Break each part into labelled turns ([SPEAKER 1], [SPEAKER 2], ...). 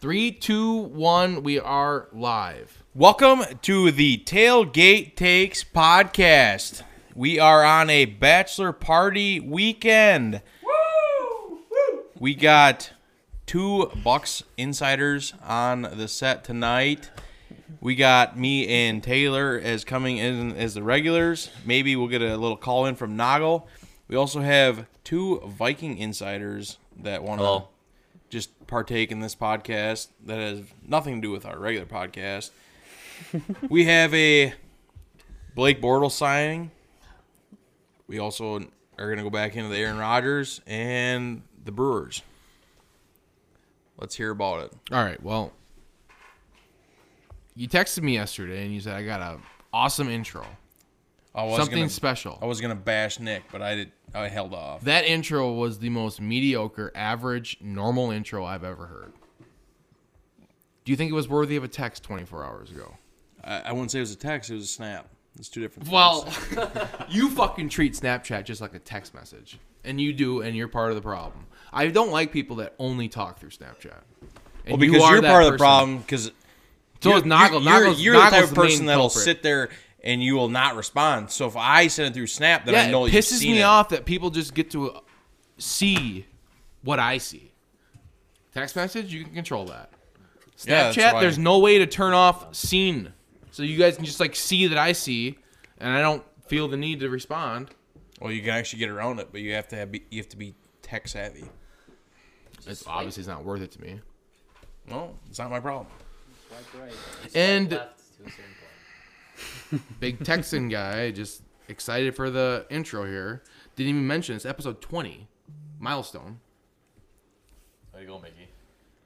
[SPEAKER 1] Three, two, one. We are live.
[SPEAKER 2] Welcome to the Tailgate Takes podcast. We are on a bachelor party weekend. We got two Bucks insiders on the set tonight. We got me and Taylor as coming in as the regulars. Maybe we'll get a little call in from Noggle. We also have two Viking insiders that want to
[SPEAKER 3] Hello.
[SPEAKER 2] just partake in this podcast that has nothing to do with our regular podcast. we have a Blake Bortles signing. We also are going to go back into the Aaron Rodgers and the Brewers. Let's hear about it.
[SPEAKER 1] All right. Well, you texted me yesterday and you said I got a awesome intro,
[SPEAKER 2] I was
[SPEAKER 1] something
[SPEAKER 2] gonna,
[SPEAKER 1] special.
[SPEAKER 2] I was gonna bash Nick, but I did. I held off.
[SPEAKER 1] That intro was the most mediocre, average, normal intro I've ever heard. Do you think it was worthy of a text 24 hours ago?
[SPEAKER 2] I, I wouldn't say it was a text. It was a snap. It's two different. things.
[SPEAKER 1] Well, you fucking treat Snapchat just like a text message. And you do, and you're part of the problem. I don't like people that only talk through Snapchat. And
[SPEAKER 2] well, because you are
[SPEAKER 1] that
[SPEAKER 2] part of the
[SPEAKER 1] person.
[SPEAKER 2] problem. Because
[SPEAKER 1] So is Noggle.
[SPEAKER 2] You're,
[SPEAKER 1] Noggle's-
[SPEAKER 2] you're
[SPEAKER 1] Noggle's
[SPEAKER 2] the type of
[SPEAKER 1] the main
[SPEAKER 2] person that'll
[SPEAKER 1] culprit.
[SPEAKER 2] sit there and you will not respond. So if I send it through Snap, then
[SPEAKER 1] Yeah,
[SPEAKER 2] I know
[SPEAKER 1] it
[SPEAKER 2] you've
[SPEAKER 1] pisses
[SPEAKER 2] seen
[SPEAKER 1] me
[SPEAKER 2] it.
[SPEAKER 1] off that people just get to uh, see what I see. Text message, you can control that.
[SPEAKER 2] Yeah, that's
[SPEAKER 1] Snapchat,
[SPEAKER 2] why-
[SPEAKER 1] there's no way to turn off seen. So you guys can just like see that I see, and I don't feel the need to respond.
[SPEAKER 2] Well, you can actually get around it, but you have to have be, you have to be tech savvy.
[SPEAKER 1] It's obviously it's not worth it to me.
[SPEAKER 2] Well, it's not my problem.
[SPEAKER 1] And big Texan guy, just excited for the intro here. Didn't even mention it's episode 20, milestone.
[SPEAKER 3] There you go, Mickey.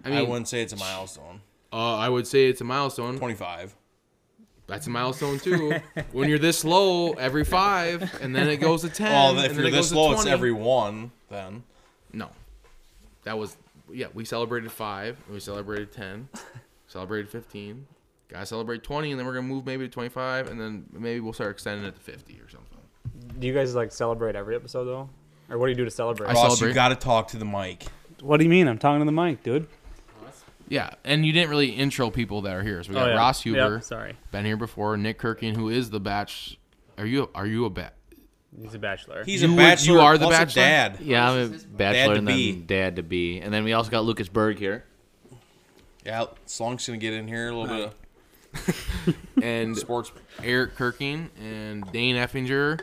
[SPEAKER 1] I
[SPEAKER 2] I,
[SPEAKER 1] mean,
[SPEAKER 2] wouldn't say it's a milestone.
[SPEAKER 1] uh, I would say it's a milestone.
[SPEAKER 2] Twenty five.
[SPEAKER 1] That's a milestone too. when you're this low, every five, and then it goes to ten.
[SPEAKER 2] Well, if
[SPEAKER 1] and then
[SPEAKER 2] you're
[SPEAKER 1] it
[SPEAKER 2] this
[SPEAKER 1] goes to
[SPEAKER 2] low, it's
[SPEAKER 1] 20.
[SPEAKER 2] every one. Then
[SPEAKER 1] No, that was yeah. We celebrated five. We celebrated ten. celebrated fifteen. Gotta celebrate twenty, and then we're gonna move maybe to twenty-five, and then maybe we'll start extending it to fifty or something.
[SPEAKER 4] Do you guys like celebrate every episode though? Or what do you do to celebrate?
[SPEAKER 1] I
[SPEAKER 2] Ross,
[SPEAKER 1] celebrate.
[SPEAKER 2] you got to talk to the mic.
[SPEAKER 4] what do you mean? I'm talking to the mic, dude.
[SPEAKER 1] Yeah, and you didn't really intro people that are here.
[SPEAKER 2] Oh,
[SPEAKER 1] So we got Ross Huber,
[SPEAKER 4] Oh, sorry.
[SPEAKER 1] been here before. Nick Kirkin, who is the batch. Are you are you a bat?
[SPEAKER 4] He's a bachelor.
[SPEAKER 2] He's
[SPEAKER 1] You
[SPEAKER 2] a
[SPEAKER 1] would-
[SPEAKER 2] bachelor.
[SPEAKER 1] you are the
[SPEAKER 2] plus a
[SPEAKER 1] bachelor?
[SPEAKER 2] dad.
[SPEAKER 3] Yeah, I'm a
[SPEAKER 2] Dad
[SPEAKER 3] bachelor
[SPEAKER 2] to
[SPEAKER 3] and
[SPEAKER 2] be.
[SPEAKER 3] then dad to be. And then we also got Lucas Berg here.
[SPEAKER 2] Yeah, Slonk's gonna get in here a little bit of
[SPEAKER 1] And
[SPEAKER 2] sports.
[SPEAKER 1] Eric Kirkin and Dane Effinger.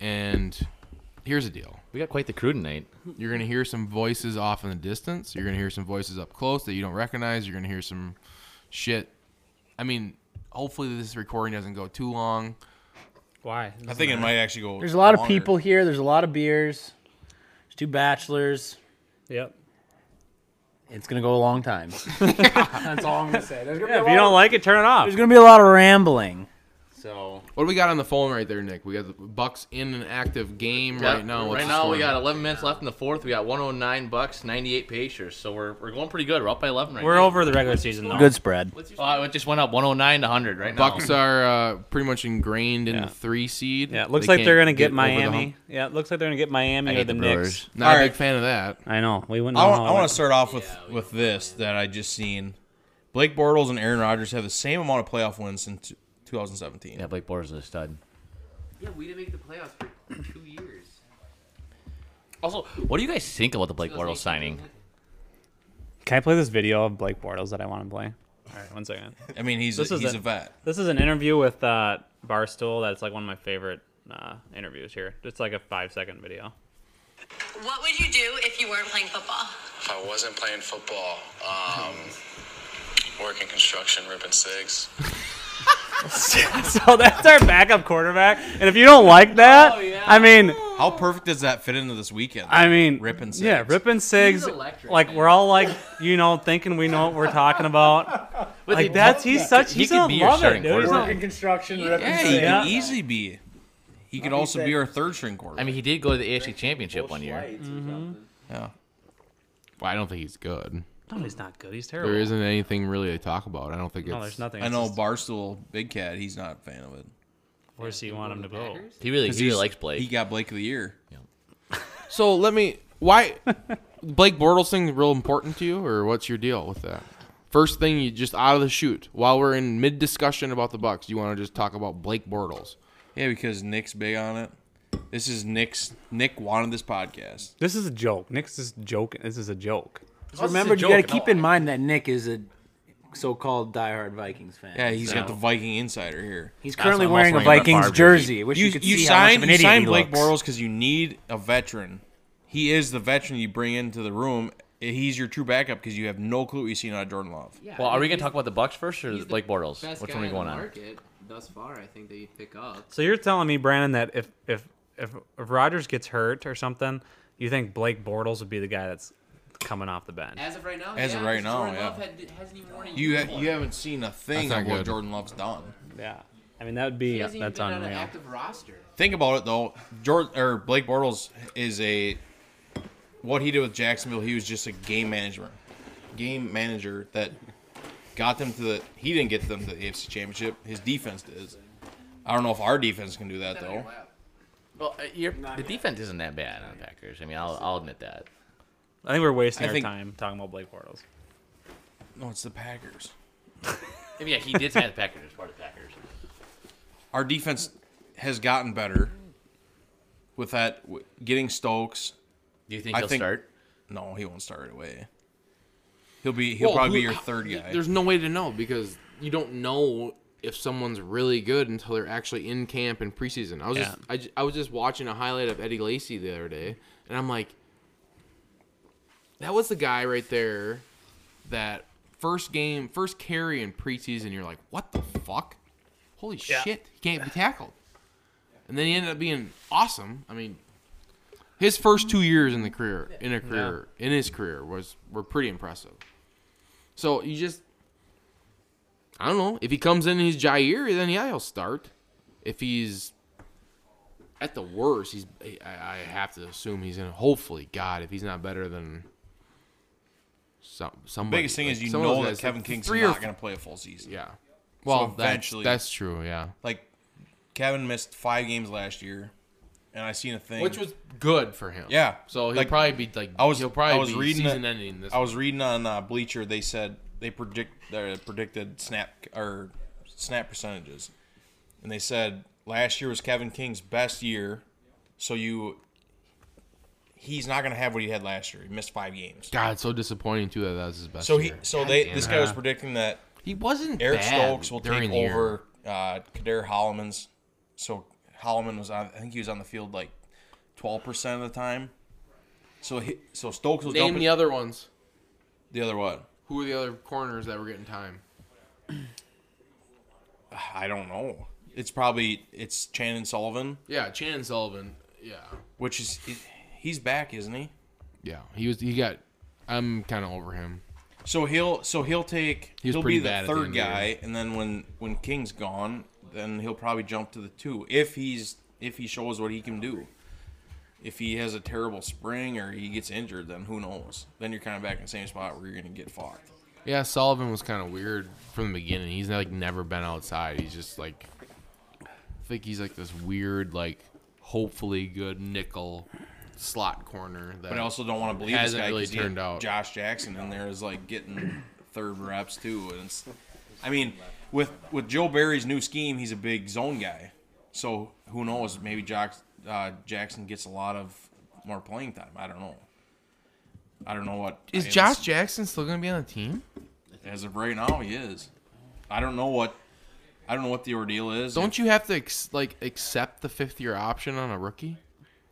[SPEAKER 1] And here's the deal.
[SPEAKER 3] We got quite the crew tonight.
[SPEAKER 1] You're gonna hear some voices off in the distance. You're gonna hear some voices up close that you don't recognize. You're gonna hear some shit. I mean, hopefully this recording doesn't go too long.
[SPEAKER 4] Why?
[SPEAKER 2] I think it might actually go.
[SPEAKER 5] There's a lot of
[SPEAKER 2] longer.
[SPEAKER 5] people here. There's a lot of beers. There's two bachelors.
[SPEAKER 4] Yep.
[SPEAKER 5] It's gonna go a long time. That's all I'm gonna say. There's gonna,
[SPEAKER 4] if you don't like it, turn it off.
[SPEAKER 5] there's gonna be a lot of rambling. So
[SPEAKER 1] What do we got on the phone right there, Nick? We got the Bucks in an active game right now. What's
[SPEAKER 3] right
[SPEAKER 1] the
[SPEAKER 3] now we
[SPEAKER 1] score?
[SPEAKER 3] got 11 minutes left in the fourth. We got 109 bucks, 98 pacers. So we're, we're going pretty good. We're up by 11 right
[SPEAKER 4] We're
[SPEAKER 3] now.
[SPEAKER 4] over the regular season though.
[SPEAKER 5] good spread.
[SPEAKER 3] Well, Oh, it just went up 109 to 100 right now.
[SPEAKER 1] Bucks are uh, pretty much ingrained in
[SPEAKER 4] Yeah.
[SPEAKER 1] the three seed.
[SPEAKER 4] Yeah, it looks
[SPEAKER 1] They
[SPEAKER 4] like they're
[SPEAKER 1] can't
[SPEAKER 4] gonna get,
[SPEAKER 1] over the
[SPEAKER 4] Miami.
[SPEAKER 1] hump.
[SPEAKER 4] yeah, it looks like they're gonna get Miami
[SPEAKER 3] I
[SPEAKER 4] or
[SPEAKER 3] hate
[SPEAKER 4] the,
[SPEAKER 3] the
[SPEAKER 4] Knicks.
[SPEAKER 3] Brewers.
[SPEAKER 1] Not a
[SPEAKER 2] All
[SPEAKER 1] big
[SPEAKER 2] right.
[SPEAKER 1] fan of that.
[SPEAKER 4] I know. We wouldn't.
[SPEAKER 2] I
[SPEAKER 4] know
[SPEAKER 2] want,
[SPEAKER 4] how
[SPEAKER 2] I
[SPEAKER 4] it
[SPEAKER 2] want
[SPEAKER 4] went.
[SPEAKER 2] to start off with with this that I just seen. Blake Bortles and Aaron Rodgers have the same amount of playoff wins since 2017.
[SPEAKER 3] Yeah, Blake Bortles is a stud.
[SPEAKER 6] Yeah, we didn't make the playoffs for two years.
[SPEAKER 3] Also, what do you guys think about the Blake Bortles signing?
[SPEAKER 4] Can I play this video of Blake Bortles that I want to play? All right, one second.
[SPEAKER 2] I mean, he's
[SPEAKER 4] This
[SPEAKER 2] a,
[SPEAKER 4] is
[SPEAKER 2] he's
[SPEAKER 4] a-
[SPEAKER 2] a vet.
[SPEAKER 4] This is an interview with uh, Barstool. That's like one of my favorite uh, interviews here. It's like a five second video.
[SPEAKER 7] What would you do if you weren't playing football?
[SPEAKER 8] If I wasn't playing football, um, working construction, ripping cigs.
[SPEAKER 4] So that's our backup quarterback. And if you don't like that, I mean,
[SPEAKER 2] How perfect does that fit into this weekend?
[SPEAKER 4] I mean,
[SPEAKER 2] ripping cigs.
[SPEAKER 4] Yeah, ripping cigs.
[SPEAKER 6] electric,
[SPEAKER 4] like
[SPEAKER 6] man.
[SPEAKER 4] we're all like, you know, thinking we know what we're talking about. like that's he's such
[SPEAKER 3] he
[SPEAKER 4] he's
[SPEAKER 3] could
[SPEAKER 4] in
[SPEAKER 3] be your
[SPEAKER 4] love
[SPEAKER 3] starting
[SPEAKER 4] it, dude. He's
[SPEAKER 3] quarterback.
[SPEAKER 4] in-
[SPEAKER 5] construction.
[SPEAKER 2] Yeah, he
[SPEAKER 4] Yeah.
[SPEAKER 2] can easily be. He could also be our third string quarterback.
[SPEAKER 3] I mean, he did go to the AFC Championship one year.
[SPEAKER 2] yeah.
[SPEAKER 1] Well, I don't think he's good.
[SPEAKER 4] No, he's not good. He's terrible.
[SPEAKER 1] There isn't anything really to talk about. I don't think it's.
[SPEAKER 4] no, there's nothing.
[SPEAKER 2] I
[SPEAKER 4] It's
[SPEAKER 2] know
[SPEAKER 4] just-
[SPEAKER 2] Barstool Big Cat. He's not a fan of it.
[SPEAKER 4] Where's he want him to go?
[SPEAKER 3] He really, he really
[SPEAKER 2] he's-
[SPEAKER 3] likes Blake.
[SPEAKER 2] He got Blake of the year.
[SPEAKER 1] So let me. Why Blake Bortles thing real important to you, or what's your deal with that? First thing you just out of the shoot while we're in mid discussion about the Bucks, you want to just talk about Blake Bortles.
[SPEAKER 2] Yeah, because Nick's big on it. This is Nick's. Nick wanted this podcast.
[SPEAKER 5] This is a joke. Nick's just joking. This is a joke. Just
[SPEAKER 9] How's this
[SPEAKER 5] remember,
[SPEAKER 9] a
[SPEAKER 5] you got to
[SPEAKER 9] joke?
[SPEAKER 5] keep
[SPEAKER 9] No,
[SPEAKER 5] in mind that Nick is a so-called diehard Vikings fan.
[SPEAKER 2] Yeah, he's got
[SPEAKER 5] So-
[SPEAKER 2] the Viking insider here.
[SPEAKER 5] He's currently
[SPEAKER 9] why I'm
[SPEAKER 5] wearing a
[SPEAKER 9] also wearing that
[SPEAKER 5] Vikings
[SPEAKER 9] Favre
[SPEAKER 5] jersey. I wish you,
[SPEAKER 2] You
[SPEAKER 5] could
[SPEAKER 2] you
[SPEAKER 5] see how much of
[SPEAKER 2] signed
[SPEAKER 5] an
[SPEAKER 2] you
[SPEAKER 5] idiot he
[SPEAKER 2] signed Blake
[SPEAKER 5] looks.
[SPEAKER 2] Bortles because you need a veteran. He is the veteran you bring into the room. He's your true backup because you have no clue what you've seen out of Jordan Love.
[SPEAKER 10] Yeah,
[SPEAKER 9] Well,
[SPEAKER 10] I
[SPEAKER 9] are we
[SPEAKER 10] mean,
[SPEAKER 9] gonna talk about the Bucks first or
[SPEAKER 10] he's the
[SPEAKER 9] Blake Bortles?
[SPEAKER 10] Best
[SPEAKER 9] Which
[SPEAKER 10] guy
[SPEAKER 9] one are we
[SPEAKER 10] in
[SPEAKER 9] going
[SPEAKER 10] the
[SPEAKER 9] on?
[SPEAKER 10] Market thus far, I think that you pick up.
[SPEAKER 11] So you're telling me, Brandon, that if if if, if Rogers gets hurt or something, you think Blake Bortles would be the guy that's coming off the bench?
[SPEAKER 10] As of right now,
[SPEAKER 2] As
[SPEAKER 10] yeah,
[SPEAKER 2] of right
[SPEAKER 10] 'cause
[SPEAKER 2] now,
[SPEAKER 10] Jordan Love
[SPEAKER 2] yeah.
[SPEAKER 10] had, hasn't even worn a
[SPEAKER 2] You ha-
[SPEAKER 10] uniform.
[SPEAKER 2] you haven't seen a thing
[SPEAKER 1] That's
[SPEAKER 2] of
[SPEAKER 1] not
[SPEAKER 2] what
[SPEAKER 1] good.
[SPEAKER 2] Jordan Love's done.
[SPEAKER 11] Yeah. I mean, that would be
[SPEAKER 10] He
[SPEAKER 11] yeah,
[SPEAKER 10] hasn't even
[SPEAKER 11] that's
[SPEAKER 10] been on an
[SPEAKER 11] unreal.
[SPEAKER 10] active roster.
[SPEAKER 2] Think about it though. Jordan or Blake Bortles is a what he did with Jacksonville. He was just a game manager, game manager that got them to the. He didn't get them to the AFC Championship. His defense does. I don't know if our defense can do that though.
[SPEAKER 9] Well, uh, you're, the defense isn't that bad on the Packers. I mean, I'll, I'll admit that.
[SPEAKER 11] I think we're wasting
[SPEAKER 2] I
[SPEAKER 11] our
[SPEAKER 2] think-
[SPEAKER 11] time talking about Blake Bortles.
[SPEAKER 2] No, it's the Packers.
[SPEAKER 9] I mean, yeah, he did sign the Packers as part of the Packers.
[SPEAKER 2] Our defense has gotten better with that w- getting Stokes.
[SPEAKER 9] Do you think
[SPEAKER 2] I
[SPEAKER 9] he'll
[SPEAKER 2] think-
[SPEAKER 9] start?
[SPEAKER 2] No, he won't start right away. He'll be he'll
[SPEAKER 1] Well,
[SPEAKER 2] probably
[SPEAKER 1] who-
[SPEAKER 2] be your third guy.
[SPEAKER 1] There's no way to know because you don't know if someone's really good until they're actually in camp and preseason. I was just I, ju- I was just watching a highlight of Eddie Lacy the other day, and I'm like, that was the guy right there that first game, first carry in preseason. You're like, what the fuck? Holy shit, he can't be tackled. And then he ended up being awesome. I mean, his first two years in the career, in a career, in his career was were pretty impressive. So you just, I don't know. If he comes in and he's Jair, then yeah, he'll start. If he's at the worst, he's. I, I have to assume he's gonna. Hopefully, God, if he's not better than some somebody.
[SPEAKER 2] biggest thing
[SPEAKER 1] like,
[SPEAKER 2] is you
[SPEAKER 1] some of those
[SPEAKER 2] know that
[SPEAKER 1] guys,
[SPEAKER 2] Kevin
[SPEAKER 1] like,
[SPEAKER 2] King's
[SPEAKER 1] three or
[SPEAKER 2] not
[SPEAKER 1] f-
[SPEAKER 2] going to play a full season.
[SPEAKER 1] Yeah. Well,
[SPEAKER 2] eventually-
[SPEAKER 1] eventually that's, that's true. Yeah.
[SPEAKER 2] Like Kevin missed five games last year, and I seen a thing.
[SPEAKER 1] Which was good for him.
[SPEAKER 2] Yeah.
[SPEAKER 1] So he'll
[SPEAKER 2] Like,
[SPEAKER 1] probably be like.
[SPEAKER 2] I was
[SPEAKER 1] He'll probably
[SPEAKER 2] I was
[SPEAKER 1] be
[SPEAKER 2] reading
[SPEAKER 1] season
[SPEAKER 2] it-
[SPEAKER 1] ending. This
[SPEAKER 2] I was reading on uh, Bleacher. They said they predict uh, predicted snap or snap percentages, and they said last year was Kevin King's best year. So you, he's not going to have what he had last year. He missed five games.
[SPEAKER 1] God, it's so disappointing too that that was his best.
[SPEAKER 2] So he,
[SPEAKER 1] year.
[SPEAKER 2] so they, this guy was predicting that
[SPEAKER 1] he wasn't
[SPEAKER 2] Eric
[SPEAKER 1] bad
[SPEAKER 2] Stokes will
[SPEAKER 1] during
[SPEAKER 2] take
[SPEAKER 1] the year.
[SPEAKER 2] over uh, Kader Holloman's. So Holloman was on. I think he was on the field like twelve percent of the time. So he, so Stokes was
[SPEAKER 1] Name
[SPEAKER 2] dumping
[SPEAKER 1] the other ones.
[SPEAKER 2] the other one.
[SPEAKER 1] Who were the other corners that were getting time?
[SPEAKER 2] I don't know. It's probably it's Shannon Sullivan,
[SPEAKER 1] Yeah, Chan Sullivan. Yeah.
[SPEAKER 2] which is he- he's back, isn't he?
[SPEAKER 1] Yeah, he was. He got. I'm kind of over him.
[SPEAKER 2] So he'll so he'll take
[SPEAKER 1] He was
[SPEAKER 2] he'll
[SPEAKER 1] pretty
[SPEAKER 2] be the
[SPEAKER 1] bad at the
[SPEAKER 2] third
[SPEAKER 1] end of the
[SPEAKER 2] guy, and then when when King's gone, then he'll probably jump to the two if he's if he shows what he can do. If he has a terrible spring or he gets injured, then who knows? Then you're kind of back in the same spot where you're gonna get fucked.
[SPEAKER 1] Yeah, Sullivan was kind of weird from the beginning. He's like never been outside. He's just like, I think he's like this weird, like hopefully good nickel slot corner. That
[SPEAKER 2] But I also don't want to believe this
[SPEAKER 1] Hasn't
[SPEAKER 2] guy
[SPEAKER 1] really
[SPEAKER 2] 'cause he had
[SPEAKER 1] turned out.
[SPEAKER 2] Josh Jackson in there is like getting third reps too, and it's, I mean, with with Joe Barry's new scheme, he's a big zone guy. So who knows? Maybe Jock, uh, Jackson gets a lot of more playing time. I don't know. I don't know what
[SPEAKER 1] is
[SPEAKER 2] I-
[SPEAKER 1] Josh Jackson still gonna be on the team?
[SPEAKER 2] as of right now. He is. I don't know what. I don't know what the ordeal is.
[SPEAKER 1] Don't you have to ex- like accept the fifth year option on a rookie,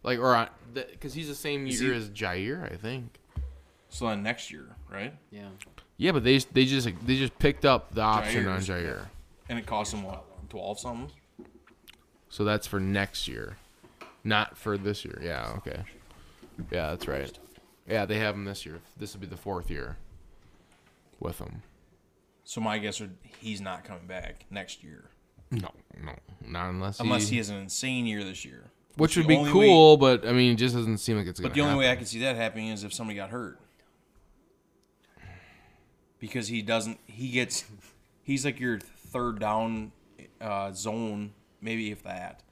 [SPEAKER 1] like or on because he's the same
[SPEAKER 2] Is
[SPEAKER 1] year
[SPEAKER 2] he-
[SPEAKER 1] as Jair, I think.
[SPEAKER 2] so then next year, right?
[SPEAKER 5] Yeah.
[SPEAKER 1] Yeah, but they they just they just picked up the option on
[SPEAKER 2] Jair's-
[SPEAKER 1] Jair,
[SPEAKER 2] And it costs him what twelve something.
[SPEAKER 1] so that's for next year, not for this year. Yeah, okay, yeah, that's right. Yeah, they have him this year. This will be the fourth year with him.
[SPEAKER 2] So my guess would he's not coming back next year.
[SPEAKER 1] No, no, not unless
[SPEAKER 2] unless he has an insane year this year.
[SPEAKER 1] which would
[SPEAKER 2] the
[SPEAKER 1] be
[SPEAKER 2] only
[SPEAKER 1] cool, but I mean, it just doesn't seem like it's.
[SPEAKER 2] But the only way I could see that happening is if somebody got hurt, because he doesn't. He gets. He's like your third down uh, zone, maybe if that.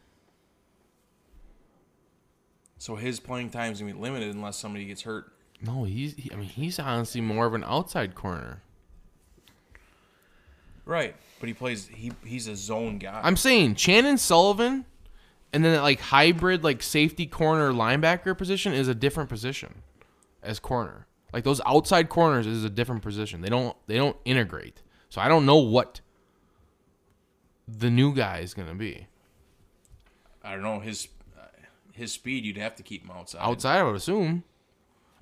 [SPEAKER 2] So his playing time is gonna be limited unless somebody gets hurt.
[SPEAKER 1] no, he's. He, I mean, he's honestly more of an outside corner.
[SPEAKER 2] Right, but he plays. He he's a zone guy.
[SPEAKER 1] I'm saying Shannon Sullivan, and then that like hybrid like safety corner linebacker position is a different position as corner. Like those outside corners is a different position. They don't they don't integrate. So I don't know what the new guy is gonna be
[SPEAKER 2] I don't know his uh, his speed. You'd have to keep him outside.
[SPEAKER 1] outside. I would assume.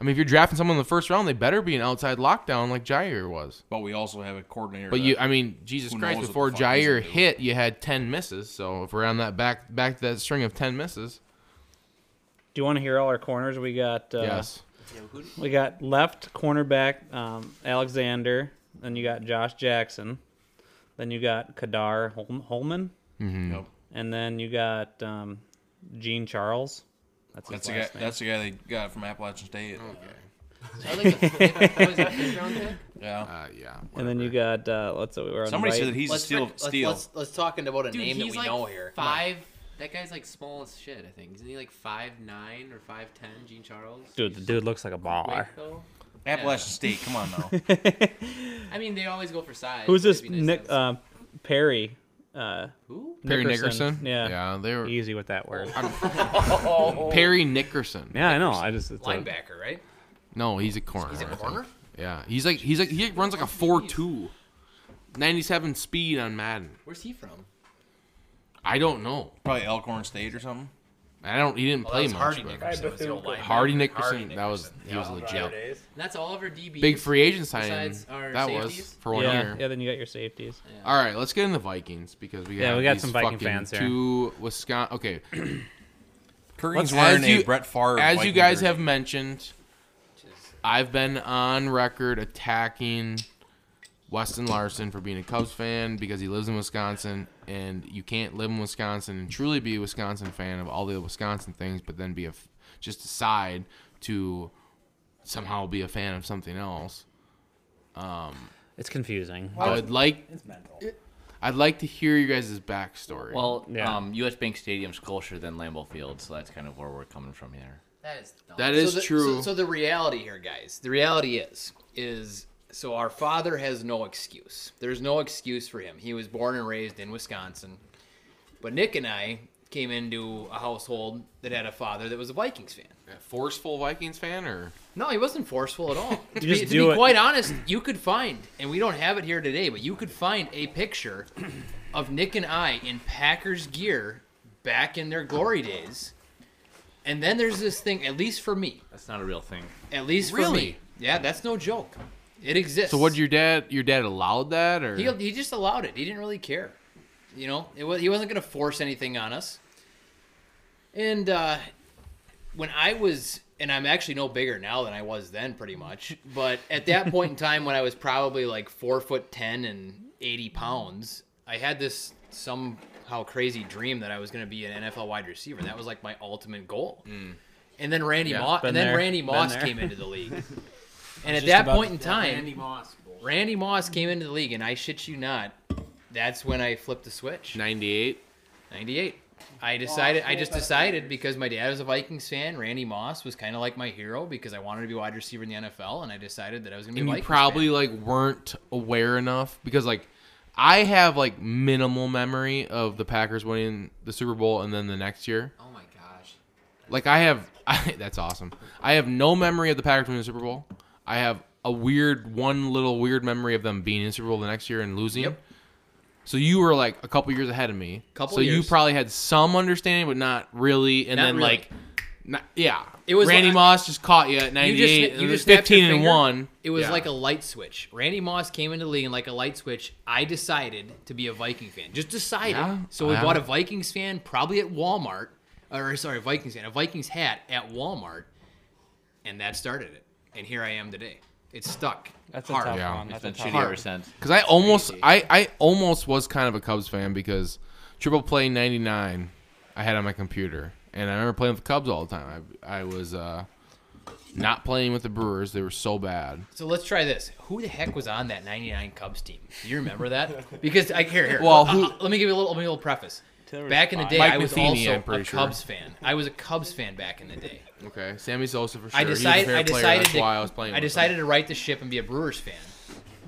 [SPEAKER 1] I mean, if you're drafting someone in the first round, they better be an outside lockdown like Jair was.
[SPEAKER 2] But we also have a coordinator.
[SPEAKER 1] But
[SPEAKER 2] that-
[SPEAKER 1] you, I mean, Jesus
[SPEAKER 2] Who
[SPEAKER 1] Christ!
[SPEAKER 2] knows what
[SPEAKER 1] Before
[SPEAKER 2] the fuck he's
[SPEAKER 1] Jair
[SPEAKER 2] gonna do.
[SPEAKER 1] hit, you had ten misses. So if we're on that back back to that string of ten misses,
[SPEAKER 4] Do you want to hear all our corners? We got uh,
[SPEAKER 1] yes.
[SPEAKER 4] We got left cornerback um, Alexander. Then you got Josh Jackson. Then you got Kadar Hol- Holman.
[SPEAKER 2] Yep.
[SPEAKER 4] And then you got um, Gene Charles. That's
[SPEAKER 2] That's
[SPEAKER 4] his
[SPEAKER 2] the guy.
[SPEAKER 4] last name.
[SPEAKER 2] That's the guy they got from Appalachian State.
[SPEAKER 10] I think it's- what is that, fifth round pick?
[SPEAKER 2] Yeah.
[SPEAKER 1] Uh, yeah.
[SPEAKER 4] and then you got uh, let's see, we're on
[SPEAKER 2] Somebody
[SPEAKER 4] the right.
[SPEAKER 2] said that he's
[SPEAKER 9] Let's
[SPEAKER 2] a steal.
[SPEAKER 9] rec- let's-
[SPEAKER 2] steal.
[SPEAKER 9] Let's, let's, talk about a
[SPEAKER 10] Dude,
[SPEAKER 9] name that
[SPEAKER 10] he's
[SPEAKER 9] we
[SPEAKER 10] like
[SPEAKER 9] know here. Come on.
[SPEAKER 10] five. That guy's like small as shit. I think isn't he like five nine or five ten? Gene Charles.
[SPEAKER 11] Dude, the dude looks like a baller.
[SPEAKER 10] Quick, though.
[SPEAKER 2] Appalachian State. Come on now.
[SPEAKER 10] I mean, they always go for size.
[SPEAKER 4] Who's
[SPEAKER 10] but
[SPEAKER 4] this?
[SPEAKER 10] it'd be nice to
[SPEAKER 4] Nick
[SPEAKER 10] have-
[SPEAKER 4] uh, Perry. Uh,
[SPEAKER 10] Who?
[SPEAKER 1] Perry
[SPEAKER 4] Nickerson.
[SPEAKER 1] Nickerson.
[SPEAKER 4] Yeah.
[SPEAKER 1] Yeah, they were
[SPEAKER 4] Easy with that word.
[SPEAKER 1] Perry Nickerson.
[SPEAKER 11] Yeah, I know. I just it's a,
[SPEAKER 9] Linebacker, right?
[SPEAKER 1] No, he's a corner. He's
[SPEAKER 9] a corner?
[SPEAKER 1] Yeah. He's like he's like he runs like a 4-2. 97 speed on Madden.
[SPEAKER 10] Where's he from?
[SPEAKER 1] I don't know.
[SPEAKER 2] Probably Elkhorn State or something.
[SPEAKER 1] I don't he didn't
[SPEAKER 9] Well,
[SPEAKER 1] play
[SPEAKER 9] that was
[SPEAKER 1] much.
[SPEAKER 9] Hardy
[SPEAKER 1] but-
[SPEAKER 9] Nickerson. was the old linebacker.
[SPEAKER 1] Hardy Nickerson,
[SPEAKER 9] Hardy
[SPEAKER 1] that was
[SPEAKER 9] Nickerson.
[SPEAKER 1] he was legit.
[SPEAKER 10] And that's all of our DBs.
[SPEAKER 1] Big free agent signing.
[SPEAKER 10] Besides our
[SPEAKER 1] That was
[SPEAKER 10] safeties?
[SPEAKER 1] for one
[SPEAKER 4] yeah,
[SPEAKER 1] year.
[SPEAKER 4] yeah. Then you got your safeties.
[SPEAKER 1] All right, let's get in the Vikings because we got
[SPEAKER 11] Yeah, we got
[SPEAKER 1] these
[SPEAKER 11] some Viking
[SPEAKER 1] fucking
[SPEAKER 11] fans here.
[SPEAKER 1] Two Wisconsin. Okay,
[SPEAKER 2] Curtin's
[SPEAKER 1] Let's-
[SPEAKER 2] wearing
[SPEAKER 1] as
[SPEAKER 2] a
[SPEAKER 1] you-
[SPEAKER 2] Brett Favre.
[SPEAKER 1] as you
[SPEAKER 2] Viking
[SPEAKER 1] guys
[SPEAKER 2] jersey.
[SPEAKER 1] have mentioned, I've been on record attacking Weston Larson for being a Cubs fan because he lives in Wisconsin, and you can't live in Wisconsin and truly be a Wisconsin fan of all the Wisconsin things, but then be a f- just decide to somehow be a fan of something else.
[SPEAKER 11] it's confusing.
[SPEAKER 1] I would like
[SPEAKER 5] It's mental.
[SPEAKER 1] I'd like to hear you guys' backstory.
[SPEAKER 9] Well,
[SPEAKER 11] Yeah.
[SPEAKER 9] um, U.S. Bank Stadium's closer than Lambeau Field, so that's kind of where we're coming from here.
[SPEAKER 10] That is dumb.
[SPEAKER 1] that is
[SPEAKER 9] so the,
[SPEAKER 1] true.
[SPEAKER 9] So, so the reality here, guys, the reality is, is so our father has no excuse. There's no excuse for him. He was born and raised in Wisconsin, but Nick and I came into a household that had a father that was a Vikings fan.
[SPEAKER 1] A Forceful Vikings fan or
[SPEAKER 9] No, he wasn't forceful at all. to
[SPEAKER 11] just
[SPEAKER 9] be, to
[SPEAKER 11] do
[SPEAKER 9] be
[SPEAKER 11] it.
[SPEAKER 9] quite honest, you could find, and we don't have it here today, but you could find a picture of Nick and I in Packers gear back in their glory days. And then there's this thing, at least for me,
[SPEAKER 4] That's not a real thing.
[SPEAKER 9] at least for
[SPEAKER 1] Really?
[SPEAKER 9] me. Yeah, that's no joke. It exists.
[SPEAKER 1] so? What your dad? Your dad allowed that or?
[SPEAKER 9] He, he just allowed it. He didn't really care. You know, it was, he wasn't going to force anything on us. And uh, when I was, and I'm actually no bigger now than I was then, pretty much. But at that point in time, when I was probably like four foot ten and eighty pounds, I had this somehow crazy dream that I was going to be an NFL wide receiver. That was like my ultimate goal. And then Randy Moss,
[SPEAKER 4] Mm. been
[SPEAKER 9] and then
[SPEAKER 4] there,
[SPEAKER 9] Randy
[SPEAKER 4] been
[SPEAKER 9] Moss
[SPEAKER 4] there.
[SPEAKER 9] came into the league. And at that point in time,
[SPEAKER 10] Randy Moss. bull.
[SPEAKER 9] Randy Moss came into the league, and I shit you not, that's when I flipped the switch.
[SPEAKER 1] 98.
[SPEAKER 9] 98. I decided. I just decided because my dad was a Vikings fan. Randy Moss was kind of like my hero because I wanted to be a wide receiver in the NFL, and I decided that I was going to be.
[SPEAKER 1] and
[SPEAKER 9] a
[SPEAKER 1] you
[SPEAKER 9] Vikings
[SPEAKER 1] probably
[SPEAKER 9] fan.
[SPEAKER 1] like weren't aware enough because like I have like minimal memory of the Packers winning the Super Bowl and then the next year.
[SPEAKER 10] Oh my gosh.
[SPEAKER 1] Like I have, I, that's awesome. I have no memory of the Packers winning the Super Bowl. I have a weird one little weird memory of them being in the Super Bowl the next year and losing.
[SPEAKER 9] Yep.
[SPEAKER 1] So you were like a couple years ahead of me.
[SPEAKER 9] Couple
[SPEAKER 1] so you
[SPEAKER 9] years.
[SPEAKER 1] probably had some understanding, but not really. And
[SPEAKER 9] Not
[SPEAKER 1] then
[SPEAKER 9] really.
[SPEAKER 1] like, not, yeah,
[SPEAKER 9] It was
[SPEAKER 1] Randy
[SPEAKER 9] like-
[SPEAKER 1] Moss just caught you at ninety
[SPEAKER 9] sna-
[SPEAKER 1] eight. You just,
[SPEAKER 9] snapped your
[SPEAKER 1] fifteen and
[SPEAKER 9] finger.
[SPEAKER 1] one.
[SPEAKER 9] It was
[SPEAKER 1] Yeah.
[SPEAKER 9] like a light switch. Randy Moss came into the league and like a light switch. I decided to be a Viking fan. Just decided.
[SPEAKER 1] Yeah,
[SPEAKER 9] So we
[SPEAKER 1] yeah.
[SPEAKER 9] bought a Vikings fan, probably at Walmart, or sorry, Vikings fan, a Vikings hat at Walmart, and that started it. And here I am today. It's stuck.
[SPEAKER 4] That's a
[SPEAKER 9] hard.
[SPEAKER 4] tough
[SPEAKER 1] Yeah.
[SPEAKER 4] one. That's a
[SPEAKER 9] been
[SPEAKER 4] tough
[SPEAKER 9] shitty
[SPEAKER 4] one.
[SPEAKER 9] ever
[SPEAKER 4] since.
[SPEAKER 1] Because I almost, I, I almost was kind of a Cubs fan because Triple Play '99 I had on my computer, and I remember playing with the Cubs all the time. I, I was uh, not playing with the Brewers; they were so bad.
[SPEAKER 9] So let's try this. Who the heck was on that '99 Cubs team? Do you remember that? Because I here, here.
[SPEAKER 1] Well,
[SPEAKER 9] Well,
[SPEAKER 1] who-
[SPEAKER 9] let me give you a little, let me give you a little preface. Back in the day,
[SPEAKER 1] Mike
[SPEAKER 9] I was
[SPEAKER 1] Matheny, I'm
[SPEAKER 9] also
[SPEAKER 1] pretty
[SPEAKER 9] a
[SPEAKER 1] sure.
[SPEAKER 9] Cubs fan. I was a Cubs fan back in the day.
[SPEAKER 1] Okay, Sammy Sosa for sure.
[SPEAKER 9] I
[SPEAKER 1] He was a
[SPEAKER 9] decided.
[SPEAKER 1] fair
[SPEAKER 9] I
[SPEAKER 1] player,
[SPEAKER 9] decided.
[SPEAKER 1] That's
[SPEAKER 9] To,
[SPEAKER 1] why I was playing.
[SPEAKER 9] I
[SPEAKER 1] with him.
[SPEAKER 9] decided to right the ship and be a Brewers fan.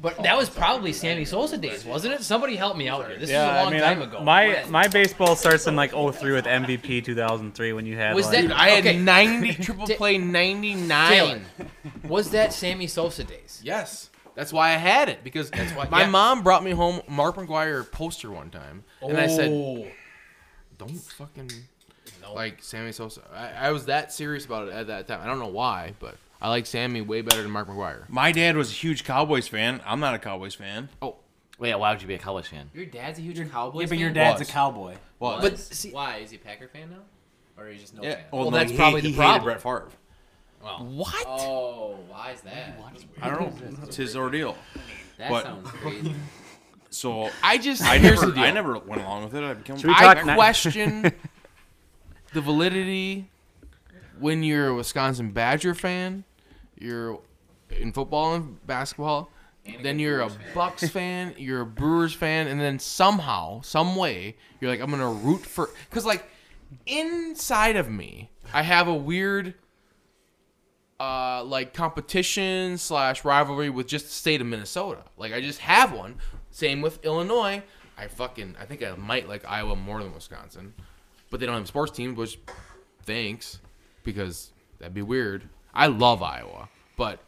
[SPEAKER 9] But
[SPEAKER 4] Oh,
[SPEAKER 9] that was probably Sammy Sosa days, wasn't it? Somebody help me out here. This is a
[SPEAKER 4] Yeah,
[SPEAKER 9] long
[SPEAKER 4] I mean,
[SPEAKER 9] time
[SPEAKER 4] I'm-
[SPEAKER 9] ago.
[SPEAKER 4] my
[SPEAKER 9] When?
[SPEAKER 4] my baseball starts in like 03 with MVP 2003 when you had
[SPEAKER 9] Was
[SPEAKER 4] like,
[SPEAKER 9] that-
[SPEAKER 2] I had
[SPEAKER 9] Okay.
[SPEAKER 2] 90 triple
[SPEAKER 9] Ta-
[SPEAKER 2] play 99.
[SPEAKER 9] Taylor, was that Sammy Sosa days?
[SPEAKER 1] Yes. That's why I had it because that's why my
[SPEAKER 9] yeah.
[SPEAKER 1] mom brought me home Mark McGuire poster one time, and I said,
[SPEAKER 9] Oh,
[SPEAKER 1] "Don't fucking
[SPEAKER 9] no.
[SPEAKER 1] like Sammy Sosa." I, I was that serious about it at that time. I don't know why, but I like Sammy way better than Mark McGuire.
[SPEAKER 2] My dad was a huge Cowboys fan. I'm not a Cowboys fan.
[SPEAKER 5] Wait, why would you be a Cowboys fan?
[SPEAKER 10] Your dad's a huge Cowboys
[SPEAKER 5] Yeah, but
[SPEAKER 10] fan?
[SPEAKER 5] your dad's
[SPEAKER 2] Was.
[SPEAKER 5] a cowboy.
[SPEAKER 2] Well,
[SPEAKER 10] Was?
[SPEAKER 9] But see-
[SPEAKER 10] Why? Is he a Packer fan now? Or is he just no fan?
[SPEAKER 2] Well,
[SPEAKER 9] that's
[SPEAKER 2] he,
[SPEAKER 9] probably
[SPEAKER 2] he hated
[SPEAKER 9] the problem.
[SPEAKER 2] Brett Favre.
[SPEAKER 10] What? Oh, why is that?
[SPEAKER 2] I don't know. It's his ordeal.
[SPEAKER 10] That
[SPEAKER 2] What?
[SPEAKER 10] sounds crazy.
[SPEAKER 2] So
[SPEAKER 1] I just
[SPEAKER 2] I
[SPEAKER 1] here's
[SPEAKER 2] never,
[SPEAKER 1] the deal.
[SPEAKER 2] I never went along with it. I became.
[SPEAKER 4] we
[SPEAKER 1] I
[SPEAKER 4] talk now?
[SPEAKER 1] question the validity when you're a Wisconsin Badger fan, you're in football and basketball, then you're a Bucks fan, you're a Brewers fan, and then somehow, some way, you're like, I'm gonna root for because like inside of me, I have a weird uh, like competition slash rivalry with just the state of Minnesota. Like I just have one. Same with Illinois. I fucking I think I might like Iowa more than Wisconsin, but they don't have a sports team. Which thanks, because that'd be weird. I love Iowa, but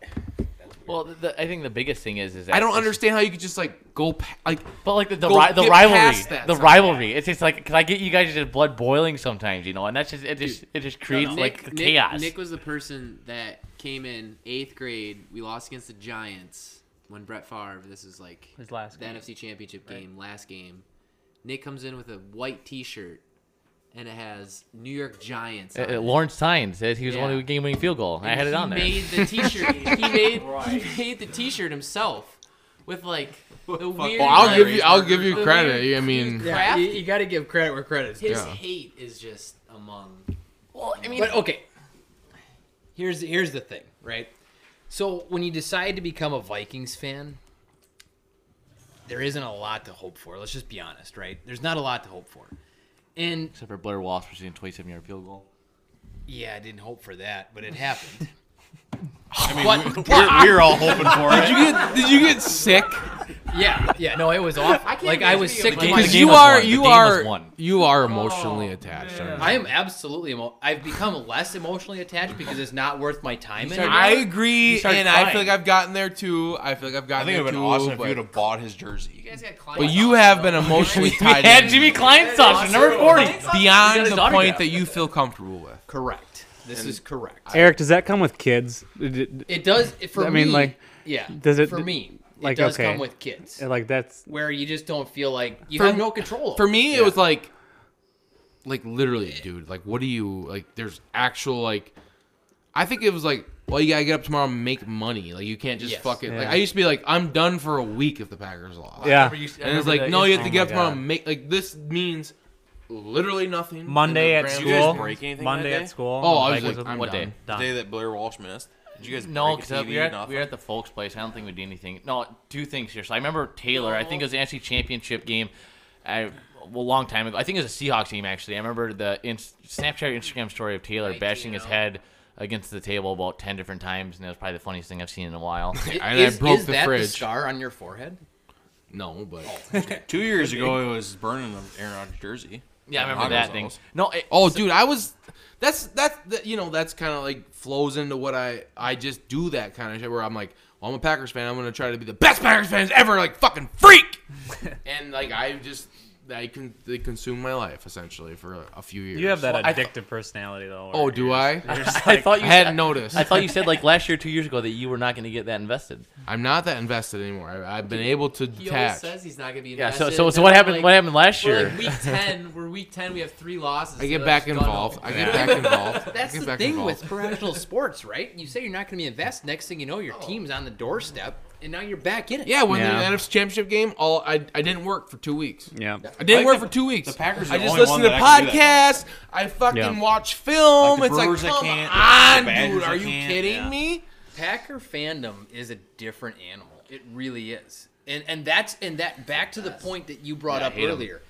[SPEAKER 3] Well, the, the, I think the biggest thing is is that
[SPEAKER 1] I don't
[SPEAKER 3] it's-
[SPEAKER 1] understand how you could just like go pa- like.
[SPEAKER 3] But like the the,
[SPEAKER 1] Go
[SPEAKER 3] ri- the
[SPEAKER 1] get
[SPEAKER 3] rivalry,
[SPEAKER 1] past that
[SPEAKER 3] the
[SPEAKER 1] somehow.
[SPEAKER 3] rivalry. It's just like because I get you guys just blood boiling sometimes, you know, and that's just it just it just creates like the
[SPEAKER 10] Nick,
[SPEAKER 3] chaos.
[SPEAKER 10] Nick was the person that came in eighth grade. We lost against the Giants when Brett Favre. This is like
[SPEAKER 4] His last
[SPEAKER 10] the
[SPEAKER 4] game.
[SPEAKER 10] NFC Championship game, last game. Nick comes in with a white T-shirt, and it has New York Giants.
[SPEAKER 3] Uh,
[SPEAKER 10] on
[SPEAKER 3] uh,
[SPEAKER 10] it.
[SPEAKER 3] Lawrence Tynes says he was the one
[SPEAKER 10] Yeah.
[SPEAKER 3] who game winning field goal. and I
[SPEAKER 10] And
[SPEAKER 3] had it
[SPEAKER 10] he
[SPEAKER 3] on there.
[SPEAKER 10] Made the T-shirt. he made he made the T-shirt himself with like the weird.
[SPEAKER 1] Well, I'll
[SPEAKER 10] like,
[SPEAKER 1] give you I'll give you
[SPEAKER 10] the
[SPEAKER 1] credit.
[SPEAKER 10] weird
[SPEAKER 1] I mean,
[SPEAKER 9] yeah, you, got to give credit where credit's due.
[SPEAKER 10] His
[SPEAKER 1] Yeah.
[SPEAKER 10] hate is just among.
[SPEAKER 9] I mean, but okay. Here's here's the thing, right? So when you decide to become a Vikings fan, there isn't a lot to hope for. Let's just be honest, right? There's not a lot to hope for. And
[SPEAKER 3] Except for Blair Walsh for shooting twenty seven yard field goal.
[SPEAKER 9] yeah, I didn't hope for that, but it happened.
[SPEAKER 2] I mean,
[SPEAKER 9] What?
[SPEAKER 2] we- we're, we're all hoping for it.
[SPEAKER 1] you get did you get sick?
[SPEAKER 9] yeah, yeah, no, it was awful.
[SPEAKER 10] can't
[SPEAKER 9] like I
[SPEAKER 10] imagine
[SPEAKER 9] was
[SPEAKER 10] being a
[SPEAKER 9] sick. to
[SPEAKER 3] Vikings The
[SPEAKER 9] my-
[SPEAKER 1] Because
[SPEAKER 3] game
[SPEAKER 1] you
[SPEAKER 3] was
[SPEAKER 1] are
[SPEAKER 3] won. The game
[SPEAKER 1] you are
[SPEAKER 3] was won.
[SPEAKER 1] you are
[SPEAKER 2] Oh.
[SPEAKER 1] emotionally attached. aren't you?
[SPEAKER 9] I am absolutely emo- I've become less emotionally attached because it's not worth my time.
[SPEAKER 1] And
[SPEAKER 9] Anymore.
[SPEAKER 1] I agree,
[SPEAKER 3] You
[SPEAKER 1] and
[SPEAKER 3] start
[SPEAKER 1] I feel
[SPEAKER 3] crying.
[SPEAKER 1] like I've gotten there too. I feel like I've
[SPEAKER 2] I
[SPEAKER 1] gotten
[SPEAKER 2] think it
[SPEAKER 1] there
[SPEAKER 2] would have been
[SPEAKER 1] too.
[SPEAKER 2] awesome if
[SPEAKER 1] but,
[SPEAKER 2] you'd have bought his
[SPEAKER 10] You
[SPEAKER 2] jersey.
[SPEAKER 10] guys got
[SPEAKER 1] but you have been emotionally tied
[SPEAKER 3] Yeah,
[SPEAKER 1] in
[SPEAKER 3] Jimmy Klein stops at number forty. He got
[SPEAKER 1] beyond
[SPEAKER 3] his
[SPEAKER 1] the
[SPEAKER 3] autograph.
[SPEAKER 1] point that you feel comfortable with.
[SPEAKER 9] correct. This is correct.
[SPEAKER 4] Eric, does that come with kids? Did-
[SPEAKER 9] It does it- for
[SPEAKER 4] I mean,
[SPEAKER 9] me.
[SPEAKER 4] like,
[SPEAKER 9] yeah,
[SPEAKER 4] does it-
[SPEAKER 9] for me?
[SPEAKER 4] like,
[SPEAKER 9] it does
[SPEAKER 4] okay.
[SPEAKER 9] come with kids.
[SPEAKER 4] did- Like that's
[SPEAKER 9] where you just don't feel like you
[SPEAKER 1] For-
[SPEAKER 9] have no control.
[SPEAKER 1] For me, it was like, like literally, dude. Like, what do you like? There's actual like, I think it was like, well, you gotta get up tomorrow and make money. Like, you can't just
[SPEAKER 9] Yes.
[SPEAKER 1] fuck it. Like,
[SPEAKER 4] Yeah.
[SPEAKER 1] I used to be like, I'm done for a week if the Packers lost.
[SPEAKER 4] yeah.
[SPEAKER 1] and it's like, no, you have to get
[SPEAKER 4] Oh
[SPEAKER 1] up tomorrow and make. Like, this means literally nothing. in the
[SPEAKER 4] Monday at
[SPEAKER 1] grand
[SPEAKER 2] you guys
[SPEAKER 4] school.
[SPEAKER 1] scheme.
[SPEAKER 2] break anything
[SPEAKER 4] Monday
[SPEAKER 2] that day?
[SPEAKER 4] at school.
[SPEAKER 1] Oh, I was
[SPEAKER 4] Vikings
[SPEAKER 1] like,
[SPEAKER 4] with-
[SPEAKER 1] I'm
[SPEAKER 3] what
[SPEAKER 1] done.
[SPEAKER 3] day?
[SPEAKER 2] The
[SPEAKER 4] Done.
[SPEAKER 2] day that Blair Walsh missed. Did you guys
[SPEAKER 3] No,
[SPEAKER 2] break
[SPEAKER 3] because
[SPEAKER 2] a TV?
[SPEAKER 3] we were at, we
[SPEAKER 2] Nothing?
[SPEAKER 3] were at the folks' place. I don't think we did anything. No, two things here. So I remember Taylor. I think it was the NFC Championship game. I, well, a long time ago. I think it was a Seahawks game actually. I remember the in, Snapchat, Instagram story of Taylor bashing his head against the table about ten different times, and that was probably the funniest thing I've seen in a while.
[SPEAKER 1] And I broke the
[SPEAKER 9] that
[SPEAKER 1] fridge.
[SPEAKER 9] scar on your forehead?
[SPEAKER 1] No, but
[SPEAKER 4] Oh.
[SPEAKER 2] Two years ago, it was burning an Aaron Rodgers jersey.
[SPEAKER 3] yeah, I remember
[SPEAKER 2] Hogwarts
[SPEAKER 3] that thing.
[SPEAKER 2] almost.
[SPEAKER 3] No, it,
[SPEAKER 1] Oh, dude, I was. That's that's that, you know that's kind of like flows into what I I just do that kind of shit where I'm like, well, I'm a Packers fan. I'm gonna try to be the best Packers fans ever, like fucking freak. and like I just I can they consume my life essentially for a few years.
[SPEAKER 4] You have that
[SPEAKER 3] I
[SPEAKER 4] addictive
[SPEAKER 3] th-
[SPEAKER 4] personality though. where
[SPEAKER 1] Oh, do
[SPEAKER 4] you're
[SPEAKER 1] I?
[SPEAKER 4] just- you're just
[SPEAKER 3] I
[SPEAKER 4] like-
[SPEAKER 3] thought
[SPEAKER 1] I
[SPEAKER 3] you.
[SPEAKER 1] hadn't
[SPEAKER 3] said-
[SPEAKER 1] noticed.
[SPEAKER 3] I thought you said like last year, two years ago, that you were not going to get that invested.
[SPEAKER 1] I'm not that invested anymore. I, I've been able to
[SPEAKER 10] He always
[SPEAKER 1] detach.
[SPEAKER 10] says he's not gonna be.
[SPEAKER 3] Yeah. So
[SPEAKER 10] invested,
[SPEAKER 3] so,
[SPEAKER 10] and
[SPEAKER 3] so
[SPEAKER 10] then
[SPEAKER 3] what
[SPEAKER 10] I'm
[SPEAKER 3] happened?
[SPEAKER 10] like-
[SPEAKER 3] What happened last
[SPEAKER 10] We're
[SPEAKER 3] year?
[SPEAKER 10] like week ten. We're week ten. We have three losses.
[SPEAKER 1] I
[SPEAKER 10] so
[SPEAKER 1] get
[SPEAKER 10] that's
[SPEAKER 1] back
[SPEAKER 10] gone
[SPEAKER 1] involved.
[SPEAKER 10] all-
[SPEAKER 1] I get back involved. I
[SPEAKER 9] That's
[SPEAKER 1] get
[SPEAKER 9] the
[SPEAKER 1] back
[SPEAKER 9] thing
[SPEAKER 1] involved.
[SPEAKER 9] with professional sports, right? You say you're not going to be invested. Next thing you know, your team's on the doorstep, and now you're back in it.
[SPEAKER 1] Yeah, when
[SPEAKER 4] Yeah.
[SPEAKER 1] the NFC Championship game, all I, I didn't work for two weeks.
[SPEAKER 4] yeah.
[SPEAKER 1] I didn't
[SPEAKER 2] Like
[SPEAKER 1] work
[SPEAKER 2] the-
[SPEAKER 1] for two weeks.
[SPEAKER 2] the Packers are
[SPEAKER 1] I
[SPEAKER 2] the
[SPEAKER 1] just
[SPEAKER 2] only
[SPEAKER 1] listen
[SPEAKER 2] one
[SPEAKER 1] to
[SPEAKER 2] that actually do that,
[SPEAKER 1] podcasts. I fucking
[SPEAKER 4] Yeah.
[SPEAKER 1] watch
[SPEAKER 2] Like
[SPEAKER 1] film.
[SPEAKER 2] the
[SPEAKER 1] it's like,
[SPEAKER 2] Brewers that
[SPEAKER 1] come
[SPEAKER 2] can't,
[SPEAKER 1] on,
[SPEAKER 2] the Badgers
[SPEAKER 1] dude.
[SPEAKER 2] that
[SPEAKER 1] Are you
[SPEAKER 2] can't,
[SPEAKER 1] kidding
[SPEAKER 2] yeah.
[SPEAKER 1] me?
[SPEAKER 9] Packer fandom is a different animal. It really is. And and that's and that back to the point that you brought up earlier.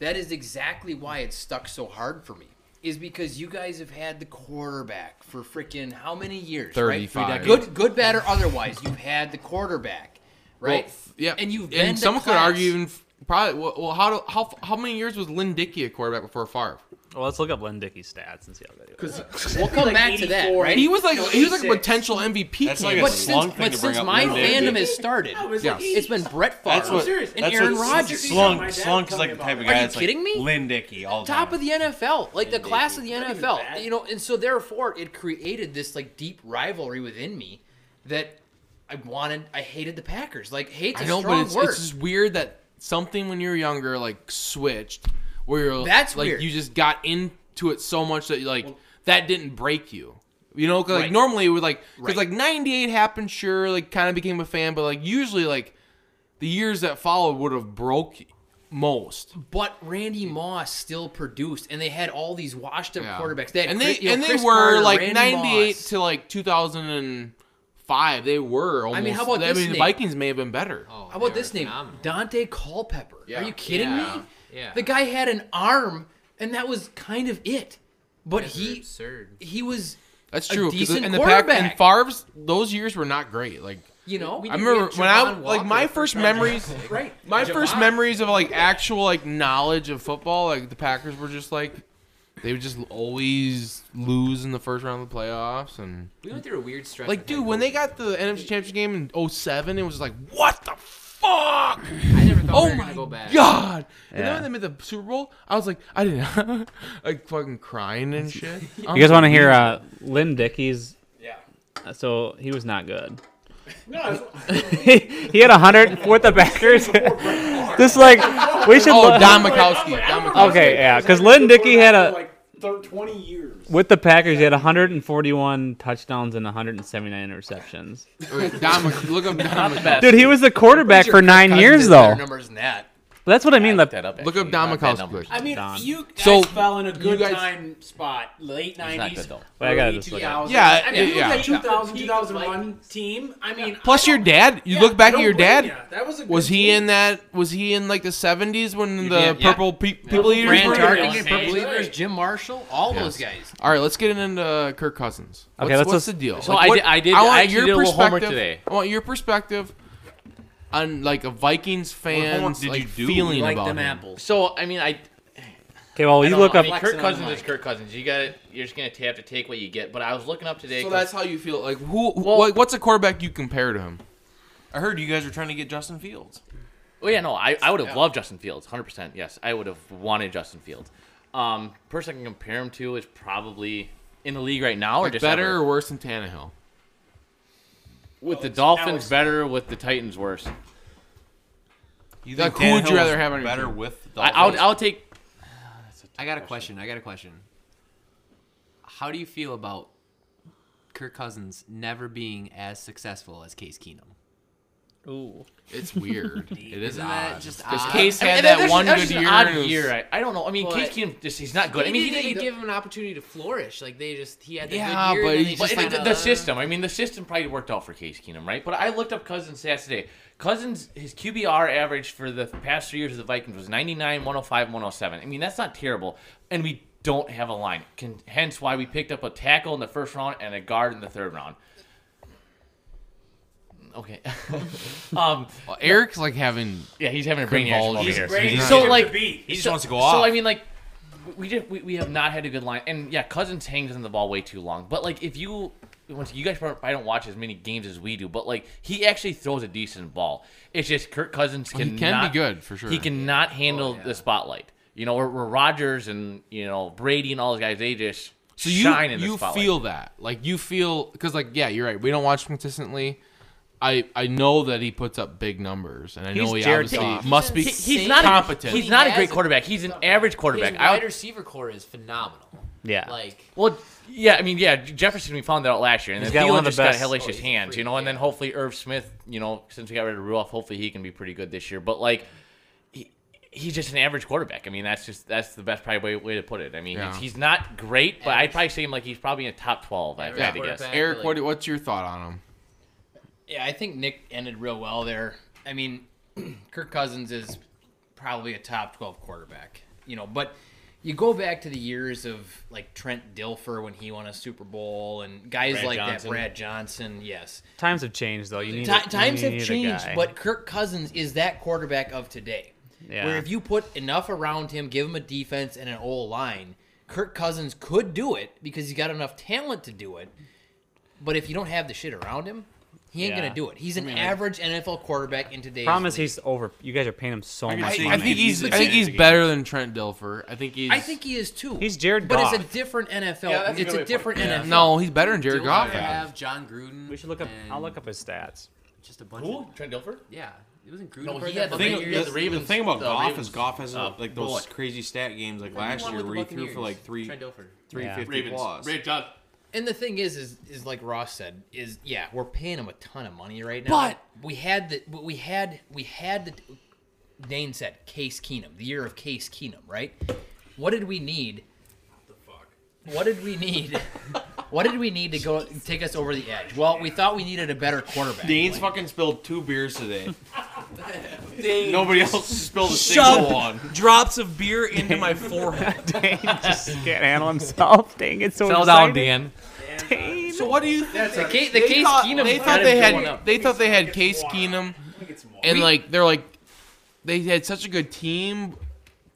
[SPEAKER 9] That is exactly why it stuck so hard for me. Is because you guys have had the quarterback for freaking how many years? right?
[SPEAKER 1] 35.
[SPEAKER 9] Good good bad or otherwise, you've had the quarterback. right?
[SPEAKER 1] Oh, f- yeah.
[SPEAKER 9] And you've been
[SPEAKER 1] and
[SPEAKER 9] to
[SPEAKER 1] someone could
[SPEAKER 9] class.
[SPEAKER 1] argue even f- probably well, well how do, how f- how many years was Lynn Dickey a quarterback before Favre?
[SPEAKER 11] Well, let's look up Lynn Dickey's stats and see how good he was.
[SPEAKER 9] We'll come back to that, right?
[SPEAKER 1] He was like he was like a
[SPEAKER 9] 86.
[SPEAKER 1] potential MVP.
[SPEAKER 3] That's
[SPEAKER 1] candidate.
[SPEAKER 3] like a
[SPEAKER 9] But
[SPEAKER 3] slung
[SPEAKER 9] since,
[SPEAKER 3] thing
[SPEAKER 9] but
[SPEAKER 3] to bring
[SPEAKER 9] since
[SPEAKER 3] up
[SPEAKER 9] my
[SPEAKER 3] Lynn
[SPEAKER 9] fandom
[SPEAKER 3] Dickey.
[SPEAKER 9] has started,
[SPEAKER 1] like, Yeah.
[SPEAKER 9] it's been Brett Favre
[SPEAKER 3] That's what.
[SPEAKER 9] and
[SPEAKER 3] that's
[SPEAKER 9] Aaron
[SPEAKER 3] what,
[SPEAKER 9] Rodgers.
[SPEAKER 3] Slunk, Slunk is like the type of guy.
[SPEAKER 9] Are you
[SPEAKER 3] that's
[SPEAKER 9] kidding
[SPEAKER 3] like,
[SPEAKER 9] me?
[SPEAKER 2] Lynn Dickey, all the
[SPEAKER 9] top
[SPEAKER 2] time.
[SPEAKER 9] of the NFL, like the class of the NFL, you know, and so therefore it created this like deep rivalry within me that I wanted. I hated the Packers. Like hate's a
[SPEAKER 1] I know, but
[SPEAKER 9] strong
[SPEAKER 1] it's,
[SPEAKER 9] word.
[SPEAKER 1] it's just weird that something when you're younger like switched, where you're
[SPEAKER 9] That's
[SPEAKER 1] like
[SPEAKER 9] weird.
[SPEAKER 1] you just got into it so much that you like that didn't break you. You know, 'cause, like normally it would like because
[SPEAKER 9] Right.
[SPEAKER 1] like '98 happened, sure, like kind of became a fan, but like usually like the years that followed would have broke most.
[SPEAKER 9] but Randy Moss still produced, and they had all these washed up
[SPEAKER 1] Yeah.
[SPEAKER 9] quarterbacks. They had
[SPEAKER 1] and they
[SPEAKER 9] Chris- you know,
[SPEAKER 1] and they
[SPEAKER 9] Chris
[SPEAKER 1] were
[SPEAKER 9] Carter,
[SPEAKER 1] like
[SPEAKER 9] Randy
[SPEAKER 1] '98
[SPEAKER 9] Moss.
[SPEAKER 1] to like 2005. They were. Almost,
[SPEAKER 9] mean, how about
[SPEAKER 1] I
[SPEAKER 9] this
[SPEAKER 1] mean, the
[SPEAKER 9] name?
[SPEAKER 1] Vikings may have been better.
[SPEAKER 10] Oh,
[SPEAKER 9] How about
[SPEAKER 10] they
[SPEAKER 9] this
[SPEAKER 10] were
[SPEAKER 9] name?
[SPEAKER 10] phenomenal.
[SPEAKER 9] Dante Culpepper.
[SPEAKER 1] Yeah.
[SPEAKER 9] Are you kidding
[SPEAKER 10] Yeah.
[SPEAKER 9] me?
[SPEAKER 10] Yeah.
[SPEAKER 9] The guy had an arm, and that was kind of it. But
[SPEAKER 10] Guys are
[SPEAKER 9] he
[SPEAKER 10] absurd.
[SPEAKER 9] he was
[SPEAKER 1] That's
[SPEAKER 9] a
[SPEAKER 1] true. 'cause
[SPEAKER 9] decent
[SPEAKER 1] in the pack and
[SPEAKER 9] quarterback.
[SPEAKER 1] Favre's those years were not great. Like
[SPEAKER 9] you know
[SPEAKER 1] I remember when I like my first memories,
[SPEAKER 9] right
[SPEAKER 1] my first memories of like actual like knowledge of football, like the Packers were just like they would just always lose in the first round of the playoffs and
[SPEAKER 10] We went through a weird stretch.
[SPEAKER 1] like
[SPEAKER 10] with
[SPEAKER 1] dude
[SPEAKER 10] head
[SPEAKER 1] when they got the NFC Championship game in 07, it was like what the fuck
[SPEAKER 10] coaches. I never thought we
[SPEAKER 1] oh
[SPEAKER 10] were
[SPEAKER 1] my
[SPEAKER 10] gonna go back.
[SPEAKER 1] god and
[SPEAKER 4] Yeah.
[SPEAKER 1] then when they made the Super Bowl I was like I didn't like fucking crying and shit
[SPEAKER 4] You guys want to hear uh, Lynn Dickey's? Yeah. So he was not good. No. he had 100 with the Packers. Just like we should.
[SPEAKER 1] oh
[SPEAKER 4] look-
[SPEAKER 1] Don Mikowski Don Mikowski
[SPEAKER 4] Okay, yeah, because Lynn Dickey had a
[SPEAKER 12] like thir- 20 years.
[SPEAKER 4] with the Packers. He had 141 touchdowns and 179 interceptions.
[SPEAKER 1] Okay, Don Mc- look up Don Mikowski
[SPEAKER 4] Dude, he was the quarterback for nine years though.
[SPEAKER 9] Numbers in that.
[SPEAKER 4] But that's what I mean.
[SPEAKER 3] that
[SPEAKER 4] That
[SPEAKER 3] up.
[SPEAKER 1] look
[SPEAKER 3] actually.
[SPEAKER 1] up Don
[SPEAKER 3] Not bad
[SPEAKER 1] Mikowski
[SPEAKER 3] numbers.
[SPEAKER 1] quick.
[SPEAKER 12] I mean,
[SPEAKER 4] Don.
[SPEAKER 12] you guys
[SPEAKER 1] So,
[SPEAKER 12] fell in a good
[SPEAKER 1] guys-
[SPEAKER 12] time spot. Late 90s.
[SPEAKER 3] not good, though.
[SPEAKER 4] Wait, I gotta
[SPEAKER 12] early
[SPEAKER 4] just look
[SPEAKER 12] 2000s.
[SPEAKER 1] Yeah,
[SPEAKER 12] I mean,
[SPEAKER 1] yeah.
[SPEAKER 12] you look at 2000, 2001 team. I mean,
[SPEAKER 1] Plus
[SPEAKER 12] I
[SPEAKER 1] your
[SPEAKER 12] don't-
[SPEAKER 1] dad. You
[SPEAKER 12] yeah,
[SPEAKER 1] look back
[SPEAKER 12] I
[SPEAKER 1] at your
[SPEAKER 12] don't blame
[SPEAKER 1] dad.
[SPEAKER 12] ya. That was a good
[SPEAKER 1] Was he
[SPEAKER 12] team.
[SPEAKER 1] in that? Was he in like the seventies when the
[SPEAKER 9] yeah.
[SPEAKER 1] purple pe- people eaters
[SPEAKER 9] Brand
[SPEAKER 1] were?
[SPEAKER 9] Target,
[SPEAKER 1] around?
[SPEAKER 9] Purple
[SPEAKER 12] Right.
[SPEAKER 9] Leaders, Jim Marshall, all those guys.
[SPEAKER 1] All right, let's get into Kirk Cousins. What's,
[SPEAKER 4] let's
[SPEAKER 1] what's
[SPEAKER 4] just-
[SPEAKER 1] the deal?
[SPEAKER 3] So I did- I did- I actually did a little homework today.
[SPEAKER 1] I want your perspective on like a Vikings
[SPEAKER 3] homework
[SPEAKER 1] fan's
[SPEAKER 3] did
[SPEAKER 1] like,
[SPEAKER 3] you do?
[SPEAKER 1] feeling
[SPEAKER 5] like
[SPEAKER 1] about
[SPEAKER 5] them
[SPEAKER 1] him.
[SPEAKER 5] apples.
[SPEAKER 3] So I mean, I
[SPEAKER 4] Okay, well, you
[SPEAKER 3] don't
[SPEAKER 4] look
[SPEAKER 3] know.
[SPEAKER 4] up.
[SPEAKER 3] I mean,
[SPEAKER 5] Flexing
[SPEAKER 3] Kirk
[SPEAKER 5] on
[SPEAKER 3] Cousins
[SPEAKER 5] the
[SPEAKER 3] is
[SPEAKER 5] mic.
[SPEAKER 3] Kirk Cousins. You got to You're just gonna have to take what you get. But I was looking up today.
[SPEAKER 1] So
[SPEAKER 3] 'cause-
[SPEAKER 1] that's how you feel. Like who? who- like what's a quarterback you compare to him? I heard you guys were trying to get Justin Fields.
[SPEAKER 3] oh yeah, no, I, I would have loved Justin Fields, hundred percent. Yes, I would have wanted Justin Fields. Um, person I can compare him to is probably in the league right now, or
[SPEAKER 1] Like
[SPEAKER 3] just
[SPEAKER 1] better
[SPEAKER 3] ever.
[SPEAKER 1] or worse than Tannehill?
[SPEAKER 3] with the Dolphins, better with the Titans, worse.
[SPEAKER 2] You
[SPEAKER 1] Like,
[SPEAKER 2] think
[SPEAKER 1] who would you
[SPEAKER 2] Tannehill
[SPEAKER 1] rather
[SPEAKER 2] is
[SPEAKER 1] have on your
[SPEAKER 2] better
[SPEAKER 1] team?
[SPEAKER 2] with? The
[SPEAKER 3] I, I'll I'll take
[SPEAKER 10] I got a question. I got a question. How do you feel about Kirk Cousins never being as successful as Case Keenum?
[SPEAKER 4] Ooh.
[SPEAKER 1] It's weird. it is
[SPEAKER 10] Isn't that
[SPEAKER 1] odd.
[SPEAKER 10] just
[SPEAKER 1] Because
[SPEAKER 10] odd?
[SPEAKER 1] Case
[SPEAKER 3] I mean,
[SPEAKER 1] had
[SPEAKER 3] that-
[SPEAKER 1] that
[SPEAKER 3] that's
[SPEAKER 1] one
[SPEAKER 3] just- that's
[SPEAKER 1] good
[SPEAKER 3] just an
[SPEAKER 1] year.
[SPEAKER 3] odd
[SPEAKER 1] and it was-
[SPEAKER 3] year. I, I don't know. I mean,
[SPEAKER 10] But-
[SPEAKER 3] Case Keenum just he's not good. I
[SPEAKER 10] They
[SPEAKER 3] mean, he
[SPEAKER 10] didn't
[SPEAKER 3] didn't.
[SPEAKER 10] even give him an opportunity to flourish. Like they just he had the
[SPEAKER 1] Yeah,
[SPEAKER 10] good year.
[SPEAKER 1] but
[SPEAKER 10] and then
[SPEAKER 1] he
[SPEAKER 10] they
[SPEAKER 1] just
[SPEAKER 3] But
[SPEAKER 10] just
[SPEAKER 3] it- the,
[SPEAKER 10] kinda-
[SPEAKER 3] the system. I mean, the system probably worked out for Case Keenum, right? But I looked up Cousins' stats today. Cousins, his QBR average for the past three years of the Vikings was oh 99, 105, 107. I mean, that's not terrible. And we don't have a line. Can, hence why we picked up a tackle in the first round and a guard in the third round. Okay. um,
[SPEAKER 1] Well, Eric's like having
[SPEAKER 3] yeah, he's having a brain aneurysm over
[SPEAKER 1] He's
[SPEAKER 3] here.
[SPEAKER 12] Brady
[SPEAKER 1] He's
[SPEAKER 3] So,
[SPEAKER 12] deserved
[SPEAKER 3] like,
[SPEAKER 12] to beat.
[SPEAKER 2] He just wants to go
[SPEAKER 3] So
[SPEAKER 2] off.
[SPEAKER 3] I mean, like, we just we, we have not had a good line, and yeah, Cousins hangs on the ball way too long. But like, if you once you guys probably don't watch as many games as we do, but like he actually throws a decent ball. It's just Kirk Cousins
[SPEAKER 1] Well,
[SPEAKER 3] can
[SPEAKER 1] he can be good, for sure.
[SPEAKER 3] He cannot handle
[SPEAKER 10] Oh,
[SPEAKER 3] the spotlight. You know, where, where Rodgers and you know Brady and all those guys, they just
[SPEAKER 1] so you
[SPEAKER 3] shine in the
[SPEAKER 1] you
[SPEAKER 3] spotlight.
[SPEAKER 1] feel that like you feel because like yeah you're right we don't watch him consistently. I I know that he puts up big numbers and I know he
[SPEAKER 11] Jared
[SPEAKER 1] obviously
[SPEAKER 11] Goff.
[SPEAKER 1] must be
[SPEAKER 3] He- he's
[SPEAKER 10] insane.
[SPEAKER 3] not
[SPEAKER 1] competent.
[SPEAKER 3] He's not a
[SPEAKER 10] He
[SPEAKER 3] great
[SPEAKER 10] has it.
[SPEAKER 3] quarterback. He's an average
[SPEAKER 10] His
[SPEAKER 3] quarterback. I,
[SPEAKER 10] wide receiver core is phenomenal.
[SPEAKER 4] Yeah.
[SPEAKER 10] Like
[SPEAKER 3] Well, yeah, I mean, yeah, Jefferson, we found that out last year, and
[SPEAKER 4] He's
[SPEAKER 3] then
[SPEAKER 4] got
[SPEAKER 3] Thielen
[SPEAKER 4] one of the
[SPEAKER 3] just
[SPEAKER 4] best-
[SPEAKER 3] got hellacious
[SPEAKER 10] Oh, he's a
[SPEAKER 3] hands, you
[SPEAKER 10] freak,
[SPEAKER 3] know, and then
[SPEAKER 10] yeah.
[SPEAKER 3] hopefully Irv Smith, you know, since we got rid of Rudolph, hopefully he can be pretty good this year. But like, he, he's just an average quarterback. I mean, that's just that's the best probably way, way to put it. I mean,
[SPEAKER 1] Yeah.
[SPEAKER 3] he's, he's not great, but I'd probably say him like he's probably in the top twelve. I, I
[SPEAKER 1] yeah.
[SPEAKER 3] had to guess.
[SPEAKER 10] quarterback.
[SPEAKER 1] Eric, what what's your thought on him?
[SPEAKER 9] Yeah, I think Nick ended real well there. I mean, Kirk Cousins is probably a top 12 quarterback, you know, but you go back to the years of like Trent Dilfer when he won a Super Bowl and guys
[SPEAKER 11] Brad
[SPEAKER 9] like
[SPEAKER 11] Johnson.
[SPEAKER 9] that, Brad Johnson. Yes,
[SPEAKER 11] Times have changed though. You need
[SPEAKER 9] Ti-
[SPEAKER 11] a- you
[SPEAKER 9] times have
[SPEAKER 11] need a
[SPEAKER 9] changed,
[SPEAKER 11] guy.
[SPEAKER 9] but Kirk Cousins is that quarterback of today.
[SPEAKER 11] Yeah.
[SPEAKER 9] Where if you put enough around him, give him a defense and an old line, Kirk Cousins could do it because he's got enough talent to do it. But if you don't have the shit around him, he ain't
[SPEAKER 11] Yeah.
[SPEAKER 9] gonna do it. He's
[SPEAKER 11] I
[SPEAKER 9] an
[SPEAKER 11] mean, like-
[SPEAKER 9] average NFL quarterback in today's.
[SPEAKER 11] problem is he's over. You guys are paying him so
[SPEAKER 9] I could
[SPEAKER 11] much.
[SPEAKER 9] see
[SPEAKER 11] money.
[SPEAKER 9] him I think
[SPEAKER 1] he's- I think he's better than Trent Dilfer. I think he's.
[SPEAKER 9] I think he is too.
[SPEAKER 11] He's Jared
[SPEAKER 9] but it's
[SPEAKER 11] Goff.
[SPEAKER 9] a different NFL.
[SPEAKER 10] Yeah, that's a
[SPEAKER 9] it's a,
[SPEAKER 10] good way to put it.
[SPEAKER 9] different
[SPEAKER 1] Yeah.
[SPEAKER 9] NFL.
[SPEAKER 1] No, Oh, he's better than Jared
[SPEAKER 10] Dilfer,
[SPEAKER 1] Goff.
[SPEAKER 10] I have John Gruden.
[SPEAKER 11] We should look up. I'll look up his stats.
[SPEAKER 10] Just a bunch.
[SPEAKER 3] Who?
[SPEAKER 10] Of,
[SPEAKER 3] Trent Dilfer?
[SPEAKER 10] Yeah, it wasn't Gruden.
[SPEAKER 3] No,
[SPEAKER 10] for
[SPEAKER 3] he
[SPEAKER 10] that
[SPEAKER 3] had the
[SPEAKER 10] one
[SPEAKER 3] thing-
[SPEAKER 10] year.
[SPEAKER 3] the-
[SPEAKER 10] He had
[SPEAKER 3] the
[SPEAKER 10] Ravens-
[SPEAKER 3] thing about Goff is Goff has,
[SPEAKER 10] uh,
[SPEAKER 3] like, those
[SPEAKER 10] bullet.
[SPEAKER 2] crazy stat games like
[SPEAKER 10] Who won
[SPEAKER 2] last
[SPEAKER 10] with
[SPEAKER 2] year
[SPEAKER 10] the
[SPEAKER 2] where he threw
[SPEAKER 10] Buccaneers?
[SPEAKER 2] for like three,
[SPEAKER 10] Trent Dilfer.
[SPEAKER 2] three
[SPEAKER 9] Yeah.
[SPEAKER 2] fifty
[SPEAKER 1] Ravens.
[SPEAKER 2] plus.
[SPEAKER 1] Ravens. John.
[SPEAKER 9] And the thing is, is is like Ross said, is yeah, we're paying him a ton of money right now.
[SPEAKER 10] But-
[SPEAKER 9] we had the but we had we had the Dane said Case Keenum, the year of Case Keenum, right? What did we need? What did we need? what did we need to go take us over the edge? Well, we thought we needed a better quarterback.
[SPEAKER 2] Dane's fucking spilled two beers today.
[SPEAKER 13] Dane.
[SPEAKER 2] Nobody else spilled a
[SPEAKER 13] Shove
[SPEAKER 2] single one.
[SPEAKER 13] drops of beer into my forehead.
[SPEAKER 4] Dane just can't handle himself. Dang, it's so
[SPEAKER 2] Fell down,
[SPEAKER 4] exciting.
[SPEAKER 2] So what do you
[SPEAKER 9] That's
[SPEAKER 1] think?
[SPEAKER 9] the Case- the
[SPEAKER 1] They
[SPEAKER 9] Case
[SPEAKER 1] thought-
[SPEAKER 9] Keenum
[SPEAKER 1] They
[SPEAKER 9] might
[SPEAKER 1] thought
[SPEAKER 9] have
[SPEAKER 1] they
[SPEAKER 9] blown
[SPEAKER 1] had.
[SPEAKER 9] up.
[SPEAKER 1] They thought they had Case Keenum, and like they're like, they had such a good team,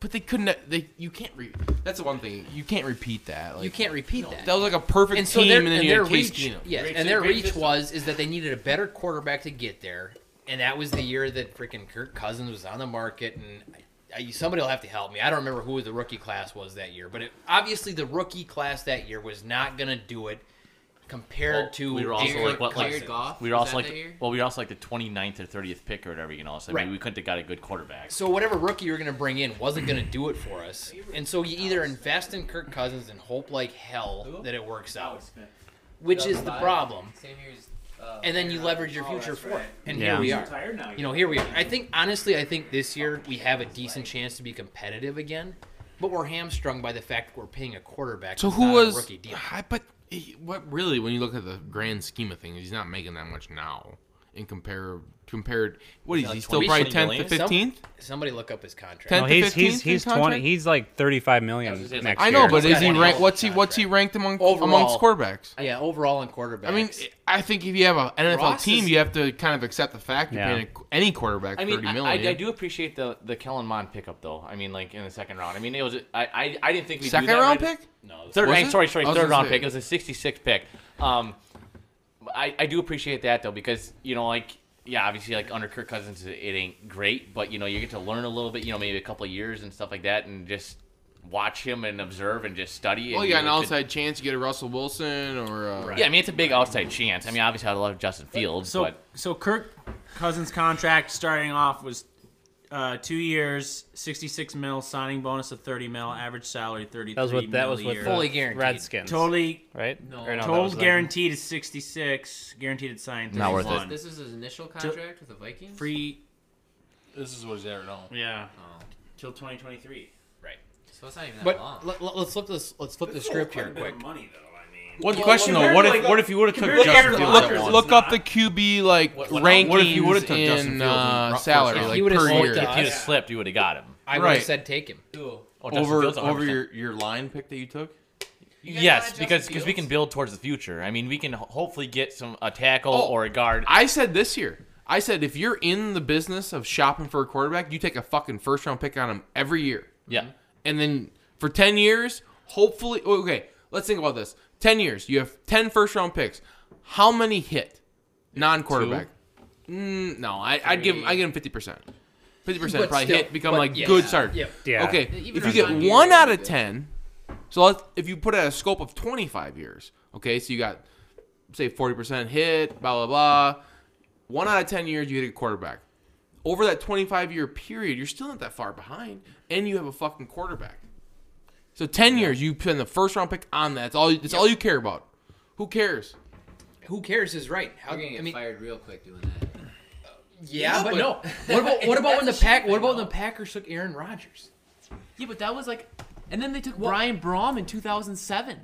[SPEAKER 1] but they couldn't. They you can't. Re- that's the one thing you can't repeat that. Like,
[SPEAKER 9] you can't repeat that.
[SPEAKER 1] That was like a perfect
[SPEAKER 9] and so
[SPEAKER 1] team,
[SPEAKER 9] their,
[SPEAKER 1] and then
[SPEAKER 9] and
[SPEAKER 1] you
[SPEAKER 9] their
[SPEAKER 1] had Case
[SPEAKER 9] reach,
[SPEAKER 1] Keenum.
[SPEAKER 9] Yes,
[SPEAKER 1] Great
[SPEAKER 9] and
[SPEAKER 1] sy-
[SPEAKER 9] their
[SPEAKER 1] great
[SPEAKER 9] reach was is that they needed a better quarterback to get there, and that was the year that freaking Kirk Cousins was on the market, and I, I, somebody will have to help me. I don't remember who the rookie class was that year, but it, obviously the rookie class that year was not gonna do it compared
[SPEAKER 3] Well,
[SPEAKER 9] to
[SPEAKER 3] we were also
[SPEAKER 9] Kirk
[SPEAKER 3] like what like
[SPEAKER 9] Cousins.
[SPEAKER 3] we were also like well we were also like the 29th or 30th pick or whatever you know so I
[SPEAKER 9] Right.
[SPEAKER 3] mean, we couldn't have got a good quarterback
[SPEAKER 9] So whatever rookie you're gonna bring in wasn't gonna do it for us, and so you either invest in Kirk Cousins and hope like hell that it works out, which is the
[SPEAKER 10] 2005,
[SPEAKER 9] problem.
[SPEAKER 10] Same year as, uh,
[SPEAKER 9] and then you
[SPEAKER 10] Aaron
[SPEAKER 9] leverage your
[SPEAKER 10] Rodgers.
[SPEAKER 9] future
[SPEAKER 10] Oh,
[SPEAKER 9] for
[SPEAKER 10] that's
[SPEAKER 9] it. And
[SPEAKER 10] Yeah.
[SPEAKER 9] here we
[SPEAKER 10] He's
[SPEAKER 9] are.
[SPEAKER 10] retired now,
[SPEAKER 9] You know, here we are. I think honestly, I think this year we have a decent chance to be competitive again, but we're hamstrung by the fact that we're paying a quarterback.
[SPEAKER 1] So
[SPEAKER 9] who's
[SPEAKER 1] who
[SPEAKER 9] not a
[SPEAKER 1] was?
[SPEAKER 9] rookie deal?
[SPEAKER 1] I, but he- what really, when you look at the grand scheme of things, he's not making that much now. And compare compared, what
[SPEAKER 9] He's
[SPEAKER 1] is
[SPEAKER 9] got
[SPEAKER 1] he
[SPEAKER 9] like
[SPEAKER 1] still
[SPEAKER 9] 20,
[SPEAKER 1] probably
[SPEAKER 9] 20
[SPEAKER 1] tenth to
[SPEAKER 9] million?
[SPEAKER 1] fifteenth?
[SPEAKER 9] Some- Somebody look up his contract.
[SPEAKER 11] No, he's he's he's twenty. He's like thirty-five million
[SPEAKER 9] gonna say,
[SPEAKER 11] next
[SPEAKER 1] I
[SPEAKER 11] year.
[SPEAKER 1] know, but is he
[SPEAKER 9] He's got
[SPEAKER 1] ranked?
[SPEAKER 9] an
[SPEAKER 1] What's he? What's he ranked among
[SPEAKER 9] Overall-
[SPEAKER 1] amongst quarterbacks?
[SPEAKER 9] Yeah, overall in quarterbacks.
[SPEAKER 1] I mean, I think if you have an NFL
[SPEAKER 3] Ross
[SPEAKER 1] team,
[SPEAKER 3] is-
[SPEAKER 1] you have to kind of accept the fact you're
[SPEAKER 3] Yeah.
[SPEAKER 1] paying a- any quarterback
[SPEAKER 3] I mean,
[SPEAKER 1] thirty
[SPEAKER 3] I-
[SPEAKER 1] million.
[SPEAKER 3] I, I do appreciate the the Kellen Mond pickup though. I mean, like in the second round. I mean, it was I I, I didn't think we
[SPEAKER 1] Second
[SPEAKER 3] do that
[SPEAKER 1] round
[SPEAKER 3] right-
[SPEAKER 1] pick?
[SPEAKER 3] No, third.
[SPEAKER 1] Was
[SPEAKER 3] I-
[SPEAKER 1] it?
[SPEAKER 3] sorry, sorry,
[SPEAKER 1] I was
[SPEAKER 3] third
[SPEAKER 1] gonna
[SPEAKER 3] round
[SPEAKER 1] say.
[SPEAKER 3] pick. It was a 66 pick. Um, I I do appreciate that though because you know like yeah obviously like under Kirk Cousins it it ain't great, but you know you get to learn a little bit. You know maybe a couple of years and stuff like that, and just watch him and observe and just study.
[SPEAKER 1] Well,
[SPEAKER 3] and
[SPEAKER 1] you got an
[SPEAKER 3] know, could-
[SPEAKER 1] outside chance. You get a Russell Wilson or uh,
[SPEAKER 3] Yeah, I mean it's a big outside chance. I mean obviously I love Justin Fields,
[SPEAKER 13] So
[SPEAKER 3] but
[SPEAKER 13] so Kirk Cousins contract starting off was uh, two years, sixty six mil, signing bonus of thirty mil, average salary thirty.
[SPEAKER 4] That was what- that was what
[SPEAKER 13] year.
[SPEAKER 4] the Fully guaranteed. Redskins,
[SPEAKER 13] Totally
[SPEAKER 4] right? No. Or no, that
[SPEAKER 13] total
[SPEAKER 4] was like-
[SPEAKER 13] guaranteed is sixty six. Guaranteed at sign.
[SPEAKER 4] Not worth it.
[SPEAKER 13] 31.
[SPEAKER 10] This is his initial
[SPEAKER 13] Till-
[SPEAKER 10] contract with the Vikings?
[SPEAKER 13] Free.
[SPEAKER 10] This is what he's at now.
[SPEAKER 13] Yeah. Till twenty twenty three.
[SPEAKER 9] Right.
[SPEAKER 10] So it's not even that
[SPEAKER 9] but
[SPEAKER 10] long.
[SPEAKER 9] let, let- let's flip this. Let's flip the
[SPEAKER 13] That's
[SPEAKER 9] script
[SPEAKER 13] still
[SPEAKER 9] here
[SPEAKER 13] quite a bit of
[SPEAKER 9] quick.
[SPEAKER 13] money,
[SPEAKER 2] One question though, what if what if you would have took
[SPEAKER 1] Look,
[SPEAKER 2] Justin
[SPEAKER 1] up-
[SPEAKER 2] Fields?
[SPEAKER 1] look,
[SPEAKER 2] at once?
[SPEAKER 1] look up the QB like
[SPEAKER 3] What- what-
[SPEAKER 1] rankings
[SPEAKER 3] what if you would've
[SPEAKER 1] would've
[SPEAKER 3] took
[SPEAKER 1] in
[SPEAKER 3] Justin Fields
[SPEAKER 1] uh,
[SPEAKER 3] in-
[SPEAKER 1] salary
[SPEAKER 3] If
[SPEAKER 1] like
[SPEAKER 3] he would've
[SPEAKER 1] per
[SPEAKER 3] slipped-
[SPEAKER 1] year.
[SPEAKER 3] if he would've slipped, you would've got him.
[SPEAKER 9] I would have
[SPEAKER 1] Right.
[SPEAKER 9] said take him.
[SPEAKER 3] Oh, Justin
[SPEAKER 2] over
[SPEAKER 3] Fields,
[SPEAKER 2] over
[SPEAKER 3] 100%.
[SPEAKER 2] your, your line pick that you took?
[SPEAKER 3] Yes, because because we can build towards the future. I mean, we can ho- hopefully get some a tackle
[SPEAKER 1] Oh,
[SPEAKER 3] or a guard.
[SPEAKER 1] I said this year. I said if you're in the business of shopping for a quarterback, you take a fucking first round pick on him every year.
[SPEAKER 3] Yeah.
[SPEAKER 1] And then for 10 years, hopefully oh, okay, let's think about this. 10 years, you have 10 first round picks. How many hit non-quarterback? Mm, no, I I'd give him I give him 50%. 50%
[SPEAKER 2] But
[SPEAKER 1] probably
[SPEAKER 2] still,
[SPEAKER 1] hit become
[SPEAKER 2] but
[SPEAKER 1] like
[SPEAKER 2] yeah.
[SPEAKER 1] good start.
[SPEAKER 2] Yeah. Yeah.
[SPEAKER 1] Okay.
[SPEAKER 2] Even
[SPEAKER 1] if you
[SPEAKER 2] on
[SPEAKER 1] get
[SPEAKER 2] non-guaranteed,
[SPEAKER 1] one out
[SPEAKER 2] yeah.
[SPEAKER 1] of 10, so let's, if you put it at a scope of 25 years, okay, so you got say 40% hit, blah, blah, blah. One out of 10 years, you get a quarterback. Over that 25 year period, you're still not that far behind, and you have a fucking quarterback. So 10 years, you spend the first round pick on that. That's all, that's all you care about. Who cares?
[SPEAKER 9] Who cares is right. How,
[SPEAKER 10] You're gonna get
[SPEAKER 9] I mean,
[SPEAKER 10] fired real quick doing that.
[SPEAKER 9] yeah,
[SPEAKER 10] Yeah,
[SPEAKER 9] but,
[SPEAKER 10] but-
[SPEAKER 9] no. What about what about when the
[SPEAKER 10] That's a shit
[SPEAKER 9] pack? What
[SPEAKER 10] thing,
[SPEAKER 9] about when
[SPEAKER 10] though.
[SPEAKER 9] the Packers took Aaron Rodgers?
[SPEAKER 10] Yeah, but that was like, and then they took Brian Brom in 2007,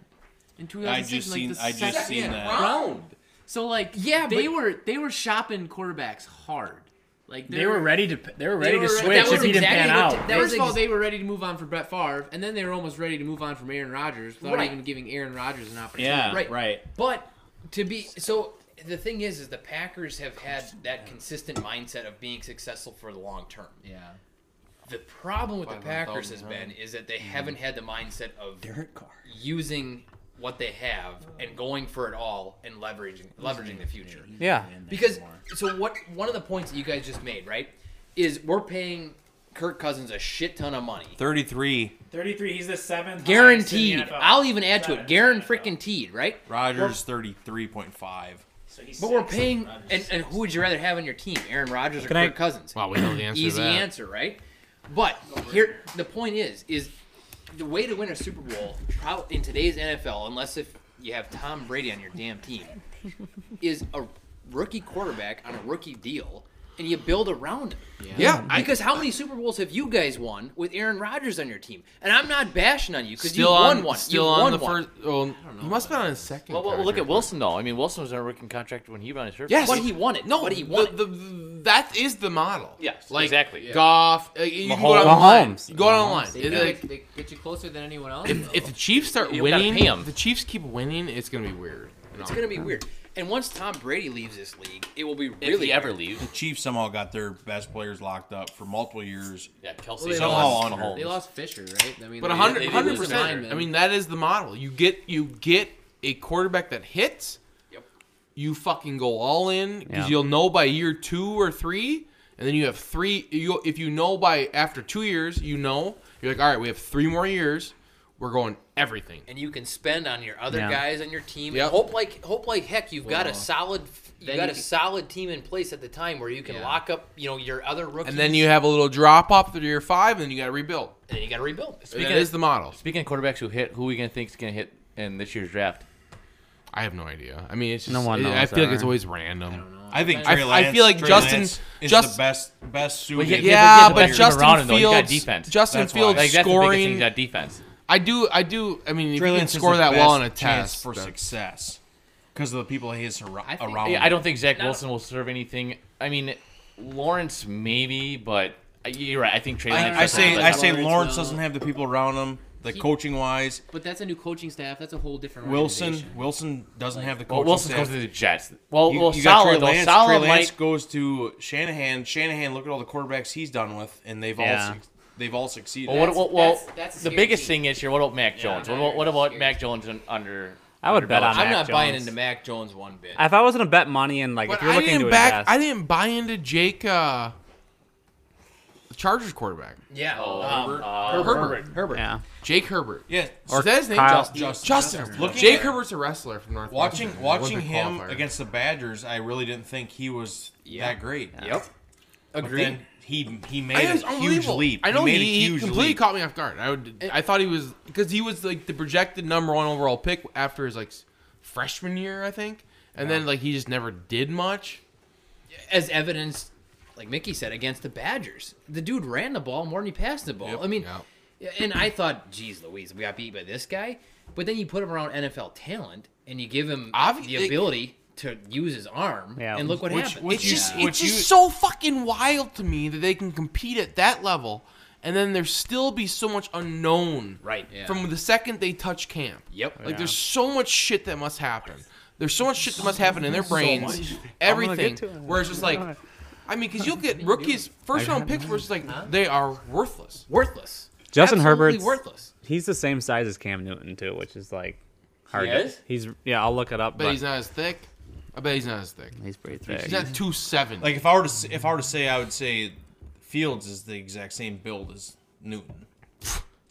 [SPEAKER 10] in 2006,
[SPEAKER 2] just
[SPEAKER 10] like
[SPEAKER 2] seen-
[SPEAKER 10] the
[SPEAKER 2] I just
[SPEAKER 10] second
[SPEAKER 2] seen that.
[SPEAKER 10] round. So like,
[SPEAKER 9] Yeah,
[SPEAKER 10] they
[SPEAKER 9] but-
[SPEAKER 10] were they were shopping quarterbacks hard. Like
[SPEAKER 5] They were ready to- they were ready to
[SPEAKER 10] were-
[SPEAKER 5] switch
[SPEAKER 10] that was
[SPEAKER 5] if he didn't
[SPEAKER 10] exactly
[SPEAKER 5] pan
[SPEAKER 10] what-
[SPEAKER 5] out.
[SPEAKER 10] That
[SPEAKER 5] That
[SPEAKER 10] was
[SPEAKER 5] was
[SPEAKER 10] first of all,
[SPEAKER 5] ex-
[SPEAKER 10] they were ready to move on from Brett Favre, and then they were almost ready to move on from Aaron Rodgers without
[SPEAKER 9] Right.
[SPEAKER 10] even giving Aaron Rodgers an opportunity.
[SPEAKER 4] Yeah, right.
[SPEAKER 9] But to be so, the thing is, is the Packers have had that consistent mindset of being successful for the long term.
[SPEAKER 10] Yeah.
[SPEAKER 9] The problem with the
[SPEAKER 10] 500,000
[SPEAKER 9] Packers has been
[SPEAKER 10] times.
[SPEAKER 9] is that they haven't had the mindset of
[SPEAKER 5] Derek Carr.
[SPEAKER 9] using what they have and going for it all and leveraging leveraging the future.
[SPEAKER 4] Yeah.
[SPEAKER 9] Because so what one of the points that you guys just made, right, is we're paying Kirk Cousins a shit ton of money.
[SPEAKER 2] 33.
[SPEAKER 13] 33. He's the seventh.
[SPEAKER 9] Guaranteed.
[SPEAKER 13] highest in the NFL.
[SPEAKER 9] I'll even add to it. Guaranteed freaking teed, right?
[SPEAKER 2] Rogers thirty three point five.
[SPEAKER 9] But we're paying, and, and who would you rather have on your team, Aaron Rodgers or
[SPEAKER 2] Can I-
[SPEAKER 9] Kirk Cousins?
[SPEAKER 2] Wow, we know the answer to
[SPEAKER 9] Easy
[SPEAKER 2] that.
[SPEAKER 9] answer, right? But here, the point is, is the way to win a Super Bowl prob- in today's NFL, unless if you have Tom Brady on your damn team, is a rookie quarterback on a rookie deal, and you build around him.
[SPEAKER 1] Yeah, I-
[SPEAKER 9] because how many Super Bowls have you guys won with Aaron Rodgers on your team? And I'm not bashing on you because you
[SPEAKER 3] Still
[SPEAKER 9] won
[SPEAKER 3] on,
[SPEAKER 9] one.
[SPEAKER 3] still
[SPEAKER 9] you
[SPEAKER 3] on
[SPEAKER 9] won
[SPEAKER 3] the
[SPEAKER 9] one.
[SPEAKER 3] first. Well, he must have been on his second. Well, well, look at
[SPEAKER 9] contract.
[SPEAKER 3] Wilson though. I mean, Wilson was on a rookie contract when he ran his shirt.
[SPEAKER 1] Yes,
[SPEAKER 9] but he won it.
[SPEAKER 1] No,
[SPEAKER 9] but he
[SPEAKER 1] the-
[SPEAKER 9] won.
[SPEAKER 1] The, that is the model.
[SPEAKER 3] Yes,
[SPEAKER 1] like,
[SPEAKER 3] exactly, yeah.
[SPEAKER 1] Goff. uh, you can go
[SPEAKER 3] Mahomes.
[SPEAKER 1] online.
[SPEAKER 3] Mahomes.
[SPEAKER 1] You go online.
[SPEAKER 10] They,
[SPEAKER 1] It-
[SPEAKER 10] get-
[SPEAKER 1] like,
[SPEAKER 10] they get you closer than anyone else.
[SPEAKER 1] if, if the Chiefs start
[SPEAKER 3] You gotta
[SPEAKER 1] winning,
[SPEAKER 3] pay 'em.
[SPEAKER 1] if the Chiefs keep winning, it's gonna be weird.
[SPEAKER 9] It's gonna be weird. And once Tom Brady leaves this league, it will be really
[SPEAKER 3] he ever
[SPEAKER 9] weird.
[SPEAKER 3] leaves.
[SPEAKER 2] The Chiefs somehow got their best players locked up for multiple years.
[SPEAKER 3] Yeah,
[SPEAKER 10] Well, they,
[SPEAKER 2] somehow
[SPEAKER 10] lost,
[SPEAKER 2] under.
[SPEAKER 10] they lost Fisher, right? I mean,
[SPEAKER 1] But
[SPEAKER 10] they-
[SPEAKER 1] 100
[SPEAKER 10] they- they lose
[SPEAKER 1] 100%.
[SPEAKER 10] Lyman.
[SPEAKER 1] I mean, that is the model. You get you get a quarterback that hits.
[SPEAKER 9] Yep.
[SPEAKER 1] You fucking go all in because
[SPEAKER 3] Yeah.
[SPEAKER 1] you'll know by year two or three, and then you have three. You if you know by after two years, you know you're like, all right, we have three more years. We're going everything.
[SPEAKER 9] and you can spend on your other
[SPEAKER 1] Yeah.
[SPEAKER 9] guys on your team.
[SPEAKER 1] Yep.
[SPEAKER 9] And hope like hope like heck you've got a
[SPEAKER 1] Well,
[SPEAKER 9] solid you
[SPEAKER 10] then
[SPEAKER 9] have got
[SPEAKER 10] you
[SPEAKER 9] a
[SPEAKER 10] can-
[SPEAKER 9] solid team in place at the time where you can lock up you know your other rookies.
[SPEAKER 1] And then you have a little drop off through year five, and then you got to rebuild.
[SPEAKER 9] and then you got to rebuild.
[SPEAKER 1] Speaking that is the model.
[SPEAKER 3] Speaking of quarterbacks who hit, who are we gonna think is gonna hit in this year's draft?
[SPEAKER 1] I have no idea. I mean, it's just,
[SPEAKER 3] No one
[SPEAKER 1] it- I
[SPEAKER 3] knows
[SPEAKER 1] feel like
[SPEAKER 3] that.
[SPEAKER 1] it's always random. I,
[SPEAKER 3] Uh,
[SPEAKER 2] I think
[SPEAKER 1] I,
[SPEAKER 2] Trey Lance,
[SPEAKER 1] feel like
[SPEAKER 2] Trey
[SPEAKER 1] Justin
[SPEAKER 2] Lance is
[SPEAKER 1] Justin
[SPEAKER 2] the best best
[SPEAKER 3] Well,
[SPEAKER 2] suited.
[SPEAKER 3] yeah,
[SPEAKER 1] Yeah,
[SPEAKER 3] but
[SPEAKER 1] but,
[SPEAKER 3] he's the best
[SPEAKER 1] Justin
[SPEAKER 3] team around him, though.
[SPEAKER 1] Fields.
[SPEAKER 3] He's got defense.
[SPEAKER 1] Justin
[SPEAKER 3] That's why.
[SPEAKER 1] Fields
[SPEAKER 3] Like, that's the biggest thing,
[SPEAKER 1] scoring.
[SPEAKER 3] he's got defense.
[SPEAKER 1] I do. I do. I mean, if
[SPEAKER 2] Trey
[SPEAKER 1] you can
[SPEAKER 2] Lance
[SPEAKER 1] score
[SPEAKER 2] is the
[SPEAKER 1] that well
[SPEAKER 2] best
[SPEAKER 1] on a
[SPEAKER 2] chance
[SPEAKER 1] test
[SPEAKER 2] for
[SPEAKER 1] then-
[SPEAKER 2] success because of the people his ar-
[SPEAKER 3] think-
[SPEAKER 2] around.
[SPEAKER 3] yeah, I don't
[SPEAKER 2] him.
[SPEAKER 3] think Zach Wilson will serve anything. I mean, Lawrence maybe, but uh, you're right. I think Trey. Lance
[SPEAKER 2] I, I
[SPEAKER 3] has
[SPEAKER 2] say
[SPEAKER 3] the
[SPEAKER 2] I
[SPEAKER 3] best-
[SPEAKER 2] say Lawrence
[SPEAKER 10] though.
[SPEAKER 2] doesn't have the people around him. The coaching wise,
[SPEAKER 10] but that's a new coaching staff. That's a whole different.
[SPEAKER 2] Wilson
[SPEAKER 10] organization.
[SPEAKER 2] Wilson doesn't have the
[SPEAKER 3] Well,
[SPEAKER 2] coaching.
[SPEAKER 3] Wilson
[SPEAKER 2] staff.
[SPEAKER 3] goes to the Jets. Well,
[SPEAKER 2] you,
[SPEAKER 3] well,
[SPEAKER 2] you got
[SPEAKER 3] Salah,
[SPEAKER 2] Trey
[SPEAKER 3] though.
[SPEAKER 2] Lance,
[SPEAKER 3] Salah
[SPEAKER 2] Trey Lance
[SPEAKER 3] might-
[SPEAKER 2] goes to Shanahan. Shanahan, look at all the quarterbacks he's done with, and they've
[SPEAKER 3] Yeah.
[SPEAKER 2] all suc they've all succeeded.
[SPEAKER 3] Well, what, well, well
[SPEAKER 10] that's- that's
[SPEAKER 3] the
[SPEAKER 10] scary
[SPEAKER 3] biggest
[SPEAKER 10] team.
[SPEAKER 3] thing is here. What about Mac Jones? what about, what about Mac Jones un- under?
[SPEAKER 4] I would
[SPEAKER 3] under
[SPEAKER 4] bet on
[SPEAKER 3] Belichick?
[SPEAKER 4] Mac
[SPEAKER 9] I'm not buying
[SPEAKER 4] Jones.
[SPEAKER 9] into Mac Jones one bit.
[SPEAKER 4] If I was gonna bet money and like,
[SPEAKER 1] But
[SPEAKER 4] if you're
[SPEAKER 1] I
[SPEAKER 4] looking
[SPEAKER 1] didn't
[SPEAKER 4] to
[SPEAKER 1] back.
[SPEAKER 4] invest,
[SPEAKER 1] I didn't buy into Jake, uh, the Chargers quarterback.
[SPEAKER 9] Yeah.
[SPEAKER 1] Oh,
[SPEAKER 9] Um,
[SPEAKER 1] Herbert.
[SPEAKER 9] uh,
[SPEAKER 1] Herbert.
[SPEAKER 9] Herbert.
[SPEAKER 4] Yeah.
[SPEAKER 1] Jake Herbert.
[SPEAKER 2] Yeah.
[SPEAKER 1] Or is that his name?
[SPEAKER 2] Kyle-
[SPEAKER 1] Justin.
[SPEAKER 2] Justin.
[SPEAKER 1] Justin.
[SPEAKER 2] Justin.
[SPEAKER 1] Herbert.
[SPEAKER 2] Looking
[SPEAKER 1] Jake
[SPEAKER 2] at-
[SPEAKER 1] Herbert's a wrestler from North.
[SPEAKER 2] watching watching him against the Badgers, I really didn't think he was that great.
[SPEAKER 9] Yep.
[SPEAKER 2] But
[SPEAKER 1] Agreed.
[SPEAKER 2] then he he
[SPEAKER 1] I
[SPEAKER 2] made
[SPEAKER 1] know, it's
[SPEAKER 2] a huge
[SPEAKER 1] unbelievable.
[SPEAKER 2] leap.
[SPEAKER 1] I know
[SPEAKER 2] he
[SPEAKER 1] he,
[SPEAKER 2] made
[SPEAKER 1] he
[SPEAKER 2] a huge
[SPEAKER 1] completely
[SPEAKER 2] leap.
[SPEAKER 1] caught me off guard. I would, I thought he was because he was like the projected number one overall pick after his like s- freshman year, I think, and then like he just never did much.
[SPEAKER 9] as evidence, like Mickey said, against the Badgers. The dude ran the ball more than he passed the ball. I mean, and I thought, geez, Louise, we got beat by this guy. But then you put him around NFL talent and you give him the ability to use his arm.
[SPEAKER 4] Yeah.
[SPEAKER 9] And look what
[SPEAKER 4] Which-
[SPEAKER 9] happened.
[SPEAKER 4] which
[SPEAKER 1] It's just it's just so fucking wild to me that they can compete at that level, and then there still be so much unknown
[SPEAKER 9] Right. Yeah.
[SPEAKER 1] from the second they touch camp.
[SPEAKER 9] Yep.
[SPEAKER 1] Like
[SPEAKER 9] Yeah.
[SPEAKER 1] there's so much shit that must happen. There's so much shit that must happen in their
[SPEAKER 9] So
[SPEAKER 1] brains,
[SPEAKER 9] much. I'm gonna
[SPEAKER 1] everything.
[SPEAKER 9] get to it.
[SPEAKER 1] Where it's just like, I mean, because you'll get rookies first round picks where it's like they are worthless,
[SPEAKER 9] worthless.
[SPEAKER 4] Justin
[SPEAKER 1] Absolutely
[SPEAKER 4] Herbert's
[SPEAKER 1] worthless.
[SPEAKER 4] He's the same size as Cam Newton too, which is like hard.
[SPEAKER 1] He
[SPEAKER 4] to-
[SPEAKER 1] is?
[SPEAKER 4] He's yeah. I'll look it up.
[SPEAKER 1] But he's not as thick. I bet he's not as thick.
[SPEAKER 4] He's pretty thick.
[SPEAKER 1] He's not two seven.
[SPEAKER 2] Like if I were to s- if I were to say, I would say Fields is the exact same build as Newton.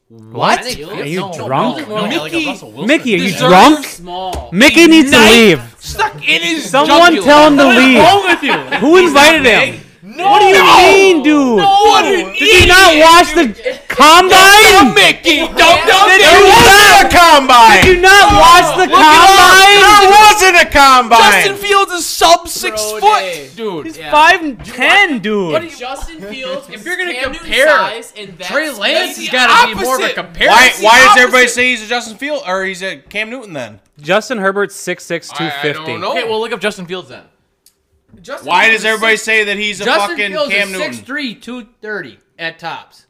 [SPEAKER 4] What? I think Are Fields- you no, drunk? Fields is more like a
[SPEAKER 2] Mickey-
[SPEAKER 4] Russell Wilson. Mickey, are you drunk?
[SPEAKER 2] Small.
[SPEAKER 4] Mickey needs to
[SPEAKER 2] Nice.
[SPEAKER 4] leave.
[SPEAKER 1] Stuck in his
[SPEAKER 4] Someone
[SPEAKER 2] jugular.
[SPEAKER 4] tell him to
[SPEAKER 2] What is
[SPEAKER 4] leave.
[SPEAKER 2] wrong with you?
[SPEAKER 4] Who
[SPEAKER 2] He's not
[SPEAKER 4] invited
[SPEAKER 2] big.
[SPEAKER 4] him? what do you
[SPEAKER 2] No.
[SPEAKER 4] mean, dude?
[SPEAKER 2] No, what an
[SPEAKER 4] Did you not
[SPEAKER 2] idiot,
[SPEAKER 4] watch the combine?
[SPEAKER 1] Mickey, don't
[SPEAKER 4] dump
[SPEAKER 2] It
[SPEAKER 4] him.
[SPEAKER 2] wasn't a combine.
[SPEAKER 4] Did you not
[SPEAKER 2] Oh,
[SPEAKER 4] watch the
[SPEAKER 2] look it up.
[SPEAKER 4] combine?
[SPEAKER 2] It wasn't a combine.
[SPEAKER 1] Justin Fields is sub six foot, dude. He's
[SPEAKER 4] Five and ten, dude.
[SPEAKER 10] What do you, Justin Fields? if
[SPEAKER 9] you're gonna
[SPEAKER 10] Cam Newton's
[SPEAKER 9] compare,
[SPEAKER 10] size and that's
[SPEAKER 9] Trey Lance
[SPEAKER 10] crazy.
[SPEAKER 9] has got to be more of a
[SPEAKER 2] Opposite.
[SPEAKER 9] comparison.
[SPEAKER 2] Why, why does everybody say he's a Justin Field or he's a Cam Newton then?
[SPEAKER 4] Justin Herbert's six six two fifty.
[SPEAKER 3] Okay, well look up Justin Fields then.
[SPEAKER 9] Justin
[SPEAKER 2] Why
[SPEAKER 9] Fields
[SPEAKER 2] does
[SPEAKER 9] is
[SPEAKER 2] everybody
[SPEAKER 9] six-
[SPEAKER 2] say that he's a
[SPEAKER 9] Justin
[SPEAKER 2] fucking
[SPEAKER 9] Fields
[SPEAKER 2] Cam
[SPEAKER 9] is
[SPEAKER 2] Newton?
[SPEAKER 9] 6'3", 230 at tops.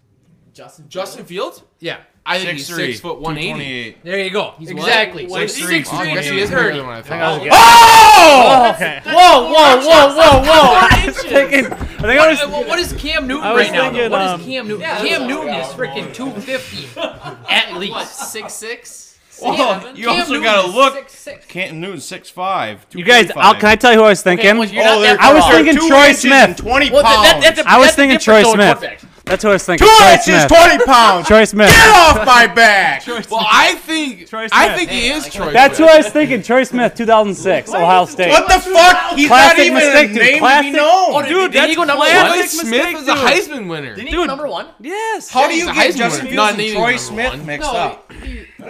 [SPEAKER 10] Justin
[SPEAKER 1] Justin Fields?
[SPEAKER 9] Yeah.
[SPEAKER 1] I think he's six foot one eighty.
[SPEAKER 9] There you go.
[SPEAKER 1] He's
[SPEAKER 9] exactly.
[SPEAKER 1] what? Six three,
[SPEAKER 9] three,
[SPEAKER 1] I guess he is bigger than what I thought.
[SPEAKER 9] Oh!
[SPEAKER 4] Oh! Whoa, whoa, whoa, whoa, whoa! I was thinking. I think I was.
[SPEAKER 9] What- what- what is Cam Newton
[SPEAKER 4] I was
[SPEAKER 9] right now? though?
[SPEAKER 4] thinking,
[SPEAKER 9] What
[SPEAKER 4] um,
[SPEAKER 9] is Cam Newton?
[SPEAKER 10] Yeah,
[SPEAKER 9] Cam
[SPEAKER 10] that's-
[SPEAKER 9] Newton is freaking 250 at least.
[SPEAKER 10] What, six six?
[SPEAKER 2] Well, you
[SPEAKER 9] Cam
[SPEAKER 2] also
[SPEAKER 9] Newton
[SPEAKER 2] got to
[SPEAKER 9] is
[SPEAKER 2] look.
[SPEAKER 9] six, six.
[SPEAKER 2] Cam Newton six five.
[SPEAKER 4] You guys, I'll, can I tell you who I was thinking?
[SPEAKER 2] well, you're not Oh, that they're-
[SPEAKER 4] I was
[SPEAKER 2] they're
[SPEAKER 4] thinking
[SPEAKER 2] two
[SPEAKER 4] Troy
[SPEAKER 2] inches
[SPEAKER 4] Smith.
[SPEAKER 2] and 20 Well, that- that- that's a-
[SPEAKER 4] I was
[SPEAKER 2] that's a
[SPEAKER 4] thinking Troy
[SPEAKER 2] difference on
[SPEAKER 4] Smith.
[SPEAKER 2] quarterbacks.
[SPEAKER 4] That's who I was thinking.
[SPEAKER 2] Two
[SPEAKER 4] Troy
[SPEAKER 2] inches,
[SPEAKER 4] Smith.
[SPEAKER 2] 20 pounds.
[SPEAKER 4] Troy Smith.
[SPEAKER 2] Get off my back.
[SPEAKER 1] Well, I think I think he is Troy.
[SPEAKER 4] That's who
[SPEAKER 1] Smith.
[SPEAKER 4] I was thinking. Troy Smith, 2006, Ohio State.
[SPEAKER 2] What the fuck? He's
[SPEAKER 4] Classic
[SPEAKER 2] not even
[SPEAKER 4] mistake,
[SPEAKER 2] a
[SPEAKER 4] dude.
[SPEAKER 2] name to be
[SPEAKER 4] Classic-
[SPEAKER 2] known.
[SPEAKER 4] Oh, Dude, that's
[SPEAKER 1] Clay
[SPEAKER 4] classic
[SPEAKER 1] Smith
[SPEAKER 4] mistake,
[SPEAKER 1] is a
[SPEAKER 4] dude.
[SPEAKER 1] Heisman winner.
[SPEAKER 4] Didn't
[SPEAKER 9] he go number one?
[SPEAKER 4] Yes.
[SPEAKER 2] How do
[SPEAKER 1] he's
[SPEAKER 2] you
[SPEAKER 1] a
[SPEAKER 2] get
[SPEAKER 1] Heisman
[SPEAKER 2] Justin
[SPEAKER 1] winner.
[SPEAKER 2] Fields
[SPEAKER 1] Not
[SPEAKER 2] and
[SPEAKER 1] even
[SPEAKER 2] Troy
[SPEAKER 1] number
[SPEAKER 2] Smith
[SPEAKER 1] one.
[SPEAKER 2] mixed
[SPEAKER 1] No,
[SPEAKER 2] up?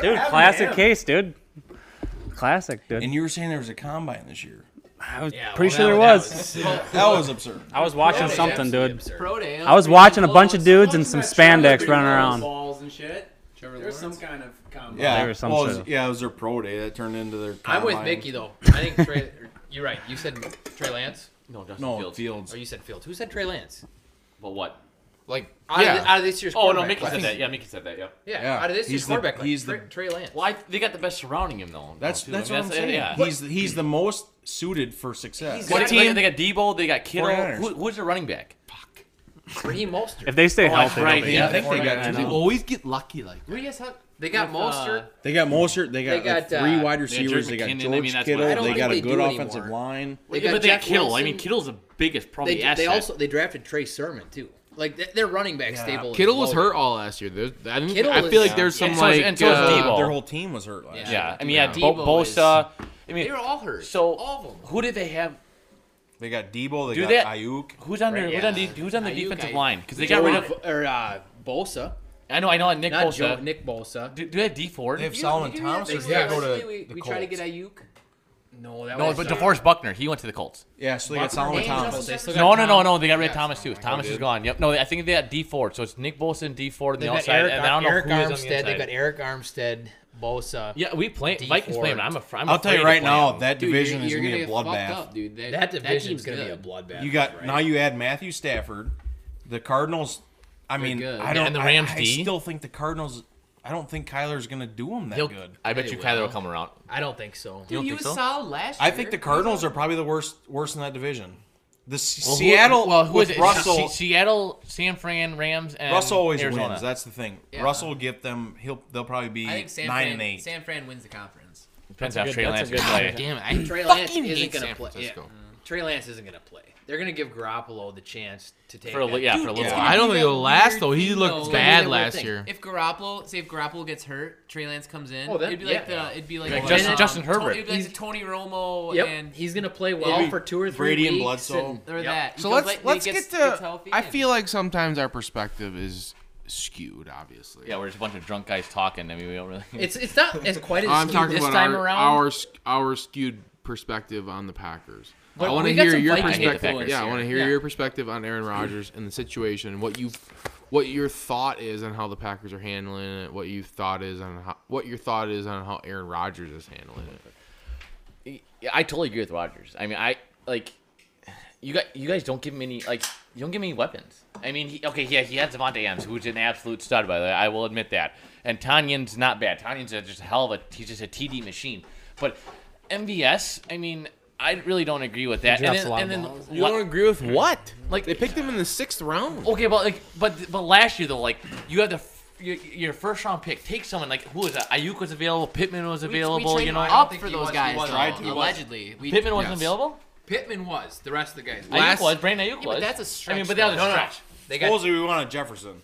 [SPEAKER 4] Dude, classic case, dude. Classic, dude.
[SPEAKER 2] And you were saying there was a combine this year.
[SPEAKER 4] I was
[SPEAKER 2] well,
[SPEAKER 4] pretty
[SPEAKER 2] that-
[SPEAKER 4] sure there
[SPEAKER 2] that
[SPEAKER 4] was.
[SPEAKER 2] was- That was absurd.
[SPEAKER 4] I was watching
[SPEAKER 2] Pro day,
[SPEAKER 4] something,
[SPEAKER 2] absolutely
[SPEAKER 4] dude.
[SPEAKER 2] absurd.
[SPEAKER 10] Pro day,
[SPEAKER 4] I was
[SPEAKER 10] pretty
[SPEAKER 4] watching
[SPEAKER 1] Oh,
[SPEAKER 4] a
[SPEAKER 10] close.
[SPEAKER 4] bunch of dudes in some spandex running around.
[SPEAKER 12] Balls and shit. There's some kind of combo.
[SPEAKER 2] Yeah,
[SPEAKER 4] They were some
[SPEAKER 2] well, it was-
[SPEAKER 4] sort of-
[SPEAKER 2] yeah, it was their pro day that turned into their.
[SPEAKER 9] I'm with
[SPEAKER 2] combine.
[SPEAKER 9] Mickey though. I think Trey. You're right. You said Trey Lance.
[SPEAKER 3] No, Justin
[SPEAKER 2] No,
[SPEAKER 3] Fields.
[SPEAKER 2] Fields.
[SPEAKER 9] Oh, you said Fields. Who said Trey Lance?
[SPEAKER 3] But what?
[SPEAKER 1] Like
[SPEAKER 9] Out, of, the, out of this year's.
[SPEAKER 3] Oh no,
[SPEAKER 9] quarterback
[SPEAKER 3] Mickey
[SPEAKER 9] class.
[SPEAKER 3] said that. Yeah, Mickey said that. Yep.
[SPEAKER 9] Yeah, out of this year's quarterback. class,
[SPEAKER 2] he's the-
[SPEAKER 9] Trey, Trey Lance.
[SPEAKER 3] Why they got the best surrounding him though?
[SPEAKER 2] That's
[SPEAKER 3] too.
[SPEAKER 2] that's
[SPEAKER 3] I
[SPEAKER 2] what
[SPEAKER 3] mean,
[SPEAKER 2] I'm saying.
[SPEAKER 3] Yeah.
[SPEAKER 2] He's he's the most suited for success.
[SPEAKER 3] what team? They got Debo. They got Kittle.
[SPEAKER 2] 49ers.
[SPEAKER 3] Who, who's their running back?
[SPEAKER 9] Raheem Mostert.
[SPEAKER 4] If they stay
[SPEAKER 3] Oh, that's
[SPEAKER 4] healthy,
[SPEAKER 3] right.
[SPEAKER 4] they'll be good.
[SPEAKER 3] Yeah, I think they got-
[SPEAKER 4] I know.
[SPEAKER 3] they always get lucky like.
[SPEAKER 9] Who do you guys have? They got
[SPEAKER 3] With, uh,
[SPEAKER 9] Mostert.
[SPEAKER 2] They got Mostert. They
[SPEAKER 9] They
[SPEAKER 2] got, like,
[SPEAKER 9] got,
[SPEAKER 2] three wide
[SPEAKER 3] they
[SPEAKER 9] uh,
[SPEAKER 3] got
[SPEAKER 2] receivers. They
[SPEAKER 3] George
[SPEAKER 2] got
[SPEAKER 3] McKinnon. I
[SPEAKER 2] George
[SPEAKER 3] mean, that's
[SPEAKER 2] Kittle.
[SPEAKER 3] what I don't
[SPEAKER 2] They
[SPEAKER 3] think
[SPEAKER 2] got
[SPEAKER 9] they
[SPEAKER 2] a
[SPEAKER 9] do
[SPEAKER 2] good
[SPEAKER 9] anymore.
[SPEAKER 2] offensive line.
[SPEAKER 9] They
[SPEAKER 3] Yeah,
[SPEAKER 9] got
[SPEAKER 3] but they got
[SPEAKER 9] Jeff
[SPEAKER 3] Kittle. I
[SPEAKER 9] Wilson.
[SPEAKER 3] mean, Kittle's a biggest probably
[SPEAKER 9] They,
[SPEAKER 3] asset.
[SPEAKER 9] they also they drafted Trey Sermon too. Like th- their running back stable. is
[SPEAKER 1] Kittle was
[SPEAKER 9] loaded.
[SPEAKER 1] hurt all last year. There's, I, didn't,
[SPEAKER 9] Kittle
[SPEAKER 1] I feel
[SPEAKER 9] is-
[SPEAKER 1] like there's some
[SPEAKER 3] And so is-
[SPEAKER 1] like
[SPEAKER 3] and so is
[SPEAKER 1] uh,
[SPEAKER 3] Debo.
[SPEAKER 2] Their whole team was hurt last
[SPEAKER 3] Yeah.
[SPEAKER 2] year.
[SPEAKER 3] I mean, yeah, Bo-
[SPEAKER 9] Debo is-
[SPEAKER 3] Bosa. I mean,
[SPEAKER 9] They were all hurt.
[SPEAKER 3] So
[SPEAKER 9] all of them.
[SPEAKER 3] who did they have?
[SPEAKER 2] They got Debo. They
[SPEAKER 3] Do
[SPEAKER 2] got
[SPEAKER 3] they-
[SPEAKER 2] Ayuk.
[SPEAKER 3] Who's on their?
[SPEAKER 9] Right,
[SPEAKER 3] Who's on?
[SPEAKER 9] yeah.
[SPEAKER 3] The, who's on the
[SPEAKER 9] Ayuk,
[SPEAKER 3] defensive
[SPEAKER 9] Ayuk.
[SPEAKER 3] line? Because they got rid of.
[SPEAKER 9] Joe- or uh, Bosa.
[SPEAKER 3] I know. I know. Nick
[SPEAKER 9] Not Joe,
[SPEAKER 3] Bosa.
[SPEAKER 9] Nick Bosa.
[SPEAKER 3] Do, do they have D Ford?
[SPEAKER 2] They have Solomon
[SPEAKER 9] You know,
[SPEAKER 2] Thomas.
[SPEAKER 9] they
[SPEAKER 2] Or they gotta go
[SPEAKER 9] seriously,
[SPEAKER 2] to
[SPEAKER 9] we,
[SPEAKER 2] the
[SPEAKER 9] we try to
[SPEAKER 2] Colts.
[SPEAKER 9] get Ayuk. No, that
[SPEAKER 3] No, uh,
[SPEAKER 9] was
[SPEAKER 3] but DeForest Buckner. He went to the Colts.
[SPEAKER 2] Yeah, so they got Solomon
[SPEAKER 9] And
[SPEAKER 2] Thomas.
[SPEAKER 9] Justin Jefferson.
[SPEAKER 3] No, no, no, no. They got rid of Thomas too. Thomas
[SPEAKER 1] did.
[SPEAKER 3] is gone. Yep. No, I think they got D Ford. So it's Nick Bosa and D Ford on
[SPEAKER 9] They've
[SPEAKER 3] the
[SPEAKER 9] got
[SPEAKER 3] outside,
[SPEAKER 9] Eric,
[SPEAKER 3] and I don't know
[SPEAKER 9] Eric
[SPEAKER 3] who is on the
[SPEAKER 9] Armstead. They've
[SPEAKER 3] inside.
[SPEAKER 9] got Eric Armstead, Bosa.
[SPEAKER 3] Yeah, we play.
[SPEAKER 9] D
[SPEAKER 3] Vikings play him.
[SPEAKER 9] Ford.
[SPEAKER 3] I'm a. I'm
[SPEAKER 2] I'll tell you
[SPEAKER 3] afraid to
[SPEAKER 2] right
[SPEAKER 3] play
[SPEAKER 2] now,
[SPEAKER 3] him.
[SPEAKER 2] that
[SPEAKER 10] Dude,
[SPEAKER 2] division
[SPEAKER 10] you're,
[SPEAKER 2] is
[SPEAKER 10] you're
[SPEAKER 2] gonna be a
[SPEAKER 10] get fucked
[SPEAKER 2] bloodbath.
[SPEAKER 10] up, dude. That,
[SPEAKER 9] That division's
[SPEAKER 10] team's
[SPEAKER 9] gonna be a
[SPEAKER 10] good.
[SPEAKER 9] bloodbath.
[SPEAKER 2] You got
[SPEAKER 9] right?
[SPEAKER 2] now. You add Matthew Stafford, the Cardinals. I mean,
[SPEAKER 10] good.
[SPEAKER 2] I don't.
[SPEAKER 3] And the
[SPEAKER 2] I-
[SPEAKER 3] Rams
[SPEAKER 2] I,
[SPEAKER 3] D?
[SPEAKER 2] still think the Cardinals. I don't think Kyler's gonna do them that
[SPEAKER 3] He'll-
[SPEAKER 2] good.
[SPEAKER 3] I bet
[SPEAKER 9] They
[SPEAKER 3] you Kyler
[SPEAKER 9] will.
[SPEAKER 3] will come around.
[SPEAKER 9] I don't think so.
[SPEAKER 3] don't
[SPEAKER 10] Dude, he
[SPEAKER 3] think
[SPEAKER 10] was
[SPEAKER 3] so?
[SPEAKER 10] solid last year.
[SPEAKER 2] I think the Cardinals are probably the worst, worst in that division. The S-
[SPEAKER 3] Well, who-
[SPEAKER 2] Seattle
[SPEAKER 3] well, who is
[SPEAKER 2] with
[SPEAKER 3] it?
[SPEAKER 2] Russell.
[SPEAKER 3] Se- Seattle, San Fran, Rams, and
[SPEAKER 2] Russell always
[SPEAKER 3] Arizona.
[SPEAKER 2] wins. That's the thing.
[SPEAKER 10] Yeah.
[SPEAKER 2] Russell will get them. He'll they'll probably be
[SPEAKER 10] I
[SPEAKER 2] nine
[SPEAKER 10] think San Fran,
[SPEAKER 2] and eight.
[SPEAKER 10] San Fran wins the conference.
[SPEAKER 4] That's
[SPEAKER 3] Depends
[SPEAKER 4] a
[SPEAKER 3] how
[SPEAKER 4] good-
[SPEAKER 3] Trey
[SPEAKER 4] that's a
[SPEAKER 3] Lance
[SPEAKER 4] good
[SPEAKER 3] can
[SPEAKER 4] play.
[SPEAKER 3] play.
[SPEAKER 9] Damn it! I, Trey Lance
[SPEAKER 3] fucking
[SPEAKER 9] isn't
[SPEAKER 3] hate
[SPEAKER 9] gonna
[SPEAKER 3] San
[SPEAKER 9] play. Yeah.
[SPEAKER 1] Francisco.
[SPEAKER 9] Trey Lance isn't gonna play. They're gonna give Garoppolo the chance to take.
[SPEAKER 3] For a li-
[SPEAKER 9] that-
[SPEAKER 3] yeah, for a little
[SPEAKER 2] it's
[SPEAKER 3] while.
[SPEAKER 1] I don't think
[SPEAKER 10] That
[SPEAKER 1] it'll last
[SPEAKER 10] weird
[SPEAKER 1] though. He
[SPEAKER 10] thing,
[SPEAKER 1] looked
[SPEAKER 10] though.
[SPEAKER 1] bad
[SPEAKER 9] It's gonna be that
[SPEAKER 1] last
[SPEAKER 9] weird
[SPEAKER 1] year.
[SPEAKER 10] If Garoppolo, say if Garoppolo gets hurt, Trey Lance comes in.
[SPEAKER 9] Oh, then-
[SPEAKER 10] it'd be
[SPEAKER 9] yeah.
[SPEAKER 10] like the, it'd be like,
[SPEAKER 3] Like
[SPEAKER 10] the,
[SPEAKER 3] Justin- Justin Herbert.
[SPEAKER 10] Tony, it'd be like the Tony Romo
[SPEAKER 9] Yep,
[SPEAKER 10] and
[SPEAKER 9] he's gonna play well for two or three
[SPEAKER 2] Brady
[SPEAKER 9] weeks.
[SPEAKER 2] and Bledsoe.
[SPEAKER 10] or
[SPEAKER 9] Yep.
[SPEAKER 10] that.
[SPEAKER 1] So
[SPEAKER 10] He goes
[SPEAKER 1] let's
[SPEAKER 10] like-
[SPEAKER 1] let's
[SPEAKER 10] he gets-
[SPEAKER 1] get
[SPEAKER 10] gets
[SPEAKER 1] to.
[SPEAKER 10] healthy
[SPEAKER 1] I
[SPEAKER 10] and-
[SPEAKER 1] feel like sometimes our perspective is skewed. Obviously,
[SPEAKER 3] Yeah, we're just a bunch of drunk guys talking. I mean, we don't really.
[SPEAKER 9] It's it's not as quite as
[SPEAKER 1] I'm
[SPEAKER 9] skewed
[SPEAKER 1] talking
[SPEAKER 9] this
[SPEAKER 1] about
[SPEAKER 9] time
[SPEAKER 1] our,
[SPEAKER 9] around.
[SPEAKER 1] our sk- our skewed perspective on the Packers.
[SPEAKER 9] But
[SPEAKER 1] I want to
[SPEAKER 9] we got
[SPEAKER 1] hear
[SPEAKER 9] some
[SPEAKER 1] your
[SPEAKER 9] Vikings
[SPEAKER 1] perspective.
[SPEAKER 3] influence
[SPEAKER 1] Yeah, I
[SPEAKER 3] here.
[SPEAKER 1] want to hear
[SPEAKER 9] Yeah.
[SPEAKER 1] your perspective on Aaron Rodgers and the situation, and what you, what your thought is on how the Packers are handling it. What you thought is on how what your thought is on how Aaron Rodgers is handling it.
[SPEAKER 3] Yeah, I totally agree with Rogers. I mean, I like you guys. You guys don't give him any like you don't give him any weapons. I mean, he, okay, yeah, he had Devontae Adams, who's an absolute stud, by the way. I will admit that. And Tanyan's not bad. Tanyan's a, just a hell of a he's just a TD machine. But MVS, I mean, I really don't agree with that. And
[SPEAKER 11] drops
[SPEAKER 3] then,
[SPEAKER 11] a lot of
[SPEAKER 3] and then
[SPEAKER 11] balls.
[SPEAKER 1] You
[SPEAKER 3] what-
[SPEAKER 1] don't agree with what?
[SPEAKER 3] Like-
[SPEAKER 1] they picked him in the sixth round.
[SPEAKER 3] Okay, but like, but but last year though, like you had the f- your, your first round pick. Take someone like who was that? Ayuk was available. Pittman was
[SPEAKER 10] we,
[SPEAKER 3] available.
[SPEAKER 10] we traded
[SPEAKER 3] you know,
[SPEAKER 10] up
[SPEAKER 3] Up-
[SPEAKER 10] for
[SPEAKER 9] he
[SPEAKER 10] those
[SPEAKER 9] was. He
[SPEAKER 10] guys.
[SPEAKER 9] was.
[SPEAKER 10] though,
[SPEAKER 9] Tried to. He was.
[SPEAKER 10] allegedly, we
[SPEAKER 3] Pittman wasn't
[SPEAKER 1] Yes.
[SPEAKER 3] available.
[SPEAKER 9] Pittman was. The rest of the guys.
[SPEAKER 3] Ayuk
[SPEAKER 1] Last-
[SPEAKER 3] was. Brandon Ayuk was.
[SPEAKER 10] Yeah, but that's a
[SPEAKER 3] I mean,
[SPEAKER 10] stretch,
[SPEAKER 3] but that was
[SPEAKER 10] though.
[SPEAKER 3] a
[SPEAKER 10] No, no, no.
[SPEAKER 3] stretch.
[SPEAKER 9] They got
[SPEAKER 2] Supposedly we wanted Jefferson,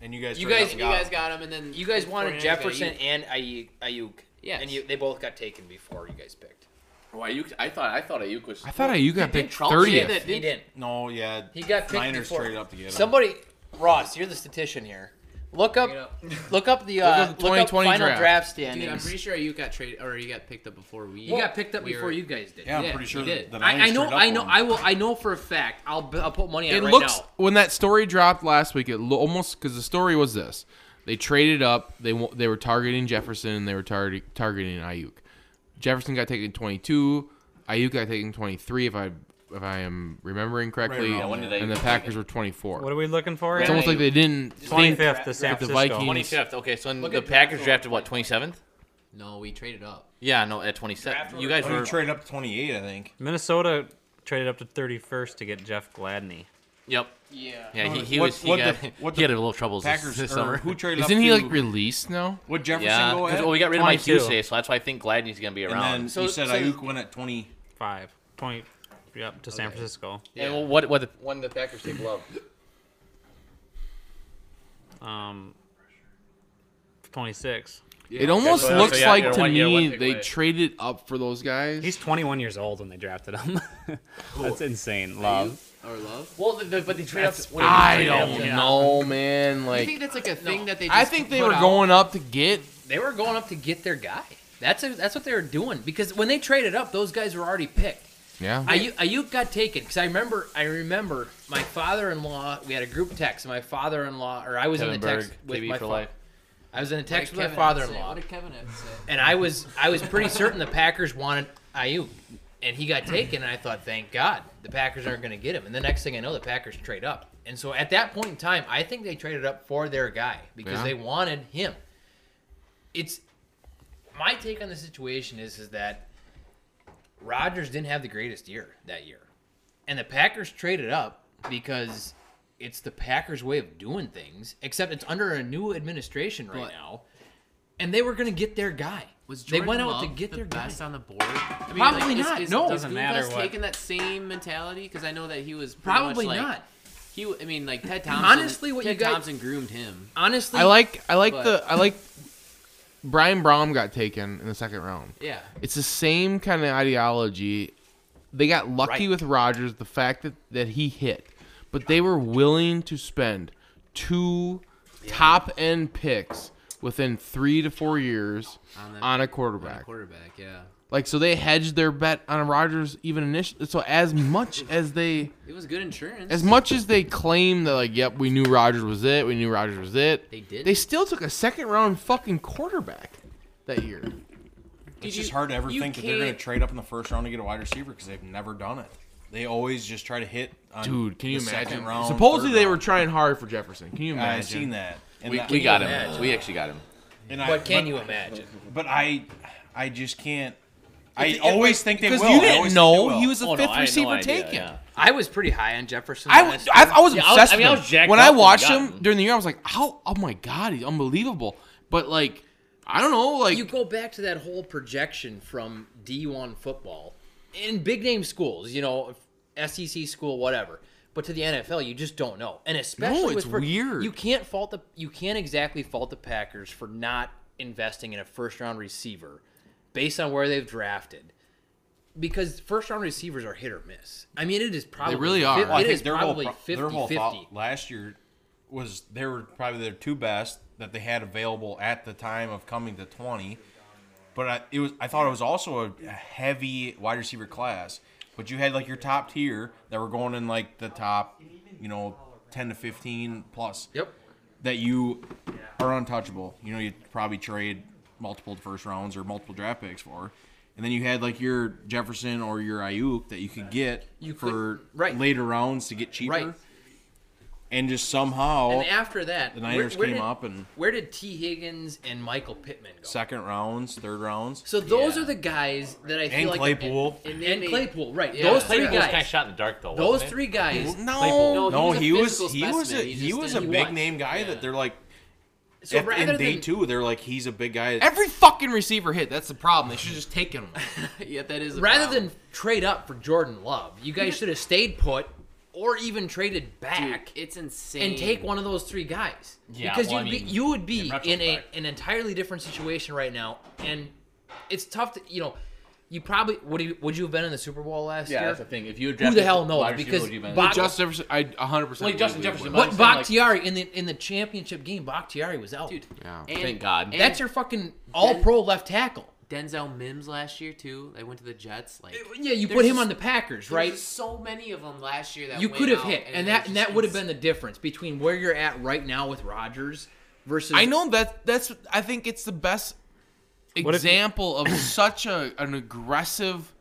[SPEAKER 2] and you guys
[SPEAKER 10] You
[SPEAKER 2] turned
[SPEAKER 10] guys,
[SPEAKER 2] up
[SPEAKER 10] you
[SPEAKER 2] and
[SPEAKER 10] guys
[SPEAKER 2] him.
[SPEAKER 10] got him, and then
[SPEAKER 9] You guys wanted
[SPEAKER 10] 49ers got
[SPEAKER 9] Jefferson
[SPEAKER 10] Ayuk.
[SPEAKER 9] and Ayuk. Ayuk.
[SPEAKER 10] Yes.
[SPEAKER 9] And you, they both got taken before you guys picked.
[SPEAKER 3] Oh, Ayuk, I thought I thought Ayuk was.
[SPEAKER 1] I thought you got
[SPEAKER 3] Didn't
[SPEAKER 1] picked
[SPEAKER 3] Trout say
[SPEAKER 1] thirtieth.
[SPEAKER 3] that?
[SPEAKER 9] He didn't.
[SPEAKER 2] No, yeah,
[SPEAKER 9] He got picked
[SPEAKER 2] Niners
[SPEAKER 9] before.
[SPEAKER 2] traded up to get him.
[SPEAKER 9] Somebody, Ross, you're the statistician here. Look up,
[SPEAKER 10] Bring it up.
[SPEAKER 9] look up the
[SPEAKER 1] up
[SPEAKER 9] uh,
[SPEAKER 1] the
[SPEAKER 9] look up
[SPEAKER 1] 2020
[SPEAKER 9] final
[SPEAKER 1] draft.
[SPEAKER 9] draft,
[SPEAKER 10] Dude,
[SPEAKER 9] standings.
[SPEAKER 10] I'm pretty sure you got traded or you got picked up before we.
[SPEAKER 9] you got picked up
[SPEAKER 10] we
[SPEAKER 9] before
[SPEAKER 10] were-
[SPEAKER 9] you guys did.
[SPEAKER 2] Yeah, I'm pretty
[SPEAKER 10] you
[SPEAKER 2] sure
[SPEAKER 10] did.
[SPEAKER 2] the Niners
[SPEAKER 9] I, I know.
[SPEAKER 2] traded up
[SPEAKER 9] I
[SPEAKER 2] for
[SPEAKER 9] know.
[SPEAKER 2] him.
[SPEAKER 9] I will. I know for a fact. I'll. b- I'll put money on
[SPEAKER 1] It
[SPEAKER 9] it right
[SPEAKER 1] looks
[SPEAKER 9] now.
[SPEAKER 1] when that story dropped last week. It lo- almost because the story was this: they traded up. They wa- they were targeting Jefferson. and They were tar- targeting Ayuk. Jefferson got taken twenty two. Ayuk got taken twenty three. If I if I am remembering correctly,
[SPEAKER 11] right. Yeah, when did they-
[SPEAKER 1] and the Packers were 24.
[SPEAKER 11] What are we looking for?
[SPEAKER 1] It's almost like they didn't. think
[SPEAKER 11] 25th to San
[SPEAKER 1] that the
[SPEAKER 11] Francisco.
[SPEAKER 1] Vikings.
[SPEAKER 3] 25th. Okay, so then
[SPEAKER 10] Look
[SPEAKER 3] the
[SPEAKER 10] at
[SPEAKER 3] Packers
[SPEAKER 10] draft
[SPEAKER 3] drafted what 27th?
[SPEAKER 10] No, we traded up.
[SPEAKER 3] Yeah, no, at 27th. You guys were
[SPEAKER 2] traded up to 28, I think.
[SPEAKER 11] Minnesota traded up to 31st to get Jeff Gladney.
[SPEAKER 3] Yep.
[SPEAKER 10] Yeah.
[SPEAKER 3] Yeah, he, he
[SPEAKER 11] What-
[SPEAKER 3] was. He,
[SPEAKER 11] what
[SPEAKER 3] got,
[SPEAKER 11] the- what the
[SPEAKER 3] he had a little troubles this-
[SPEAKER 2] Packers-
[SPEAKER 3] this
[SPEAKER 2] or
[SPEAKER 3] summer.
[SPEAKER 2] who traded
[SPEAKER 1] Isn't he like released now?
[SPEAKER 2] What Jefferson
[SPEAKER 3] yeah,
[SPEAKER 2] go
[SPEAKER 3] 'cause-
[SPEAKER 2] at?
[SPEAKER 3] well, we got rid of Mike
[SPEAKER 2] 22.
[SPEAKER 3] Tuesday, so that's why I think Gladney's gonna be
[SPEAKER 2] And
[SPEAKER 3] around.
[SPEAKER 2] then you said Ayuk went at 25.
[SPEAKER 11] 20. Yep, to San Francisco.
[SPEAKER 3] And well, what what the, when the Packers take Love?
[SPEAKER 11] Um, 26.
[SPEAKER 1] It almost
[SPEAKER 11] So, yeah,
[SPEAKER 1] looks
[SPEAKER 11] so, yeah,
[SPEAKER 1] like
[SPEAKER 11] they're
[SPEAKER 1] to
[SPEAKER 11] one year, one
[SPEAKER 1] me
[SPEAKER 11] pick
[SPEAKER 1] they
[SPEAKER 11] away.
[SPEAKER 1] traded up for those guys.
[SPEAKER 11] He's 21 years old when they drafted him. That's insane. Love.
[SPEAKER 10] Or love?
[SPEAKER 3] Well, the, the, but they traded up.
[SPEAKER 11] That's-
[SPEAKER 3] what did they
[SPEAKER 1] I
[SPEAKER 3] trade up?
[SPEAKER 1] don't know, man. Like,
[SPEAKER 10] you think that's like a thing that they? Just
[SPEAKER 1] I think they
[SPEAKER 10] put
[SPEAKER 1] were
[SPEAKER 10] out?
[SPEAKER 1] going up to get.
[SPEAKER 9] They were going up to get their guy. That's a, that's what they were doing because when they traded up, those guys were already picked.
[SPEAKER 1] Yeah.
[SPEAKER 9] Ayuk, Ayuk got taken because I remember I remember my father-in-law. We had a group text. and My father-in-law or I was in
[SPEAKER 3] Kevin
[SPEAKER 9] the text
[SPEAKER 3] Berg,
[SPEAKER 9] with
[SPEAKER 3] TV
[SPEAKER 9] my
[SPEAKER 3] for
[SPEAKER 9] fa-
[SPEAKER 3] life.
[SPEAKER 9] I was in a text
[SPEAKER 10] Like
[SPEAKER 9] with my
[SPEAKER 10] Kevin had to say,
[SPEAKER 9] father-in-law.
[SPEAKER 10] What did Kevin have to say?
[SPEAKER 9] and I was I was pretty certain the Packers wanted Ayuk, and he got taken. And I thought, thank God, the Packers aren't going to get him. And the next thing I know, the Packers trade up. And so at that point in time, I think they traded up for their guy because
[SPEAKER 1] Yeah.
[SPEAKER 9] they wanted him. It's my take on the situation is is that Rodgers didn't have the greatest year that year, and the Packers traded up because. It's the Packers' way of doing things, except it's under a new administration right
[SPEAKER 10] But-
[SPEAKER 9] now, and they were going to get their guy.
[SPEAKER 10] Was
[SPEAKER 9] they
[SPEAKER 10] Jordan
[SPEAKER 9] went out to
[SPEAKER 10] Love
[SPEAKER 9] get
[SPEAKER 10] the
[SPEAKER 9] their
[SPEAKER 10] best
[SPEAKER 9] guy.
[SPEAKER 10] on the board? I mean,
[SPEAKER 9] Probably
[SPEAKER 10] like, is-
[SPEAKER 9] not,
[SPEAKER 10] Is,
[SPEAKER 9] no.
[SPEAKER 10] does
[SPEAKER 9] Doesn't matter
[SPEAKER 10] Gutekunst
[SPEAKER 9] what.
[SPEAKER 10] taking that same mentality because I know that he was pretty
[SPEAKER 9] Probably
[SPEAKER 10] much like,
[SPEAKER 9] not.
[SPEAKER 10] He, w- I mean, like Ted Thompson.
[SPEAKER 9] Honestly, what
[SPEAKER 10] Ted
[SPEAKER 9] you guys-
[SPEAKER 10] Thompson groomed him.
[SPEAKER 9] Honestly,
[SPEAKER 1] I like. I like
[SPEAKER 10] But-
[SPEAKER 1] the. I like. Brian Brom got taken in the second round.
[SPEAKER 10] Yeah.
[SPEAKER 1] It's the same kind of ideology. They got lucky
[SPEAKER 10] Right.
[SPEAKER 1] with Rodgers, the fact that, that he hit, but they were willing to spend two top end picks within three to four years
[SPEAKER 10] On
[SPEAKER 1] on,
[SPEAKER 10] the-
[SPEAKER 1] a quarterback.
[SPEAKER 10] quarterback, yeah.
[SPEAKER 1] Like so, they hedged their bet on Rodgers even initially. So as much as they,
[SPEAKER 10] It was good insurance.
[SPEAKER 1] as much as they claim that like, yep, we knew Rodgers was it, we knew Rodgers was it.
[SPEAKER 10] They didn't.
[SPEAKER 1] They still took a second round fucking quarterback that year.
[SPEAKER 10] Did
[SPEAKER 2] It's just
[SPEAKER 10] you-
[SPEAKER 2] hard to ever
[SPEAKER 10] you
[SPEAKER 2] think that they're going
[SPEAKER 10] can't-
[SPEAKER 2] to trade up in the first round to get a wide receiver because they've never done it. They always just try to hit. On
[SPEAKER 1] Dude, can you
[SPEAKER 2] the second
[SPEAKER 1] imagine?
[SPEAKER 2] Round,
[SPEAKER 1] Supposedly
[SPEAKER 2] third
[SPEAKER 1] they
[SPEAKER 2] round.
[SPEAKER 1] were trying hard for Jefferson. Can you imagine?
[SPEAKER 2] I seen that.
[SPEAKER 1] We-
[SPEAKER 2] that-
[SPEAKER 1] we got him.
[SPEAKER 2] Yeah.
[SPEAKER 1] We actually got him.
[SPEAKER 2] And
[SPEAKER 9] What can you imagine?
[SPEAKER 2] But I, I just can't. I
[SPEAKER 9] If- if,
[SPEAKER 2] always
[SPEAKER 9] like-
[SPEAKER 2] think they will.
[SPEAKER 9] because
[SPEAKER 2] I
[SPEAKER 9] you didn't
[SPEAKER 2] always think
[SPEAKER 1] know
[SPEAKER 2] they will.
[SPEAKER 1] he was the Oh, no, fifth I had no receiver idea, taken. yeah.
[SPEAKER 9] I was pretty high on Jefferson.
[SPEAKER 1] I,
[SPEAKER 9] last
[SPEAKER 1] w- I,
[SPEAKER 9] year.
[SPEAKER 1] I was
[SPEAKER 9] Yeah,
[SPEAKER 1] obsessed
[SPEAKER 9] I mean, I
[SPEAKER 1] with
[SPEAKER 9] was
[SPEAKER 1] him.
[SPEAKER 9] jacked
[SPEAKER 1] when
[SPEAKER 9] up
[SPEAKER 1] I
[SPEAKER 9] we
[SPEAKER 1] watched
[SPEAKER 9] got
[SPEAKER 1] him during the year. I was like, "How? Oh my god, he's unbelievable!" But like, I don't know. Like,
[SPEAKER 9] you go back to that whole projection from D1 football in big name schools, you know, SEC school, whatever. But to the NFL, you just don't know, and especially
[SPEAKER 1] No,
[SPEAKER 9] with
[SPEAKER 1] it's
[SPEAKER 9] fir-
[SPEAKER 1] weird.
[SPEAKER 9] You can't fault the you can't exactly fault the Packers for not investing in a first round receiver based on where they've drafted. Because first round receivers are hit or miss. I mean, it is probably
[SPEAKER 1] really are.
[SPEAKER 9] It
[SPEAKER 1] Well, I think
[SPEAKER 9] is
[SPEAKER 2] their
[SPEAKER 9] probably
[SPEAKER 2] whole, pro-
[SPEAKER 9] 50
[SPEAKER 2] their whole
[SPEAKER 9] 50.
[SPEAKER 2] thought last year was they were probably their two best that they had available at the time of coming to 20 but I, it was I thought it was also a, a heavy wide receiver class but you had like your top tier that were going in like the top you know 10 to 15 plus
[SPEAKER 9] Yep.
[SPEAKER 2] that you are untouchable you know you probably trade multiple first rounds or multiple draft picks for and then you had like your Jefferson or your Ayuk that you could get
[SPEAKER 9] You could-
[SPEAKER 2] for
[SPEAKER 9] right.
[SPEAKER 2] later rounds to get cheaper
[SPEAKER 9] Right.
[SPEAKER 2] and just somehow
[SPEAKER 9] and after that,
[SPEAKER 2] the Niners
[SPEAKER 9] where, where
[SPEAKER 2] came
[SPEAKER 9] did,
[SPEAKER 2] up and
[SPEAKER 9] where did T. Higgins and Michael Pittman go?
[SPEAKER 2] second rounds, third rounds.
[SPEAKER 9] So those are the guys that I feel
[SPEAKER 2] And
[SPEAKER 9] like
[SPEAKER 2] Claypool.
[SPEAKER 9] and,
[SPEAKER 10] And
[SPEAKER 9] and,
[SPEAKER 10] then they-
[SPEAKER 9] Claypool, right?
[SPEAKER 10] Yeah.
[SPEAKER 9] Those three
[SPEAKER 3] Claypool was
[SPEAKER 9] guys.
[SPEAKER 3] kind of shot in the dark though.
[SPEAKER 9] those
[SPEAKER 3] wasn't it?
[SPEAKER 9] three guys.
[SPEAKER 2] no, no,
[SPEAKER 10] he
[SPEAKER 2] he
[SPEAKER 10] was
[SPEAKER 2] was
[SPEAKER 10] a
[SPEAKER 2] he
[SPEAKER 10] physical
[SPEAKER 2] was a
[SPEAKER 10] specimen. He
[SPEAKER 2] he
[SPEAKER 10] just
[SPEAKER 2] was a
[SPEAKER 10] didn't-
[SPEAKER 2] big
[SPEAKER 10] he
[SPEAKER 2] name guy that they're like.
[SPEAKER 9] So
[SPEAKER 2] at-
[SPEAKER 9] rather
[SPEAKER 2] in day
[SPEAKER 9] than-
[SPEAKER 2] two, they're like he's a big guy.
[SPEAKER 1] every fucking receiver hit. That's the problem. They should have just taken him.
[SPEAKER 10] yeah, that is. a
[SPEAKER 9] Rather
[SPEAKER 10] problem.
[SPEAKER 9] than trade up for Jordan Love, you guys should have stayed put, or even traded back
[SPEAKER 10] Dude, it's insane.
[SPEAKER 9] and take one of those three guys.
[SPEAKER 3] Yeah,
[SPEAKER 9] because
[SPEAKER 3] well,
[SPEAKER 9] you'd
[SPEAKER 3] I
[SPEAKER 9] be
[SPEAKER 3] mean,
[SPEAKER 9] you would
[SPEAKER 3] in
[SPEAKER 9] be in a
[SPEAKER 3] retrospect.
[SPEAKER 9] an entirely different situation right now, and it's tough to you know. You probably would you would you have been in the Super Bowl last
[SPEAKER 3] Yeah,
[SPEAKER 9] year?
[SPEAKER 3] that's the thing. If you had
[SPEAKER 9] who the
[SPEAKER 3] drafted
[SPEAKER 9] hell
[SPEAKER 3] wide
[SPEAKER 9] knows
[SPEAKER 3] receiver,
[SPEAKER 9] because
[SPEAKER 3] would you have been in the
[SPEAKER 9] Bach-
[SPEAKER 1] Justin Jefferson, I 100. percent
[SPEAKER 3] Like Justin Jefferson, but-
[SPEAKER 9] what
[SPEAKER 3] I'm saying, like-
[SPEAKER 9] Bakhtiari in the in the championship game, Bakhtiari was out.
[SPEAKER 10] dude.
[SPEAKER 1] Yeah.
[SPEAKER 10] And-
[SPEAKER 3] Thank God.
[SPEAKER 10] and
[SPEAKER 9] That's your fucking all-pro left tackle.
[SPEAKER 10] Denzel Mims last year too. They went to the Jets. Like
[SPEAKER 9] Yeah, you put
[SPEAKER 10] there's
[SPEAKER 9] him
[SPEAKER 10] just-
[SPEAKER 9] on the Packers,
[SPEAKER 10] there's
[SPEAKER 9] right?
[SPEAKER 10] just So many of them last year that
[SPEAKER 9] You
[SPEAKER 10] went
[SPEAKER 9] could have
[SPEAKER 10] out,
[SPEAKER 9] hit, and,
[SPEAKER 10] it
[SPEAKER 9] that
[SPEAKER 10] was
[SPEAKER 9] and
[SPEAKER 10] just
[SPEAKER 9] that would have
[SPEAKER 10] insane.
[SPEAKER 9] been the difference between where you're at right now with Rodgers versus.
[SPEAKER 1] I know that. That's. I think it's the best
[SPEAKER 11] What if you-
[SPEAKER 1] example of such a an aggressive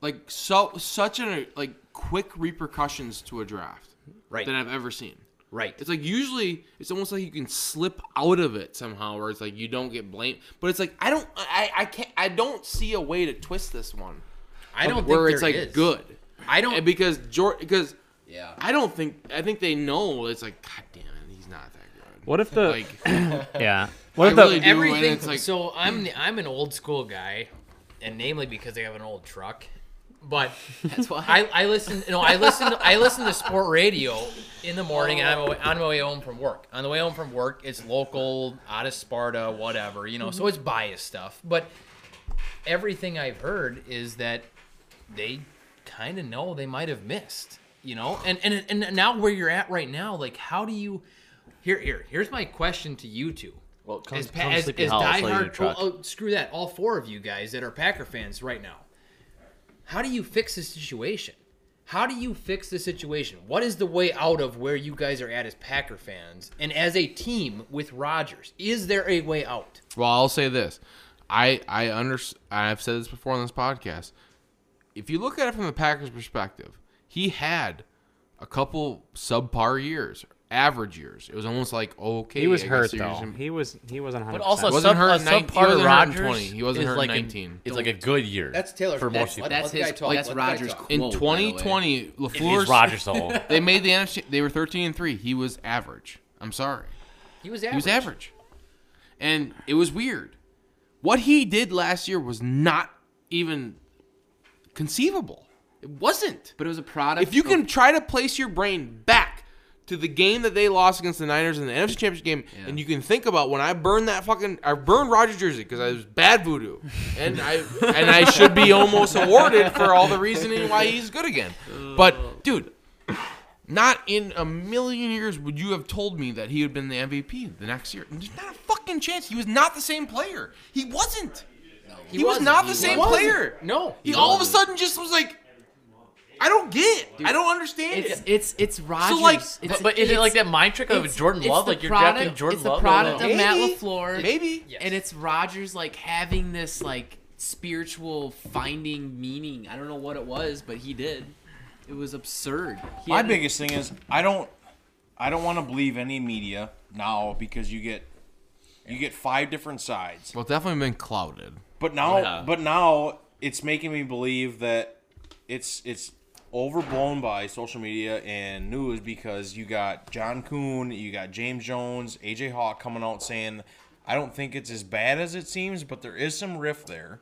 [SPEAKER 1] like so such an like quick repercussions to a draft
[SPEAKER 9] right
[SPEAKER 1] than I've ever seen.
[SPEAKER 9] Right.
[SPEAKER 1] It's like usually it's almost like you can slip out of it somehow, where it's like you don't get blamed. But it's like I don't, I, I can't, I don't see a way to twist this one.
[SPEAKER 9] I don't think
[SPEAKER 1] where it's
[SPEAKER 9] there
[SPEAKER 1] like
[SPEAKER 9] is.
[SPEAKER 1] good.
[SPEAKER 9] I don't-
[SPEAKER 1] And Eh, because George because
[SPEAKER 9] yeah
[SPEAKER 1] I don't think I think they know it's like God damn it he's not that good.
[SPEAKER 4] What if the
[SPEAKER 1] like
[SPEAKER 4] yeah?
[SPEAKER 1] I
[SPEAKER 4] What if the
[SPEAKER 1] really do, and
[SPEAKER 9] everything?
[SPEAKER 1] it's like-
[SPEAKER 9] so I'm I'm an old school guy, and namely because I have an old truck. But
[SPEAKER 10] That's why.
[SPEAKER 9] I, I listen. No, I listen. I listen to sport radio in the morning, and I'm away, on my way home from work. On the way home from work, it's local, out of Sparta, whatever you know. So it's biased stuff. But everything I've heard is that they kind of know they might have missed. You know, and and and now where you're at right now, like how do you? Here, here, here's my question to you two. Well,
[SPEAKER 3] come- come Sleepy Hollow, it's later in the truck.
[SPEAKER 9] oh, oh, screw that. All four of you guys that are Packer fans right now. How do you fix this situation? How do you fix the situation? What is the way out of where you guys are at as Packer fans and as a team with Rodgers? Is there a way out?
[SPEAKER 1] Well, I'll say this. I I under I've said this before on this podcast. If you look at it from the Packers' perspective, he had a couple subpar years, average years. It was almost like okay,
[SPEAKER 11] He was
[SPEAKER 1] I guess
[SPEAKER 11] hurt
[SPEAKER 1] you're
[SPEAKER 11] though.
[SPEAKER 1] using-
[SPEAKER 11] He was he wasn't. 100%.
[SPEAKER 3] But also,
[SPEAKER 1] Wasn't
[SPEAKER 3] sub,
[SPEAKER 1] hurt
[SPEAKER 3] a
[SPEAKER 1] in nine- he
[SPEAKER 3] subpar
[SPEAKER 1] wasn't hurt in
[SPEAKER 3] Rodgers
[SPEAKER 1] 20. He wasn't
[SPEAKER 3] is
[SPEAKER 1] hurt in
[SPEAKER 3] like a-
[SPEAKER 1] 19.
[SPEAKER 3] It's like a good year.
[SPEAKER 9] That's Taylor's-
[SPEAKER 3] for
[SPEAKER 9] that's-
[SPEAKER 3] most people.
[SPEAKER 9] that's Let the guy his- talk. that's Let the guy Rodgers' talk.
[SPEAKER 1] in
[SPEAKER 3] quote, by the way.
[SPEAKER 1] 2020.
[SPEAKER 3] If he's
[SPEAKER 1] Lafleur's
[SPEAKER 3] Rodgers the whole-
[SPEAKER 1] They made the NFC. They were 13 and three. He was average. I'm sorry.
[SPEAKER 9] He was
[SPEAKER 1] He was average, and it was weird. What he did last year was not even conceivable. It wasn't.
[SPEAKER 10] But it was a product.
[SPEAKER 1] If you
[SPEAKER 10] of-
[SPEAKER 1] can try to place your brain back to the game that they lost against the Niners in the NFC Championship game, and you can think about when I burned that fucking, I burned Roger jersey because I was bad voodoo, and I and I should be almost awarded for all the reasoning why he's good again. But dude, not in a million years would you have told me that he had been the MVP the next year. There's not a fucking chance. He was not the same player. He wasn't. he, was
[SPEAKER 9] wasn't.
[SPEAKER 1] not the
[SPEAKER 9] He
[SPEAKER 1] same
[SPEAKER 9] wasn't.
[SPEAKER 1] player.
[SPEAKER 9] No.
[SPEAKER 1] He,
[SPEAKER 9] He
[SPEAKER 1] all of a
[SPEAKER 9] wasn't.
[SPEAKER 1] sudden just was like, I don't get it. I don't understand
[SPEAKER 10] It's
[SPEAKER 1] it.
[SPEAKER 10] it's it's Rodgers.
[SPEAKER 1] like,
[SPEAKER 10] It's-
[SPEAKER 3] but is it like that mind trick of
[SPEAKER 10] it's-
[SPEAKER 3] Jordan
[SPEAKER 10] it's
[SPEAKER 3] Love?
[SPEAKER 10] the
[SPEAKER 3] Like you're
[SPEAKER 10] product-
[SPEAKER 3] drafting Jordan
[SPEAKER 10] it's the
[SPEAKER 3] Love?
[SPEAKER 10] product
[SPEAKER 3] No, no.
[SPEAKER 10] of Matt Lafleur.
[SPEAKER 1] Maybe.
[SPEAKER 10] And it's Rodgers like having this like spiritual finding meaning. I don't know what it was, but he did. It was absurd. He
[SPEAKER 2] My
[SPEAKER 10] had-
[SPEAKER 2] biggest thing is I don't I don't want to believe any media now because you get you get five different sides.
[SPEAKER 1] Well, definitely been clouded.
[SPEAKER 2] But now
[SPEAKER 1] Yeah.
[SPEAKER 2] but now it's making me believe that it's it's overblown by social media and news because you got John Kuhn, you got James Jones, AJ Hawk coming out saying I don't think it's as bad as it seems, but there is some rift there.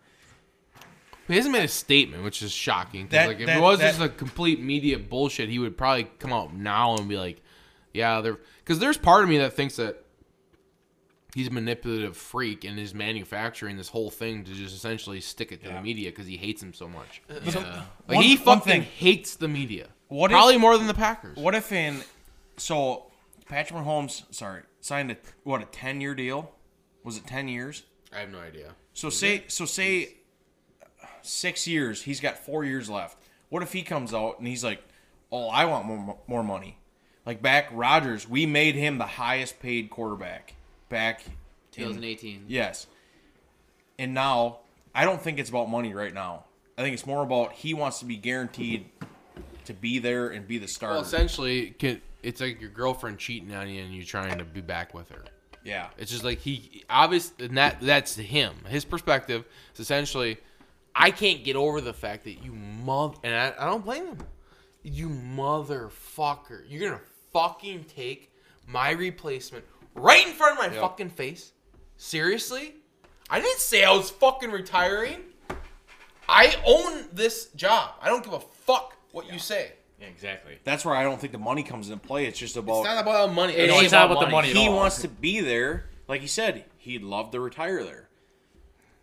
[SPEAKER 1] He hasn't made a statement, which is shocking. 'cause,
[SPEAKER 2] That-
[SPEAKER 1] like, if
[SPEAKER 2] that-
[SPEAKER 1] it was
[SPEAKER 2] that-
[SPEAKER 1] just a complete media bullshit, he would probably come out now and be like, "Yeah, they're." Because there's part of me that thinks that he's a manipulative freak and is manufacturing this whole thing to just essentially stick it to the media because he hates him so much.
[SPEAKER 2] So-
[SPEAKER 1] like
[SPEAKER 2] Uh, one-
[SPEAKER 1] he
[SPEAKER 2] one
[SPEAKER 1] fucking
[SPEAKER 2] thing-
[SPEAKER 1] hates the media.
[SPEAKER 2] What
[SPEAKER 1] probably
[SPEAKER 2] if-
[SPEAKER 1] more than the Packers.
[SPEAKER 2] What if in so Patrick Mahomes, sorry, signed a what a ten year deal? Was it ten years?
[SPEAKER 1] I have no idea.
[SPEAKER 2] So say so say six years. He's got four years left. What if he comes out and he's like, "Oh, I want more, more money." Like back Rodgers, we made him the highest paid quarterback back in-
[SPEAKER 10] 2018.
[SPEAKER 2] Yes, and now I don't think it's about money right now. I think it's more about he wants to be guaranteed to be there and be the starter.
[SPEAKER 1] Well, essentially, it can- it's like your girlfriend cheating on you and you trying to be back with her.
[SPEAKER 2] Yeah.
[SPEAKER 1] It's just like he obvious and that that's him. His perspective is essentially, I can't get over the fact that you mother and I, I don't blame him. You motherfucker, you're gonna fucking take my replacement right in front of my
[SPEAKER 2] Yep.
[SPEAKER 1] fucking face. Seriously, I didn't say I was fucking retiring. I own this job. I don't give a fuck what you say.
[SPEAKER 3] exactly.
[SPEAKER 2] That's where I don't think the money comes into play. It's just about
[SPEAKER 1] It's not about the money.
[SPEAKER 3] It's not about the money at
[SPEAKER 2] He
[SPEAKER 3] all.
[SPEAKER 2] wants to be there. Like he said, he'd love to retire there.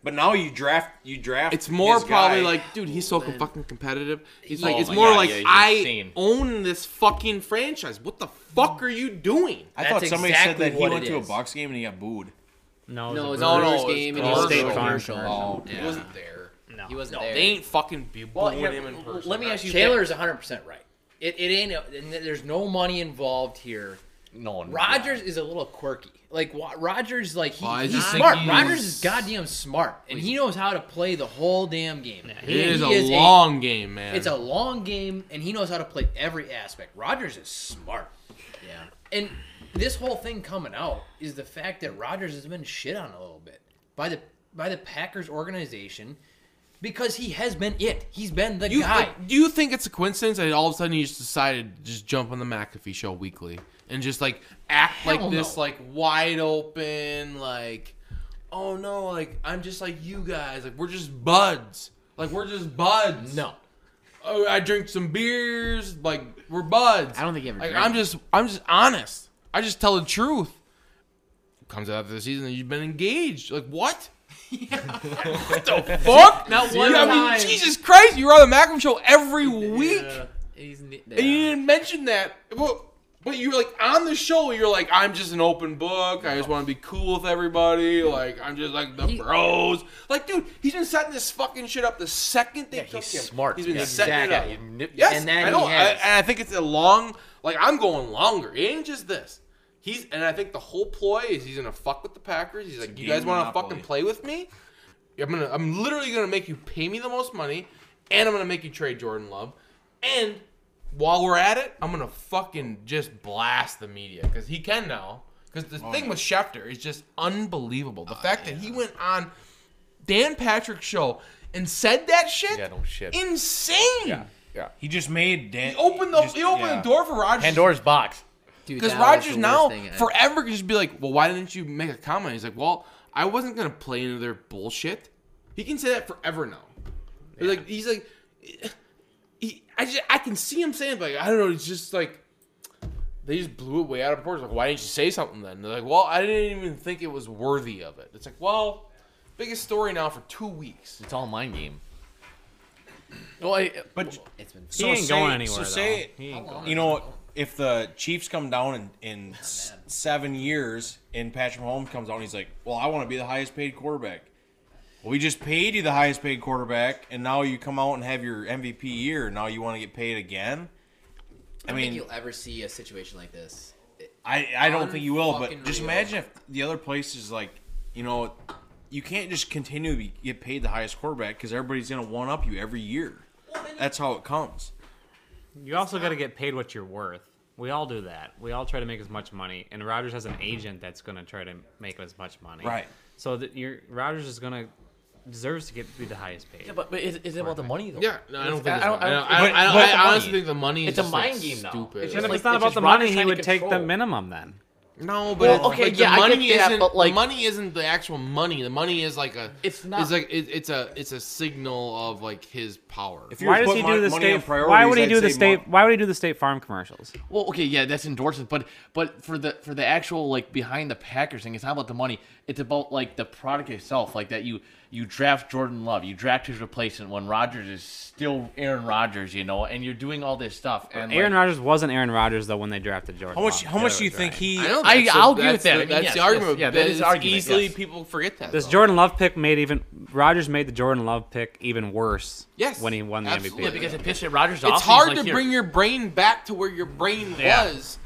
[SPEAKER 2] But now you draft you draft
[SPEAKER 1] It's more
[SPEAKER 2] his
[SPEAKER 1] probably
[SPEAKER 2] guy.
[SPEAKER 1] like, dude, he's so fucking competitive. He's like,
[SPEAKER 2] Oh
[SPEAKER 1] it's
[SPEAKER 2] my
[SPEAKER 1] more
[SPEAKER 2] God,
[SPEAKER 1] like
[SPEAKER 2] yeah, he's
[SPEAKER 1] I
[SPEAKER 2] insane.
[SPEAKER 1] own this fucking franchise. What the fuck are you doing?
[SPEAKER 2] I thought somebody said that he went to a box game and he got booed.
[SPEAKER 11] No,
[SPEAKER 10] No, it was
[SPEAKER 1] No,
[SPEAKER 10] a
[SPEAKER 1] no,
[SPEAKER 10] Brewers
[SPEAKER 1] Oh, it's
[SPEAKER 10] game and he was
[SPEAKER 1] commercial.
[SPEAKER 10] a commercial.
[SPEAKER 1] Oh, he
[SPEAKER 10] Yeah.
[SPEAKER 1] wasn't there.
[SPEAKER 10] He wasn't
[SPEAKER 1] No,
[SPEAKER 10] there.
[SPEAKER 1] They ain't fucking be
[SPEAKER 10] Well,
[SPEAKER 1] booing
[SPEAKER 10] here,
[SPEAKER 1] him in person.
[SPEAKER 10] let me ask you
[SPEAKER 9] Taylor's 100 percent right. It, it ain't. a- and there's no money involved here.
[SPEAKER 3] No one.
[SPEAKER 9] Rodgers is a little quirky. Like Wa- Rodgers, like he,
[SPEAKER 3] Well, I
[SPEAKER 9] he's
[SPEAKER 3] just think
[SPEAKER 9] smart.
[SPEAKER 3] he's-
[SPEAKER 9] Rodgers is goddamn smart, and he knows how to play the whole damn game.
[SPEAKER 1] It is a long game, man.
[SPEAKER 9] It's a long game, and he knows how to play every aspect. Rodgers is smart. Yeah. And this whole thing coming out is the fact that Rodgers has been shit on a little bit by the by the Packers organization because he has been it. He's been the
[SPEAKER 1] You-
[SPEAKER 9] guy.
[SPEAKER 1] like, do you think it's a coincidence that all of a sudden you just decided to just jump on the McAfee show weekly and just like act
[SPEAKER 9] Hell
[SPEAKER 1] like this,
[SPEAKER 9] no.
[SPEAKER 1] like wide open, like, oh no, like I'm just like you guys, like we're just buds, like we're just buds. No. Oh, I drink some beers, like we're buds. I don't think you ever. Like,
[SPEAKER 10] drank.
[SPEAKER 1] I'm just, I'm just honest. I just tell the truth. Comes out after the season, and you've been engaged. Like what? what the fuck?
[SPEAKER 10] Not one
[SPEAKER 1] I
[SPEAKER 10] time.
[SPEAKER 1] mean, Jesus Christ, you were on the Macam show every week,
[SPEAKER 10] He's,
[SPEAKER 1] and you didn't mention that. But, but you were like on the show. You're like, I'm just an open book. I just want to be cool with everybody. Like I'm just like the bros. Like, dude, he's been setting this fucking shit up the second they took him.
[SPEAKER 3] smart.
[SPEAKER 1] He's been
[SPEAKER 3] Yeah,
[SPEAKER 1] setting
[SPEAKER 3] exactly.
[SPEAKER 1] it up.
[SPEAKER 3] You nip-
[SPEAKER 1] yes,
[SPEAKER 3] and that
[SPEAKER 1] I know.
[SPEAKER 3] he
[SPEAKER 1] I-
[SPEAKER 3] has.
[SPEAKER 1] and I think it's a long. Like I'm going longer. It ain't just this. He's and I think the whole ploy is he's gonna fuck with the Packers. He's like, you
[SPEAKER 3] game
[SPEAKER 1] guys want to
[SPEAKER 3] monopoly.
[SPEAKER 1] fucking play with me? I'm gonna, I'm literally gonna make you pay me the most money, and I'm gonna make you trade Jordan Love, and while we're at it, I'm gonna fucking just blast the media because he can now. Because the
[SPEAKER 3] Oh,
[SPEAKER 1] thing
[SPEAKER 3] yeah. Oh,
[SPEAKER 1] with Schefter is just unbelievable. The fact that he went on Dan Patrick's show and said that shit,
[SPEAKER 3] Yeah, no shit.
[SPEAKER 1] insane.
[SPEAKER 3] Yeah, yeah.
[SPEAKER 2] He just made Dan.
[SPEAKER 1] He opened the he opened the door for Rodgers.
[SPEAKER 3] Pandora's box.
[SPEAKER 1] Because Rodgers now forever could just be like, well, why didn't you make a comment? He's like, well, I wasn't gonna play into their bullshit. He can say that forever now. They're Like he's like, he, I just I can see him saying like I don't know. It's just like they just blew it way out of proportion. Like why didn't you say something then? They're like, well, I didn't even think it was worthy of it. It's like, well, biggest story now for two weeks.
[SPEAKER 3] It's all mind game.
[SPEAKER 1] Well,
[SPEAKER 2] but
[SPEAKER 10] it's been
[SPEAKER 2] So say- So say, you know, if the Chiefs come down in,
[SPEAKER 10] Oh,
[SPEAKER 2] in s- seven years and Patrick Mahomes comes out and he's like, well, I want to be the highest paid quarterback. Well, we just paid you the highest paid quarterback, and now you come out and have your MVP year. Now you want to get paid again?
[SPEAKER 10] I,
[SPEAKER 2] I
[SPEAKER 10] mean, think
[SPEAKER 2] mean,
[SPEAKER 10] you'll ever see a situation like this.
[SPEAKER 2] I, I don't think you will, but just
[SPEAKER 10] Unfucking-real.
[SPEAKER 2] imagine if the other places, like, you know, you can't just continue to be, get paid the highest quarterback because everybody's going to one up you every year. That's how it comes.
[SPEAKER 4] You also got to get paid what you're worth. We all do that. We all try to make as much money, and Rogers has an agent that's going to try to make as much money.
[SPEAKER 2] Right.
[SPEAKER 4] So that your Rogers is going to deserves to get be the highest paid.
[SPEAKER 3] Yeah, but, but is, is it about the money though?
[SPEAKER 4] Yeah, no, I don't
[SPEAKER 3] It's-
[SPEAKER 4] think it's about-
[SPEAKER 1] I don't- I don't-
[SPEAKER 3] it's
[SPEAKER 1] I
[SPEAKER 3] money.
[SPEAKER 1] honestly think the money is
[SPEAKER 3] It's a
[SPEAKER 1] just, like,
[SPEAKER 3] mind game now.
[SPEAKER 1] stupid.
[SPEAKER 4] and if
[SPEAKER 3] like-
[SPEAKER 4] it's not about
[SPEAKER 3] just
[SPEAKER 4] the
[SPEAKER 3] Rodgers
[SPEAKER 4] money, he
[SPEAKER 3] trying to
[SPEAKER 4] would take the
[SPEAKER 3] control.
[SPEAKER 4] minimum then.
[SPEAKER 1] No, but
[SPEAKER 3] Well,
[SPEAKER 1] it's,
[SPEAKER 3] okay,
[SPEAKER 1] like, the
[SPEAKER 3] yeah, I
[SPEAKER 1] money
[SPEAKER 3] get that,
[SPEAKER 1] isn't
[SPEAKER 3] but,
[SPEAKER 1] the
[SPEAKER 3] like-
[SPEAKER 1] money isn't the actual money. The money is like a it's
[SPEAKER 3] not-
[SPEAKER 1] It's like it, it's a it's a signal of like his power.
[SPEAKER 4] why does he do the state? Why would he do the state? Why would he do the state farm commercials?
[SPEAKER 3] Well, okay, yeah, that's endorsements, but but for the for the actual like behind the Packers thing, it's not about the money. It's about like the product itself, like that you you draft Jordan Love, you draft his replacement when Rodgers is still Aaron Rodgers, you know, and you're doing all this stuff. And
[SPEAKER 4] Aaron
[SPEAKER 3] like,
[SPEAKER 4] Rodgers wasn't Aaron Rodgers though when they drafted Jordan.
[SPEAKER 3] How much-
[SPEAKER 4] Love.
[SPEAKER 2] Oh,
[SPEAKER 3] how
[SPEAKER 4] Yeah,
[SPEAKER 3] much
[SPEAKER 4] that
[SPEAKER 3] do you
[SPEAKER 4] was
[SPEAKER 3] think
[SPEAKER 4] right.
[SPEAKER 3] he- I don't- I- that's the- I'll give it that's that. the- I mean, that's yes, the yes, argument, yeah, that that is is argument,
[SPEAKER 1] easily
[SPEAKER 3] easily
[SPEAKER 1] people forget that.
[SPEAKER 4] This Jordan Love pick made even Rodgers made the Jordan Love pick even worse.
[SPEAKER 1] Yes,
[SPEAKER 4] when he won the
[SPEAKER 1] absolutely.
[SPEAKER 4] MVP.
[SPEAKER 1] Yeah, because
[SPEAKER 3] it pissed at Rodgers off.
[SPEAKER 1] it's
[SPEAKER 3] He's
[SPEAKER 1] hard
[SPEAKER 3] like,
[SPEAKER 1] to
[SPEAKER 3] "Here."
[SPEAKER 1] bring your brain back to where your brain
[SPEAKER 4] Yeah.
[SPEAKER 1] was.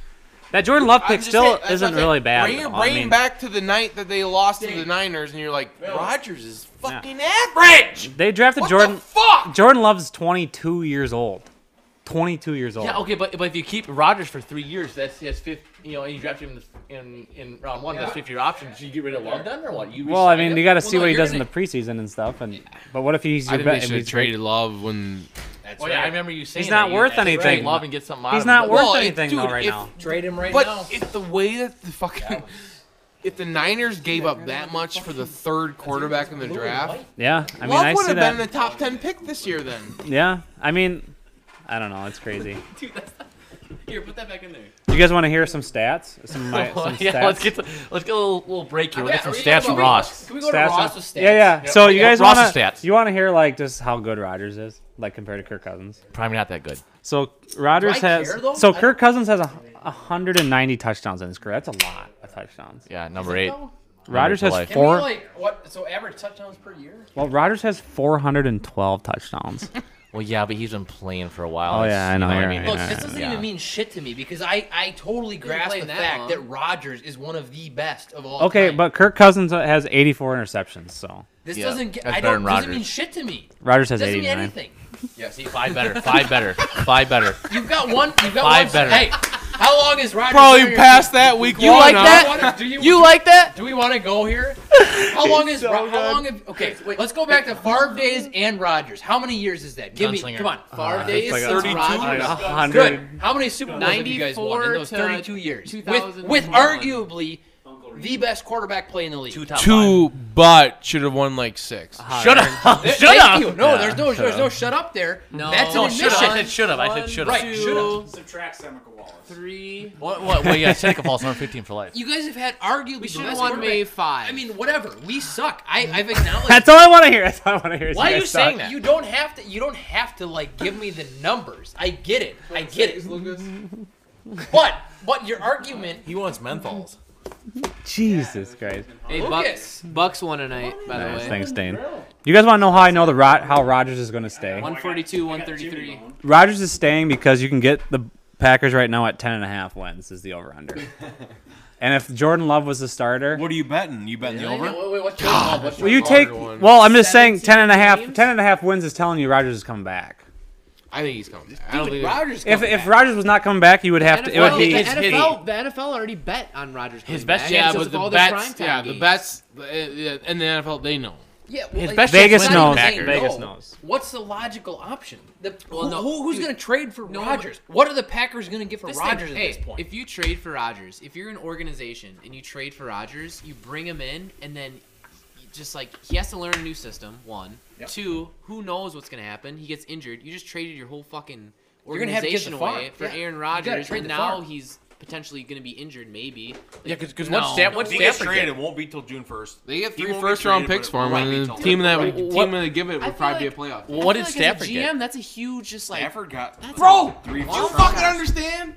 [SPEAKER 4] That Jordan Love
[SPEAKER 1] I'm
[SPEAKER 4] pick
[SPEAKER 1] just
[SPEAKER 4] still
[SPEAKER 1] saying- that's
[SPEAKER 4] isn't
[SPEAKER 1] what I'm
[SPEAKER 4] really
[SPEAKER 1] saying.
[SPEAKER 4] bad.
[SPEAKER 1] Bring your
[SPEAKER 4] though. I
[SPEAKER 1] brain
[SPEAKER 4] mean,
[SPEAKER 1] back to the night that they lost to the Niners, and you're like, Rodgers is fucking average.
[SPEAKER 4] They drafted
[SPEAKER 1] What the
[SPEAKER 4] Jordan.
[SPEAKER 1] fuck?
[SPEAKER 4] Jordan Love's 22 years old. 22 years old.
[SPEAKER 3] Yeah, okay, but but if you keep Rodgers for three years, that's that's fifth, you know, and you draft him in in round one, that's fifth year option. So you get rid of Love then or what? You
[SPEAKER 4] Well, I
[SPEAKER 3] resign
[SPEAKER 4] mean,
[SPEAKER 3] him?
[SPEAKER 4] you got to
[SPEAKER 3] Well,
[SPEAKER 4] see
[SPEAKER 3] no,
[SPEAKER 4] what he
[SPEAKER 3] you're
[SPEAKER 4] does
[SPEAKER 3] gonna-
[SPEAKER 4] in the preseason and stuff. And but what if he's
[SPEAKER 1] I
[SPEAKER 4] your
[SPEAKER 1] think they
[SPEAKER 4] bet?
[SPEAKER 1] should have traded Love when.
[SPEAKER 3] Oh yeah, I remember you saying
[SPEAKER 4] He's not
[SPEAKER 3] that. You-
[SPEAKER 4] worth
[SPEAKER 3] that's
[SPEAKER 4] anything.
[SPEAKER 3] right, Love and get something out
[SPEAKER 4] He's
[SPEAKER 3] of him,
[SPEAKER 4] not
[SPEAKER 3] but-
[SPEAKER 4] worth
[SPEAKER 1] Well, it-
[SPEAKER 4] anything though
[SPEAKER 1] dude,
[SPEAKER 4] right
[SPEAKER 1] if-
[SPEAKER 4] now.
[SPEAKER 9] Trade him right
[SPEAKER 1] but
[SPEAKER 9] now.
[SPEAKER 1] if the way that the fucking if the Niners gave up that much for the third quarterback in the draft,
[SPEAKER 4] Yeah, I mean,
[SPEAKER 1] Love
[SPEAKER 4] I
[SPEAKER 1] would
[SPEAKER 4] see
[SPEAKER 1] have
[SPEAKER 4] that.
[SPEAKER 1] been a top ten pick this year. Then
[SPEAKER 4] Yeah, I mean, I don't know. It's crazy.
[SPEAKER 10] Dude, that's not... Here, put that back in there.
[SPEAKER 4] Do you guys want to hear some stats? Some of my some
[SPEAKER 3] yeah,
[SPEAKER 4] stats?
[SPEAKER 3] let's get to, let's get a little, little break here. We'll get some
[SPEAKER 10] Are we
[SPEAKER 3] stats
[SPEAKER 10] talking
[SPEAKER 3] from
[SPEAKER 10] about-
[SPEAKER 3] Ross.
[SPEAKER 10] Can we go to
[SPEAKER 4] Stats
[SPEAKER 10] Ross
[SPEAKER 4] on-
[SPEAKER 10] with stats?
[SPEAKER 4] Yeah, yeah. So you guys
[SPEAKER 3] Ross's
[SPEAKER 4] want to
[SPEAKER 3] stats.
[SPEAKER 4] you want to hear like just how good Rodgers is, like compared to Kirk Cousins?
[SPEAKER 3] Probably not that good.
[SPEAKER 4] So Rodgers
[SPEAKER 3] Do I
[SPEAKER 4] has
[SPEAKER 3] care, though?
[SPEAKER 4] so
[SPEAKER 3] I-
[SPEAKER 4] Kirk Cousins has a, 190 touchdowns in his career. That's a lot of touchdowns.
[SPEAKER 3] Yeah, number eight.
[SPEAKER 4] Rodgers
[SPEAKER 3] Number
[SPEAKER 4] has
[SPEAKER 3] eight.
[SPEAKER 9] Can we,
[SPEAKER 4] four.
[SPEAKER 9] like, what? So average touchdowns per year?
[SPEAKER 4] Well, Rodgers has 412 touchdowns.
[SPEAKER 3] Well, yeah, but he's been playing for a while.
[SPEAKER 4] Oh,
[SPEAKER 3] It's-
[SPEAKER 4] yeah, I know,
[SPEAKER 3] what
[SPEAKER 4] you're
[SPEAKER 3] mean?
[SPEAKER 4] right,
[SPEAKER 9] Look, this doesn't
[SPEAKER 3] Yeah.
[SPEAKER 9] even mean shit to me because I, I totally grasp the
[SPEAKER 10] playing that
[SPEAKER 9] fact
[SPEAKER 10] long.
[SPEAKER 9] that Rodgers is one of the best of all.
[SPEAKER 4] Okay,
[SPEAKER 9] time.
[SPEAKER 4] but Kirk Cousins has 84 interceptions, so
[SPEAKER 9] this doesn't get.
[SPEAKER 3] that's
[SPEAKER 9] I
[SPEAKER 3] better
[SPEAKER 9] don't.
[SPEAKER 3] than
[SPEAKER 9] Doesn't mean
[SPEAKER 3] Rodgers.
[SPEAKER 9] shit to me.
[SPEAKER 4] Rodgers has
[SPEAKER 9] doesn't mean
[SPEAKER 4] 89.
[SPEAKER 9] anything.
[SPEAKER 3] Yeah, see, five better, five better, five better.
[SPEAKER 9] You've got one. You've got
[SPEAKER 3] Five better.
[SPEAKER 9] one. Hey, how long is Rodgers?
[SPEAKER 2] Probably
[SPEAKER 9] career?
[SPEAKER 2] past that week
[SPEAKER 9] You
[SPEAKER 2] one,
[SPEAKER 9] like
[SPEAKER 2] huh?
[SPEAKER 9] that? Do you,
[SPEAKER 3] like that?
[SPEAKER 9] Do we want to go here? How long is Ro- how long? Have, okay, let's go back to Favre days and Rodgers. How many years is that? Give me,
[SPEAKER 3] Gunslinger.
[SPEAKER 9] come on, Favre
[SPEAKER 3] Uh,
[SPEAKER 9] days,
[SPEAKER 3] it's like
[SPEAKER 9] Rodgers.
[SPEAKER 3] 32? Like a
[SPEAKER 9] Good.
[SPEAKER 3] hundred.
[SPEAKER 9] How many Super Bowls have you guys won in those
[SPEAKER 10] 94 to
[SPEAKER 9] thirty-two years? With,
[SPEAKER 10] 2001.
[SPEAKER 9] with arguably the best quarterback play in the league. Two
[SPEAKER 1] Two, but should have won like six.
[SPEAKER 3] Shut up.
[SPEAKER 9] There-
[SPEAKER 3] Shut
[SPEAKER 9] thank
[SPEAKER 3] up.
[SPEAKER 9] you. No,
[SPEAKER 1] Yeah,
[SPEAKER 9] there's no,
[SPEAKER 1] shut
[SPEAKER 9] there's no
[SPEAKER 1] up.
[SPEAKER 9] shut up there.
[SPEAKER 10] No.
[SPEAKER 9] that's an
[SPEAKER 3] No,
[SPEAKER 9] admission.
[SPEAKER 3] shut up. I said should have. I said should
[SPEAKER 9] Right, should have.
[SPEAKER 13] Subtract Seneca Wallace.
[SPEAKER 10] Three.
[SPEAKER 3] What? What? Well, yeah, Seneca Falls number fifteen for life.
[SPEAKER 9] You guys have had arguably the
[SPEAKER 10] We should
[SPEAKER 9] best
[SPEAKER 10] have won
[SPEAKER 9] quarterback.
[SPEAKER 10] May five.
[SPEAKER 9] I mean, whatever. We suck. I, I've acknowledged.
[SPEAKER 4] That's all I want to hear. That's all I want to hear. is
[SPEAKER 9] Why are
[SPEAKER 4] guys
[SPEAKER 9] you saying
[SPEAKER 4] suck.
[SPEAKER 9] that? You don't have to. You don't have to like give me the numbers. I get it. I get it. But but your argument.
[SPEAKER 3] He wants menthols.
[SPEAKER 4] Jesus Christ.
[SPEAKER 10] Hey,
[SPEAKER 9] Lucas.
[SPEAKER 10] Bucks. Bucks won tonight, by the
[SPEAKER 4] Nice,
[SPEAKER 10] way.
[SPEAKER 4] thanks, Dane. You guys want to know how I know the Rod- how Rodgers is going to stay?
[SPEAKER 10] 142, 133.
[SPEAKER 4] Rodgers is staying because you can get the Packers right now at ten and a half wins is the over under. and if Jordan Love was the starter,
[SPEAKER 2] What are you betting? You betting the over?
[SPEAKER 9] Wait, wait, what's your call? What's your
[SPEAKER 4] will you
[SPEAKER 9] call?
[SPEAKER 4] take? Well, I'm just saying ten and a half. Ten and a half wins is telling you Rodgers is coming back.
[SPEAKER 1] I think he's coming. Back. I don't think
[SPEAKER 9] Rodgers.
[SPEAKER 4] If if Rodgers was not coming back, you would have to. It would be.
[SPEAKER 10] the, NFL, the NFL already bet on Rodgers.
[SPEAKER 3] His
[SPEAKER 10] coming
[SPEAKER 3] best
[SPEAKER 10] back.
[SPEAKER 1] Yeah,
[SPEAKER 10] It's
[SPEAKER 1] but
[SPEAKER 10] with
[SPEAKER 1] the
[SPEAKER 10] all
[SPEAKER 1] bets.
[SPEAKER 10] primetime
[SPEAKER 1] Yeah, the
[SPEAKER 10] games.
[SPEAKER 1] bets. uh, yeah, And the NFL, they know.
[SPEAKER 9] Yeah, well,
[SPEAKER 3] His
[SPEAKER 9] like,
[SPEAKER 3] best
[SPEAKER 4] Vegas
[SPEAKER 9] it's not
[SPEAKER 4] knows.
[SPEAKER 9] even saying
[SPEAKER 4] Vegas
[SPEAKER 9] no.
[SPEAKER 4] knows.
[SPEAKER 9] What's the logical option? The,
[SPEAKER 10] Well, no,
[SPEAKER 9] who, who's
[SPEAKER 10] dude.
[SPEAKER 9] going to trade for
[SPEAKER 10] No,
[SPEAKER 9] Rodgers? What are the Packers going to get for
[SPEAKER 10] This
[SPEAKER 9] Rodgers
[SPEAKER 10] thing,
[SPEAKER 9] at
[SPEAKER 10] hey,
[SPEAKER 9] this point?
[SPEAKER 10] if you trade for Rodgers, if you're an organization and you trade for Rodgers, you bring him in, and then you just like he has to learn a new system. One, two, who knows what's gonna happen? He gets injured. You just traded your whole fucking
[SPEAKER 9] You're gonna have to get the
[SPEAKER 10] organization
[SPEAKER 9] farm.
[SPEAKER 10] away for
[SPEAKER 9] Yeah.
[SPEAKER 10] Aaron
[SPEAKER 9] You gotta
[SPEAKER 10] Rodgers,
[SPEAKER 9] trade
[SPEAKER 10] and
[SPEAKER 9] the
[SPEAKER 10] now
[SPEAKER 9] farm.
[SPEAKER 10] he's potentially gonna be injured, maybe.
[SPEAKER 3] Yeah, because
[SPEAKER 10] No.
[SPEAKER 3] what Stafford?
[SPEAKER 10] No.
[SPEAKER 3] What
[SPEAKER 10] He
[SPEAKER 3] Stafford? get?
[SPEAKER 2] It won't be till June first.
[SPEAKER 1] They get
[SPEAKER 2] He
[SPEAKER 1] three
[SPEAKER 2] won't be
[SPEAKER 1] first round
[SPEAKER 2] traded,
[SPEAKER 1] picks
[SPEAKER 2] but
[SPEAKER 1] for
[SPEAKER 2] it
[SPEAKER 1] him,
[SPEAKER 2] won't
[SPEAKER 1] and
[SPEAKER 2] be
[SPEAKER 1] the
[SPEAKER 2] till-
[SPEAKER 1] team that
[SPEAKER 10] Right.
[SPEAKER 1] would,
[SPEAKER 10] What-
[SPEAKER 1] team that would give it would probably be a playoff. team.
[SPEAKER 10] I
[SPEAKER 3] What did
[SPEAKER 10] feel like as
[SPEAKER 3] Stafford
[SPEAKER 10] a
[SPEAKER 3] get?
[SPEAKER 10] GM, that's a huge, just like
[SPEAKER 2] Stafford got
[SPEAKER 1] Bro,
[SPEAKER 2] Three
[SPEAKER 1] you
[SPEAKER 2] first rounds.
[SPEAKER 1] fucking understand?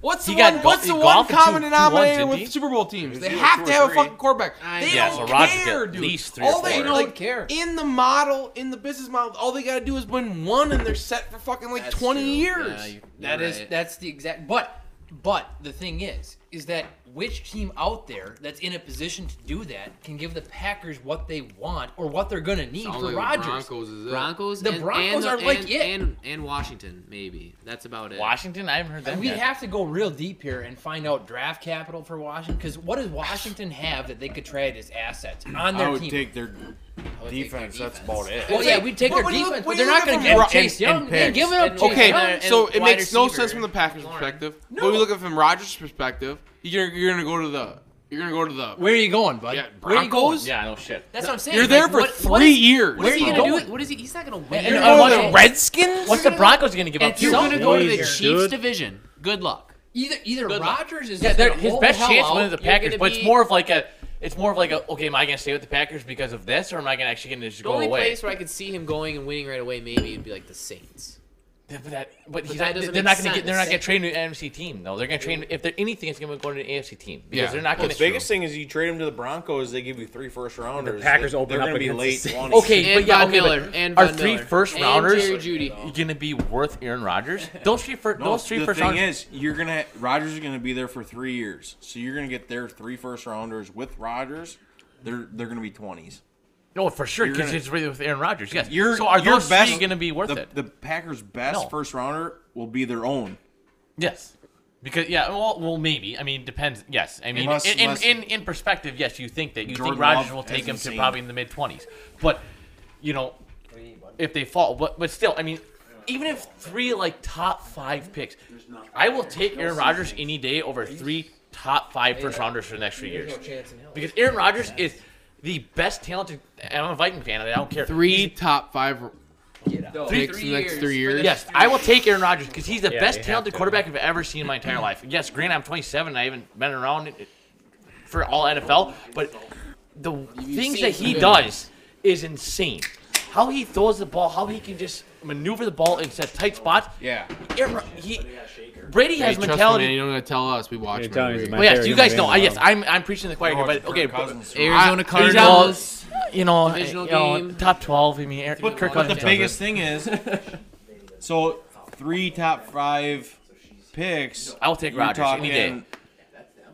[SPEAKER 1] What's the
[SPEAKER 3] He got
[SPEAKER 1] one?
[SPEAKER 3] go-
[SPEAKER 1] What's the
[SPEAKER 3] he
[SPEAKER 1] one
[SPEAKER 3] golfed in two-
[SPEAKER 1] common
[SPEAKER 3] two
[SPEAKER 1] denominator
[SPEAKER 3] ones,
[SPEAKER 1] with
[SPEAKER 3] didn't he?
[SPEAKER 1] Super Bowl teams? They
[SPEAKER 2] either
[SPEAKER 1] have
[SPEAKER 2] two
[SPEAKER 1] to
[SPEAKER 2] or
[SPEAKER 1] have a
[SPEAKER 2] three.
[SPEAKER 1] fucking quarterback.
[SPEAKER 10] I
[SPEAKER 1] They don't
[SPEAKER 3] know. Yeah, so Rodgers get
[SPEAKER 1] care,
[SPEAKER 3] at
[SPEAKER 1] dude.
[SPEAKER 3] least three or
[SPEAKER 1] all they
[SPEAKER 3] four.
[SPEAKER 1] know,
[SPEAKER 3] They
[SPEAKER 1] like, care. In the model, in the business model, all they gotta do is win one, and they're set for fucking like
[SPEAKER 10] That's
[SPEAKER 1] twenty
[SPEAKER 10] true.
[SPEAKER 1] years.
[SPEAKER 10] Yeah, you-
[SPEAKER 9] That
[SPEAKER 10] you're
[SPEAKER 9] is
[SPEAKER 10] right.
[SPEAKER 9] that's the exact but but the thing is is that which team out there that's in a position to do that can give the Packers what they want or what they're gonna need
[SPEAKER 1] Sounds
[SPEAKER 9] for
[SPEAKER 1] like the
[SPEAKER 9] Rodgers.
[SPEAKER 1] Broncos is it.
[SPEAKER 10] Broncos.
[SPEAKER 9] The
[SPEAKER 10] and- and
[SPEAKER 9] Broncos
[SPEAKER 10] the-
[SPEAKER 9] are like
[SPEAKER 10] and,
[SPEAKER 9] it.
[SPEAKER 10] and and Washington maybe. That's about it.
[SPEAKER 3] Washington? I haven't heard that.
[SPEAKER 9] And we
[SPEAKER 3] yet.
[SPEAKER 9] have to go real deep here and find out draft capital for Washington because what does Washington have that they could trade as assets on their
[SPEAKER 2] I would
[SPEAKER 9] team?
[SPEAKER 2] take their
[SPEAKER 9] I would take their
[SPEAKER 2] defense. That's
[SPEAKER 9] defense.
[SPEAKER 2] about it.
[SPEAKER 9] Well, yeah, we'd take
[SPEAKER 1] But
[SPEAKER 9] their
[SPEAKER 1] when you look-
[SPEAKER 9] defense,
[SPEAKER 1] when
[SPEAKER 9] but they're
[SPEAKER 1] you
[SPEAKER 9] not
[SPEAKER 1] look
[SPEAKER 9] going to
[SPEAKER 1] at
[SPEAKER 9] give up
[SPEAKER 1] Ro-
[SPEAKER 9] Chase
[SPEAKER 1] and-
[SPEAKER 9] Young.
[SPEAKER 1] and
[SPEAKER 9] They
[SPEAKER 1] picks.
[SPEAKER 9] give up Chase
[SPEAKER 1] Okay,
[SPEAKER 9] Young.
[SPEAKER 10] and
[SPEAKER 1] so it
[SPEAKER 10] wide
[SPEAKER 1] makes no
[SPEAKER 10] receiver,
[SPEAKER 1] sense from the Packers'
[SPEAKER 10] Lawrence.
[SPEAKER 1] perspective. But when you look at it from Rodgers' perspective, you're you're gonna go to the you're gonna go to the
[SPEAKER 9] Where are you going, bud?
[SPEAKER 1] Yeah,
[SPEAKER 9] Where are you going?
[SPEAKER 1] Broncos?
[SPEAKER 3] Yeah, no shit.
[SPEAKER 10] That's what I'm saying.
[SPEAKER 1] You're
[SPEAKER 10] Like,
[SPEAKER 1] there for
[SPEAKER 10] what-
[SPEAKER 1] three
[SPEAKER 10] what is-
[SPEAKER 1] years.
[SPEAKER 10] What is he
[SPEAKER 1] bro.
[SPEAKER 10] gonna do? with- What is he? He's not gonna win.
[SPEAKER 9] and
[SPEAKER 1] You're
[SPEAKER 10] You're
[SPEAKER 1] going
[SPEAKER 9] all
[SPEAKER 10] gonna
[SPEAKER 1] to the
[SPEAKER 9] the
[SPEAKER 10] win.
[SPEAKER 1] Redskins?
[SPEAKER 3] What's the Broncos going to give up?
[SPEAKER 10] If you're
[SPEAKER 3] to?
[SPEAKER 10] gonna go to the
[SPEAKER 4] Jesus,
[SPEAKER 10] Chiefs
[SPEAKER 4] dude.
[SPEAKER 10] division, good luck.
[SPEAKER 9] Either either
[SPEAKER 3] Good luck.
[SPEAKER 9] Rodgers is
[SPEAKER 3] Yeah,
[SPEAKER 9] just
[SPEAKER 3] they're-
[SPEAKER 9] gonna
[SPEAKER 3] his
[SPEAKER 9] hold
[SPEAKER 3] best
[SPEAKER 9] the hell
[SPEAKER 3] chance
[SPEAKER 9] out.
[SPEAKER 3] winning the
[SPEAKER 10] You're
[SPEAKER 3] Packers,
[SPEAKER 10] gonna
[SPEAKER 3] but it's
[SPEAKER 10] be-
[SPEAKER 3] more of like a, it's more of like a, okay, am I gonna stay with the Packers because of this, or am I gonna actually gonna just
[SPEAKER 10] The
[SPEAKER 3] go
[SPEAKER 10] only
[SPEAKER 3] away?
[SPEAKER 10] place where I could see him going and winning right away, maybe, would be like the Saints.
[SPEAKER 3] Yeah, but that, but he's not,
[SPEAKER 10] that doesn't
[SPEAKER 3] they're
[SPEAKER 10] make
[SPEAKER 3] not gonna get, they're
[SPEAKER 10] sense.
[SPEAKER 3] not gonna train an NFC team though. They're gonna train if they're anything, it's gonna go to an AFC team because
[SPEAKER 1] Yeah.
[SPEAKER 3] they're not
[SPEAKER 1] Well,
[SPEAKER 3] gonna.
[SPEAKER 1] it's
[SPEAKER 2] The biggest thing is you trade them to the Broncos. They give you three first rounders.
[SPEAKER 4] Packers
[SPEAKER 2] They-
[SPEAKER 4] open
[SPEAKER 2] they're
[SPEAKER 4] up
[SPEAKER 2] gonna be
[SPEAKER 4] against
[SPEAKER 2] late.
[SPEAKER 4] the Saints.
[SPEAKER 2] 20s.
[SPEAKER 3] Okay,
[SPEAKER 10] And
[SPEAKER 3] but yeah,
[SPEAKER 10] Von
[SPEAKER 3] okay,
[SPEAKER 10] Miller,
[SPEAKER 3] but
[SPEAKER 10] and
[SPEAKER 3] are
[SPEAKER 10] Von
[SPEAKER 3] three
[SPEAKER 10] Miller,
[SPEAKER 3] first
[SPEAKER 10] and
[SPEAKER 3] rounders
[SPEAKER 10] Jerry Jeudy.
[SPEAKER 3] gonna be worth Aaron Rodgers? Those three first,
[SPEAKER 2] No,
[SPEAKER 3] those three
[SPEAKER 2] the
[SPEAKER 3] first
[SPEAKER 2] thing
[SPEAKER 3] rounders.
[SPEAKER 2] is, you're gonna Rodgers is gonna be there for three years, so you're gonna get their three first rounders with Rodgers. They're they're gonna be twenties.
[SPEAKER 3] no, for sure,
[SPEAKER 2] you're
[SPEAKER 3] because
[SPEAKER 2] gonna-
[SPEAKER 3] it's really with Aaron Rodgers. Yes,
[SPEAKER 2] Your
[SPEAKER 3] so are
[SPEAKER 2] your
[SPEAKER 3] those
[SPEAKER 2] best
[SPEAKER 3] three gonna be worth
[SPEAKER 2] the,
[SPEAKER 3] it?
[SPEAKER 2] The Packers' best
[SPEAKER 3] No.
[SPEAKER 2] first rounder will be their own.
[SPEAKER 3] Yes. Because yeah, well, well, maybe. I mean, depends. Yes, I mean,
[SPEAKER 2] Unless-
[SPEAKER 3] in,
[SPEAKER 2] unless-
[SPEAKER 3] in, in in perspective, yes, you think that you
[SPEAKER 2] Jordan
[SPEAKER 3] think Rodgers
[SPEAKER 2] Love
[SPEAKER 3] will take
[SPEAKER 2] hasn't
[SPEAKER 3] him to
[SPEAKER 2] seen-
[SPEAKER 3] probably in the mid twenties, but you know, if they fall, but but still, I mean, even if three like top five picks, I will take Aaron Rodgers any day over three top five first rounders for the next three years. Because Aaron Rodgers is the best talented. and I'm a Viking fan. and I don't care.
[SPEAKER 1] Three top five picks
[SPEAKER 10] three
[SPEAKER 1] the next three
[SPEAKER 10] years for
[SPEAKER 1] years.
[SPEAKER 10] the-
[SPEAKER 3] Yes, I will take Aaron Rodgers because he's the
[SPEAKER 4] Yeah, you
[SPEAKER 3] best
[SPEAKER 4] have
[SPEAKER 3] talented
[SPEAKER 4] to.
[SPEAKER 3] quarterback I've ever seen in my entire life. Yes, granted, I'm 27 and I haven't been around it- it- for all NFL, but the things
[SPEAKER 10] seen
[SPEAKER 3] that
[SPEAKER 10] some
[SPEAKER 3] he
[SPEAKER 10] good
[SPEAKER 3] does is insane. How he throws the ball, how he can just maneuver the ball in such tight spots.
[SPEAKER 2] Yeah.
[SPEAKER 3] Aaron Rod- he- Brady
[SPEAKER 1] Hey,
[SPEAKER 3] has
[SPEAKER 1] trust me,
[SPEAKER 3] mentality.
[SPEAKER 1] man, you don't gotta tell us. We watch.
[SPEAKER 4] You're
[SPEAKER 1] him
[SPEAKER 4] telling
[SPEAKER 1] every
[SPEAKER 4] me
[SPEAKER 1] week.
[SPEAKER 4] my
[SPEAKER 3] Well, yes,
[SPEAKER 4] favorite
[SPEAKER 3] you guys know. I,
[SPEAKER 4] movie
[SPEAKER 3] yes,
[SPEAKER 4] ever.
[SPEAKER 3] I'm I'm preaching the choir here, but okay,
[SPEAKER 2] Kirk
[SPEAKER 3] but-
[SPEAKER 2] Cousins.
[SPEAKER 10] Arizona
[SPEAKER 1] I-
[SPEAKER 10] Cardinals.
[SPEAKER 3] you know,
[SPEAKER 10] Divisional
[SPEAKER 3] you know,
[SPEAKER 10] game.
[SPEAKER 3] top 12. I mean, Aaron,
[SPEAKER 10] But
[SPEAKER 3] Kirk
[SPEAKER 10] the
[SPEAKER 3] Cousins.
[SPEAKER 2] The
[SPEAKER 3] does it.
[SPEAKER 2] biggest thing is So three top five picks.
[SPEAKER 3] I'll take
[SPEAKER 2] you're
[SPEAKER 3] Rodgers any day.
[SPEAKER 2] talking-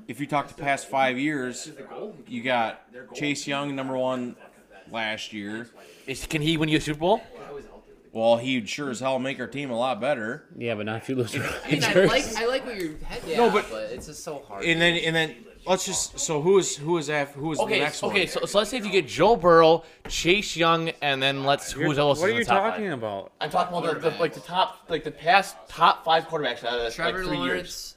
[SPEAKER 2] If you talk the past five years, you got Chase Young number one last year.
[SPEAKER 3] Is, can he win you a Super Bowl?
[SPEAKER 2] Well, he'd sure as hell make our team a lot better.
[SPEAKER 4] Yeah, but not if you lose
[SPEAKER 10] I mean, I like I like what you're heading.
[SPEAKER 2] No,
[SPEAKER 10] No,
[SPEAKER 2] but-
[SPEAKER 10] but, it's just so hard.
[SPEAKER 2] And then and then let's just so who is who is af, who is
[SPEAKER 3] Okay,
[SPEAKER 2] the next
[SPEAKER 3] okay.
[SPEAKER 2] one?
[SPEAKER 3] So, so let's say if you get Joe Burrow, Chase Young, and then let's who's
[SPEAKER 2] You're-
[SPEAKER 3] else?
[SPEAKER 2] what are
[SPEAKER 3] is in
[SPEAKER 2] you
[SPEAKER 3] the top
[SPEAKER 2] talking
[SPEAKER 3] five?
[SPEAKER 2] about?
[SPEAKER 3] I'm talking about the, the, like the top, like the past top five quarterbacks out of this, like
[SPEAKER 10] Trevor
[SPEAKER 3] three
[SPEAKER 10] Lawrence.
[SPEAKER 3] years.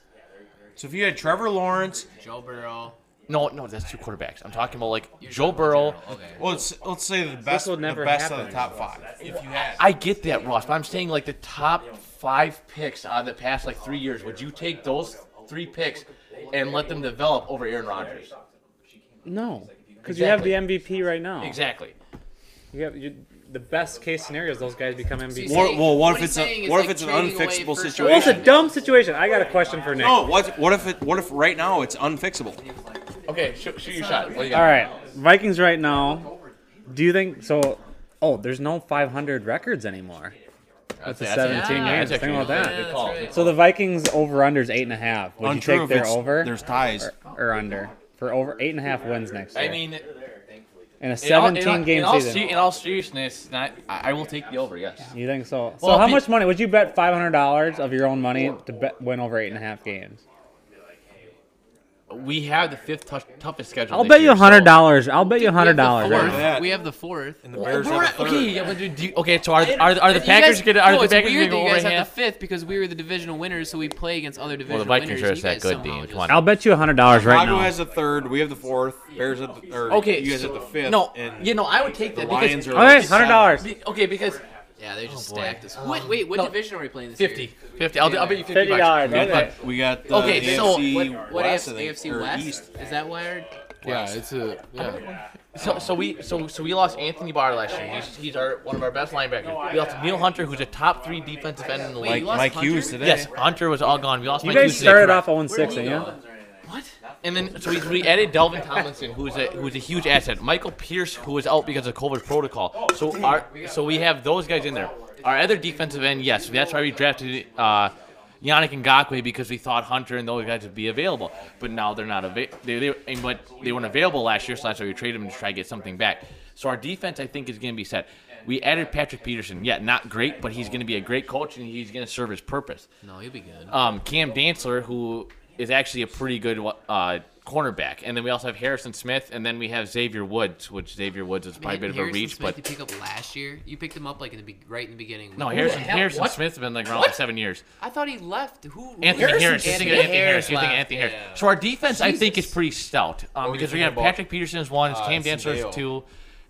[SPEAKER 2] So if you had Trevor Lawrence,
[SPEAKER 10] Joe Burrow.
[SPEAKER 3] no, no, that's two quarterbacks. I'm talking about like Joe Burrow.
[SPEAKER 2] Well, let's let's say the best
[SPEAKER 3] will
[SPEAKER 2] the
[SPEAKER 3] never
[SPEAKER 2] best of
[SPEAKER 3] happen.
[SPEAKER 2] the top five. If you had
[SPEAKER 3] I get that, Ross, but I'm saying like the top five picks out of the past like three years. Would you take those three picks and let them develop over Aaron Rodgers?
[SPEAKER 4] No, because you have the MVP right now.
[SPEAKER 3] Exactly.
[SPEAKER 4] You have you, the best case scenario is those guys become MVP.
[SPEAKER 2] Or- well, what if it's a what if it's an unfixable situation?
[SPEAKER 4] Well, it's a dumb situation. I got a question for Nick.
[SPEAKER 2] No, what what if it what if right now it's unfixable?
[SPEAKER 3] Okay, shoot, shoot your shot. What do you got?
[SPEAKER 4] All right, Vikings right now. Do you think so? Oh, there's no 500 records anymore. With the
[SPEAKER 3] That's-
[SPEAKER 4] 17
[SPEAKER 3] yeah,
[SPEAKER 4] games,
[SPEAKER 3] that's
[SPEAKER 4] think about
[SPEAKER 3] actually-
[SPEAKER 4] that.
[SPEAKER 3] yeah, that's Good call. right.
[SPEAKER 4] So the Vikings over under is eight and a half. Would
[SPEAKER 2] Untrue,
[SPEAKER 4] you
[SPEAKER 2] if
[SPEAKER 4] take their
[SPEAKER 2] it's-
[SPEAKER 4] over?
[SPEAKER 2] there's ties.
[SPEAKER 4] or, or under for over eight and a half wins next year.
[SPEAKER 3] I mean,
[SPEAKER 4] in a
[SPEAKER 3] in all- in all-
[SPEAKER 4] 17 game
[SPEAKER 3] in all,
[SPEAKER 4] season.
[SPEAKER 3] se- in all seriousness, not, I, I will take the over. Yes.
[SPEAKER 4] You think so?
[SPEAKER 3] Well,
[SPEAKER 4] so how
[SPEAKER 3] be-
[SPEAKER 4] much money would you bet? Five hundred dollars of your own money to bet win over eight and a half games.
[SPEAKER 3] We have the fifth tou- toughest schedule.
[SPEAKER 4] I'll
[SPEAKER 3] this
[SPEAKER 4] bet you
[SPEAKER 3] year,
[SPEAKER 4] a hundred dollars. I'll bet you a hundred dollars.
[SPEAKER 10] We have the fourth. And
[SPEAKER 3] the Bears have the Okay, yeah, but do, do, okay. So are, are, are the Packers
[SPEAKER 10] going
[SPEAKER 3] gonna are
[SPEAKER 10] no,
[SPEAKER 3] the
[SPEAKER 10] it's
[SPEAKER 3] Packers
[SPEAKER 10] weird
[SPEAKER 3] gonna
[SPEAKER 10] that
[SPEAKER 3] go
[SPEAKER 10] you
[SPEAKER 3] over
[SPEAKER 10] guys have
[SPEAKER 3] half?
[SPEAKER 10] the fifth because we were the divisional winners, so we play against other divisional
[SPEAKER 3] Vikings
[SPEAKER 10] winners.
[SPEAKER 3] are
[SPEAKER 10] and you
[SPEAKER 3] that
[SPEAKER 10] guys
[SPEAKER 3] good,
[SPEAKER 10] somehow
[SPEAKER 3] Dean.
[SPEAKER 10] just-
[SPEAKER 4] I'll bet you a hundred dollars right
[SPEAKER 2] Chicago
[SPEAKER 4] now.
[SPEAKER 2] has the third. We have the fourth. Bears at the third.
[SPEAKER 3] Okay,
[SPEAKER 2] you guys
[SPEAKER 3] so-
[SPEAKER 2] at the fifth.
[SPEAKER 3] no,
[SPEAKER 2] and
[SPEAKER 3] you know, I would take
[SPEAKER 2] the
[SPEAKER 3] that because-
[SPEAKER 2] Lions are
[SPEAKER 4] All right,
[SPEAKER 2] like seven.
[SPEAKER 4] $100.
[SPEAKER 3] Be- Okay, because
[SPEAKER 10] yeah, they just
[SPEAKER 3] Oh, boy.
[SPEAKER 10] stacked us. Wait, wait, what division are we playing this year?
[SPEAKER 3] 50. 50. I'll, do- I'll bet you 50
[SPEAKER 4] $50,
[SPEAKER 3] bucks.
[SPEAKER 4] okay.
[SPEAKER 3] Yeah, but-
[SPEAKER 2] We got the
[SPEAKER 3] Okay, so-
[SPEAKER 2] AFC
[SPEAKER 10] what, what
[SPEAKER 2] West,
[SPEAKER 10] AFC,
[SPEAKER 2] I think,
[SPEAKER 10] AFC
[SPEAKER 2] or
[SPEAKER 10] West?
[SPEAKER 2] East.
[SPEAKER 10] Is that wired?
[SPEAKER 1] Yeah, it's a yeah.
[SPEAKER 3] So, so we so so we lost Anthony Barr last year. He's, he's our one of our best linebackers. We lost Neil Hunter, who's a top three defensive end in the
[SPEAKER 10] Wait, you
[SPEAKER 3] league.
[SPEAKER 10] lost Mike Hunter? Hughes today.
[SPEAKER 3] Yes, Hunter was all gone. We lost.
[SPEAKER 4] You
[SPEAKER 3] Mike
[SPEAKER 4] guys
[SPEAKER 3] Hughes today,
[SPEAKER 4] started
[SPEAKER 3] correct.
[SPEAKER 4] off 0-6, and eh, yeah.
[SPEAKER 3] And then so we, we added Delvin Tomlinson, who's a who's a huge asset. Michael Pierce, who is out because of COVID protocol. So our so we have those guys in there. Our other defensive end, yes, that's why we drafted uh, Yannick Ngakwe because we thought Hunter and those guys would be available. But now they're not available. They, they, and but they weren't available last year, so that's why we traded them to try to get something back. So our defense, I think, is going to be set. We added Patrick Peterson. Yeah, not great, but he's going to be a great coach and he's going to serve his purpose.
[SPEAKER 10] No, you'll be good.
[SPEAKER 3] Um, Cam Dantzler, who is actually a pretty good uh, cornerback, and then we also have Harrison Smith, and then we have Xavier Woods, which Xavier Woods is probably a bit of a
[SPEAKER 10] Harrison
[SPEAKER 3] reach, but
[SPEAKER 10] Smith you pick up last year. You picked him up like in the be- right in the beginning.
[SPEAKER 3] no,
[SPEAKER 10] Who
[SPEAKER 3] Harrison
[SPEAKER 10] the hell-
[SPEAKER 3] Harrison
[SPEAKER 10] what?
[SPEAKER 3] Smith has been like around for seven years.
[SPEAKER 10] I thought he left. Who? who-
[SPEAKER 3] Anthony Harris, you're thinking of Anthony Harris, you're thinking of
[SPEAKER 10] left.
[SPEAKER 3] Anthony Harris. So our defense, I think, is pretty stout um,
[SPEAKER 10] Or
[SPEAKER 3] because
[SPEAKER 10] you're
[SPEAKER 3] we have
[SPEAKER 10] thinking
[SPEAKER 3] Patrick Peterson as one,
[SPEAKER 10] uh,
[SPEAKER 3] Cam Dantzler
[SPEAKER 10] Sandale.
[SPEAKER 3] as two,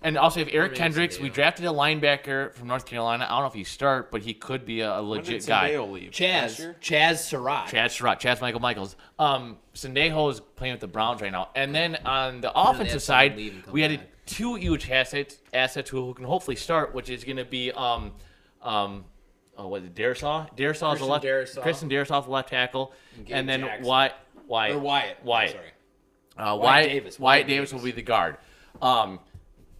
[SPEAKER 3] and also we have Eric
[SPEAKER 10] Or
[SPEAKER 3] Kendricks. We drafted a linebacker from North Carolina. I don't know if he start, but he could be a, a legit guy.
[SPEAKER 9] Chaz, Chaz Surratt.
[SPEAKER 3] Chad Surratt, Chad Michael Michaels. Um, Sendejo is playing with the Browns right now. And then on the offensive
[SPEAKER 10] someone
[SPEAKER 3] side,
[SPEAKER 10] leave and come
[SPEAKER 3] we added two huge assets, assets who, who can hopefully start, which is going to be um, um, oh, what is it, Darisaw? Darisaw is the
[SPEAKER 9] Christian
[SPEAKER 3] left.
[SPEAKER 9] Darisaw.
[SPEAKER 3] Kristen Darisaw, the left tackle,
[SPEAKER 9] And
[SPEAKER 3] and,
[SPEAKER 9] Gabe
[SPEAKER 3] then
[SPEAKER 9] Jackson.
[SPEAKER 3] Wyatt, Wyatt,
[SPEAKER 9] Or Wyatt. I'm
[SPEAKER 3] Wyatt.
[SPEAKER 9] sorry.
[SPEAKER 3] Uh,
[SPEAKER 9] Wyatt
[SPEAKER 3] Wyatt,
[SPEAKER 9] Davis.
[SPEAKER 3] Davis. Wyatt Davis, will be the guard. Um,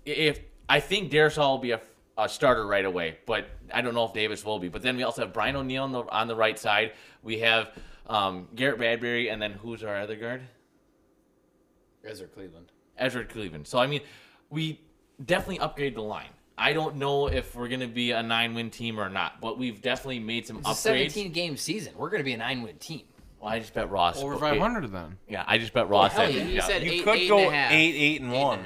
[SPEAKER 3] i- if I think Darisaw will be a, a starter right away, but I don't know if Davis will be. But then we also have Brian O'Neill on the, on the right side. We have um, Garrett Bradbury, and then who's our other guard?
[SPEAKER 9] Ezra Cleveland.
[SPEAKER 3] Ezra Cleveland. So I mean, we definitely upgraded the line. I don't know if we're gonna be a nine-win team or not, but we've definitely made some
[SPEAKER 9] It's a
[SPEAKER 3] upgrades.
[SPEAKER 9] 17 game season. We're going to be a nine win team.
[SPEAKER 3] Well, I just bet Ross
[SPEAKER 1] Over
[SPEAKER 3] okay.
[SPEAKER 1] 500 then.
[SPEAKER 3] Yeah, I just bet Ross.
[SPEAKER 9] hell
[SPEAKER 3] that-
[SPEAKER 9] yeah, you
[SPEAKER 3] yeah.
[SPEAKER 9] said
[SPEAKER 2] You
[SPEAKER 9] eight-
[SPEAKER 2] could
[SPEAKER 9] eight
[SPEAKER 2] go
[SPEAKER 9] and a half.
[SPEAKER 2] eight, eight, and one.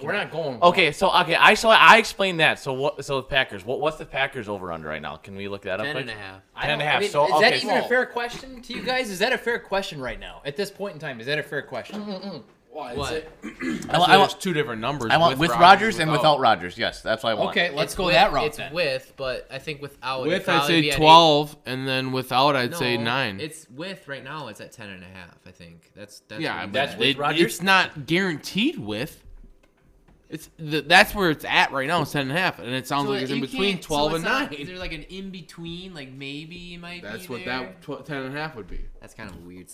[SPEAKER 9] We're not going.
[SPEAKER 3] Okay, so okay, I so I explained that. So what? So the Packers. What? What's the Packers over under right now? Can we look that up?
[SPEAKER 10] Ten
[SPEAKER 3] quick?
[SPEAKER 10] and a half.
[SPEAKER 3] Ten and a
[SPEAKER 9] I
[SPEAKER 3] half.
[SPEAKER 9] mean,
[SPEAKER 3] So
[SPEAKER 9] is
[SPEAKER 3] okay.
[SPEAKER 9] that even a fair question to you guys? Is that a fair question right now at this point in time? Is that a fair question?
[SPEAKER 10] Mm-hmm.
[SPEAKER 9] Why?
[SPEAKER 10] What?
[SPEAKER 3] I want, I
[SPEAKER 1] there's
[SPEAKER 3] want,
[SPEAKER 1] two different numbers.
[SPEAKER 3] I want with Rodgers and without Rodgers. Yes, that's what I want.
[SPEAKER 9] Okay, let's
[SPEAKER 10] It's
[SPEAKER 9] go
[SPEAKER 10] with-
[SPEAKER 9] that route
[SPEAKER 10] It's
[SPEAKER 9] then.
[SPEAKER 10] with, but I think without. it'd
[SPEAKER 1] With I'd
[SPEAKER 10] probably be
[SPEAKER 1] say
[SPEAKER 10] at eight.
[SPEAKER 1] 12, and then without I'd say
[SPEAKER 10] No,
[SPEAKER 1] nine.
[SPEAKER 10] It's with right now. It's at ten and a half. I think that's that's.
[SPEAKER 1] yeah,
[SPEAKER 10] what
[SPEAKER 1] that's
[SPEAKER 10] we-
[SPEAKER 1] it, It's not guaranteed with. It's the, that's where it's at right now. It's ten and a half, and it sounds
[SPEAKER 10] So
[SPEAKER 1] like it's in
[SPEAKER 10] you
[SPEAKER 1] between
[SPEAKER 10] can't- so
[SPEAKER 1] twelve
[SPEAKER 10] it's
[SPEAKER 1] and
[SPEAKER 10] not-
[SPEAKER 1] nine.
[SPEAKER 10] Is there like an in between? Like maybe you might. be
[SPEAKER 1] That's what
[SPEAKER 10] there?
[SPEAKER 1] that tw- ten and a half would be.
[SPEAKER 10] That's kind of weird.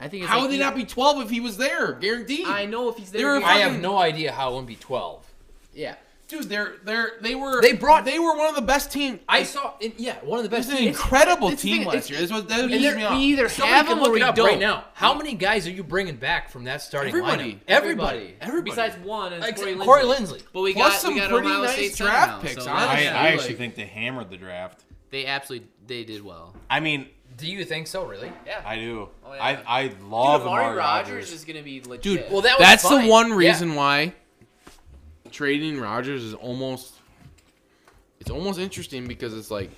[SPEAKER 10] I think. It's
[SPEAKER 1] How
[SPEAKER 10] like
[SPEAKER 1] would they
[SPEAKER 10] you-
[SPEAKER 1] not be twelve if he was there, guaranteed?
[SPEAKER 10] I know if he's
[SPEAKER 1] They're
[SPEAKER 10] there.
[SPEAKER 1] a
[SPEAKER 10] you-
[SPEAKER 1] fucking-
[SPEAKER 9] I have no idea how it would be 12.
[SPEAKER 10] Yeah.
[SPEAKER 1] Dude, they're they're they were
[SPEAKER 9] They brought-
[SPEAKER 1] they were one of the best team.
[SPEAKER 9] I saw, and yeah, one of the best.
[SPEAKER 1] It's an
[SPEAKER 9] teams.
[SPEAKER 1] incredible
[SPEAKER 9] It's the
[SPEAKER 1] team
[SPEAKER 9] thing,
[SPEAKER 1] last year. This was- that
[SPEAKER 9] and
[SPEAKER 1] pisses
[SPEAKER 9] there-
[SPEAKER 1] me off.
[SPEAKER 9] We either
[SPEAKER 1] Somebody
[SPEAKER 9] have
[SPEAKER 1] can
[SPEAKER 9] them
[SPEAKER 1] look
[SPEAKER 9] or we
[SPEAKER 1] it up
[SPEAKER 9] don't.
[SPEAKER 1] right now.
[SPEAKER 9] How many guys are you bringing back from that starting
[SPEAKER 1] Everybody.
[SPEAKER 9] lineup?
[SPEAKER 1] Everybody. Everybody.
[SPEAKER 10] Besides one, and
[SPEAKER 9] Ex-
[SPEAKER 10] Corey Lindsey.
[SPEAKER 9] Corey Lindsey.
[SPEAKER 10] But we
[SPEAKER 1] Plus
[SPEAKER 10] got
[SPEAKER 1] some
[SPEAKER 10] we got
[SPEAKER 1] pretty
[SPEAKER 10] Ohio
[SPEAKER 1] nice
[SPEAKER 10] State
[SPEAKER 1] draft
[SPEAKER 10] now,
[SPEAKER 1] picks,
[SPEAKER 10] So
[SPEAKER 1] honestly.
[SPEAKER 2] I,
[SPEAKER 10] that's-
[SPEAKER 2] I actually think they hammered the draft.
[SPEAKER 10] they absolutely they did well.
[SPEAKER 2] I mean,
[SPEAKER 9] Do you think so? Really?
[SPEAKER 10] Yeah.
[SPEAKER 2] I do.
[SPEAKER 10] Oh, yeah.
[SPEAKER 2] I I love
[SPEAKER 10] Dude,
[SPEAKER 2] Amari
[SPEAKER 10] Amari Rogers
[SPEAKER 2] Rodgers.
[SPEAKER 10] is gonna be legit.
[SPEAKER 1] Dude,
[SPEAKER 9] Well, that was
[SPEAKER 1] that's
[SPEAKER 9] fine.
[SPEAKER 1] the one
[SPEAKER 9] Yeah.
[SPEAKER 1] reason why trading Rogers is almost it's almost interesting because it's like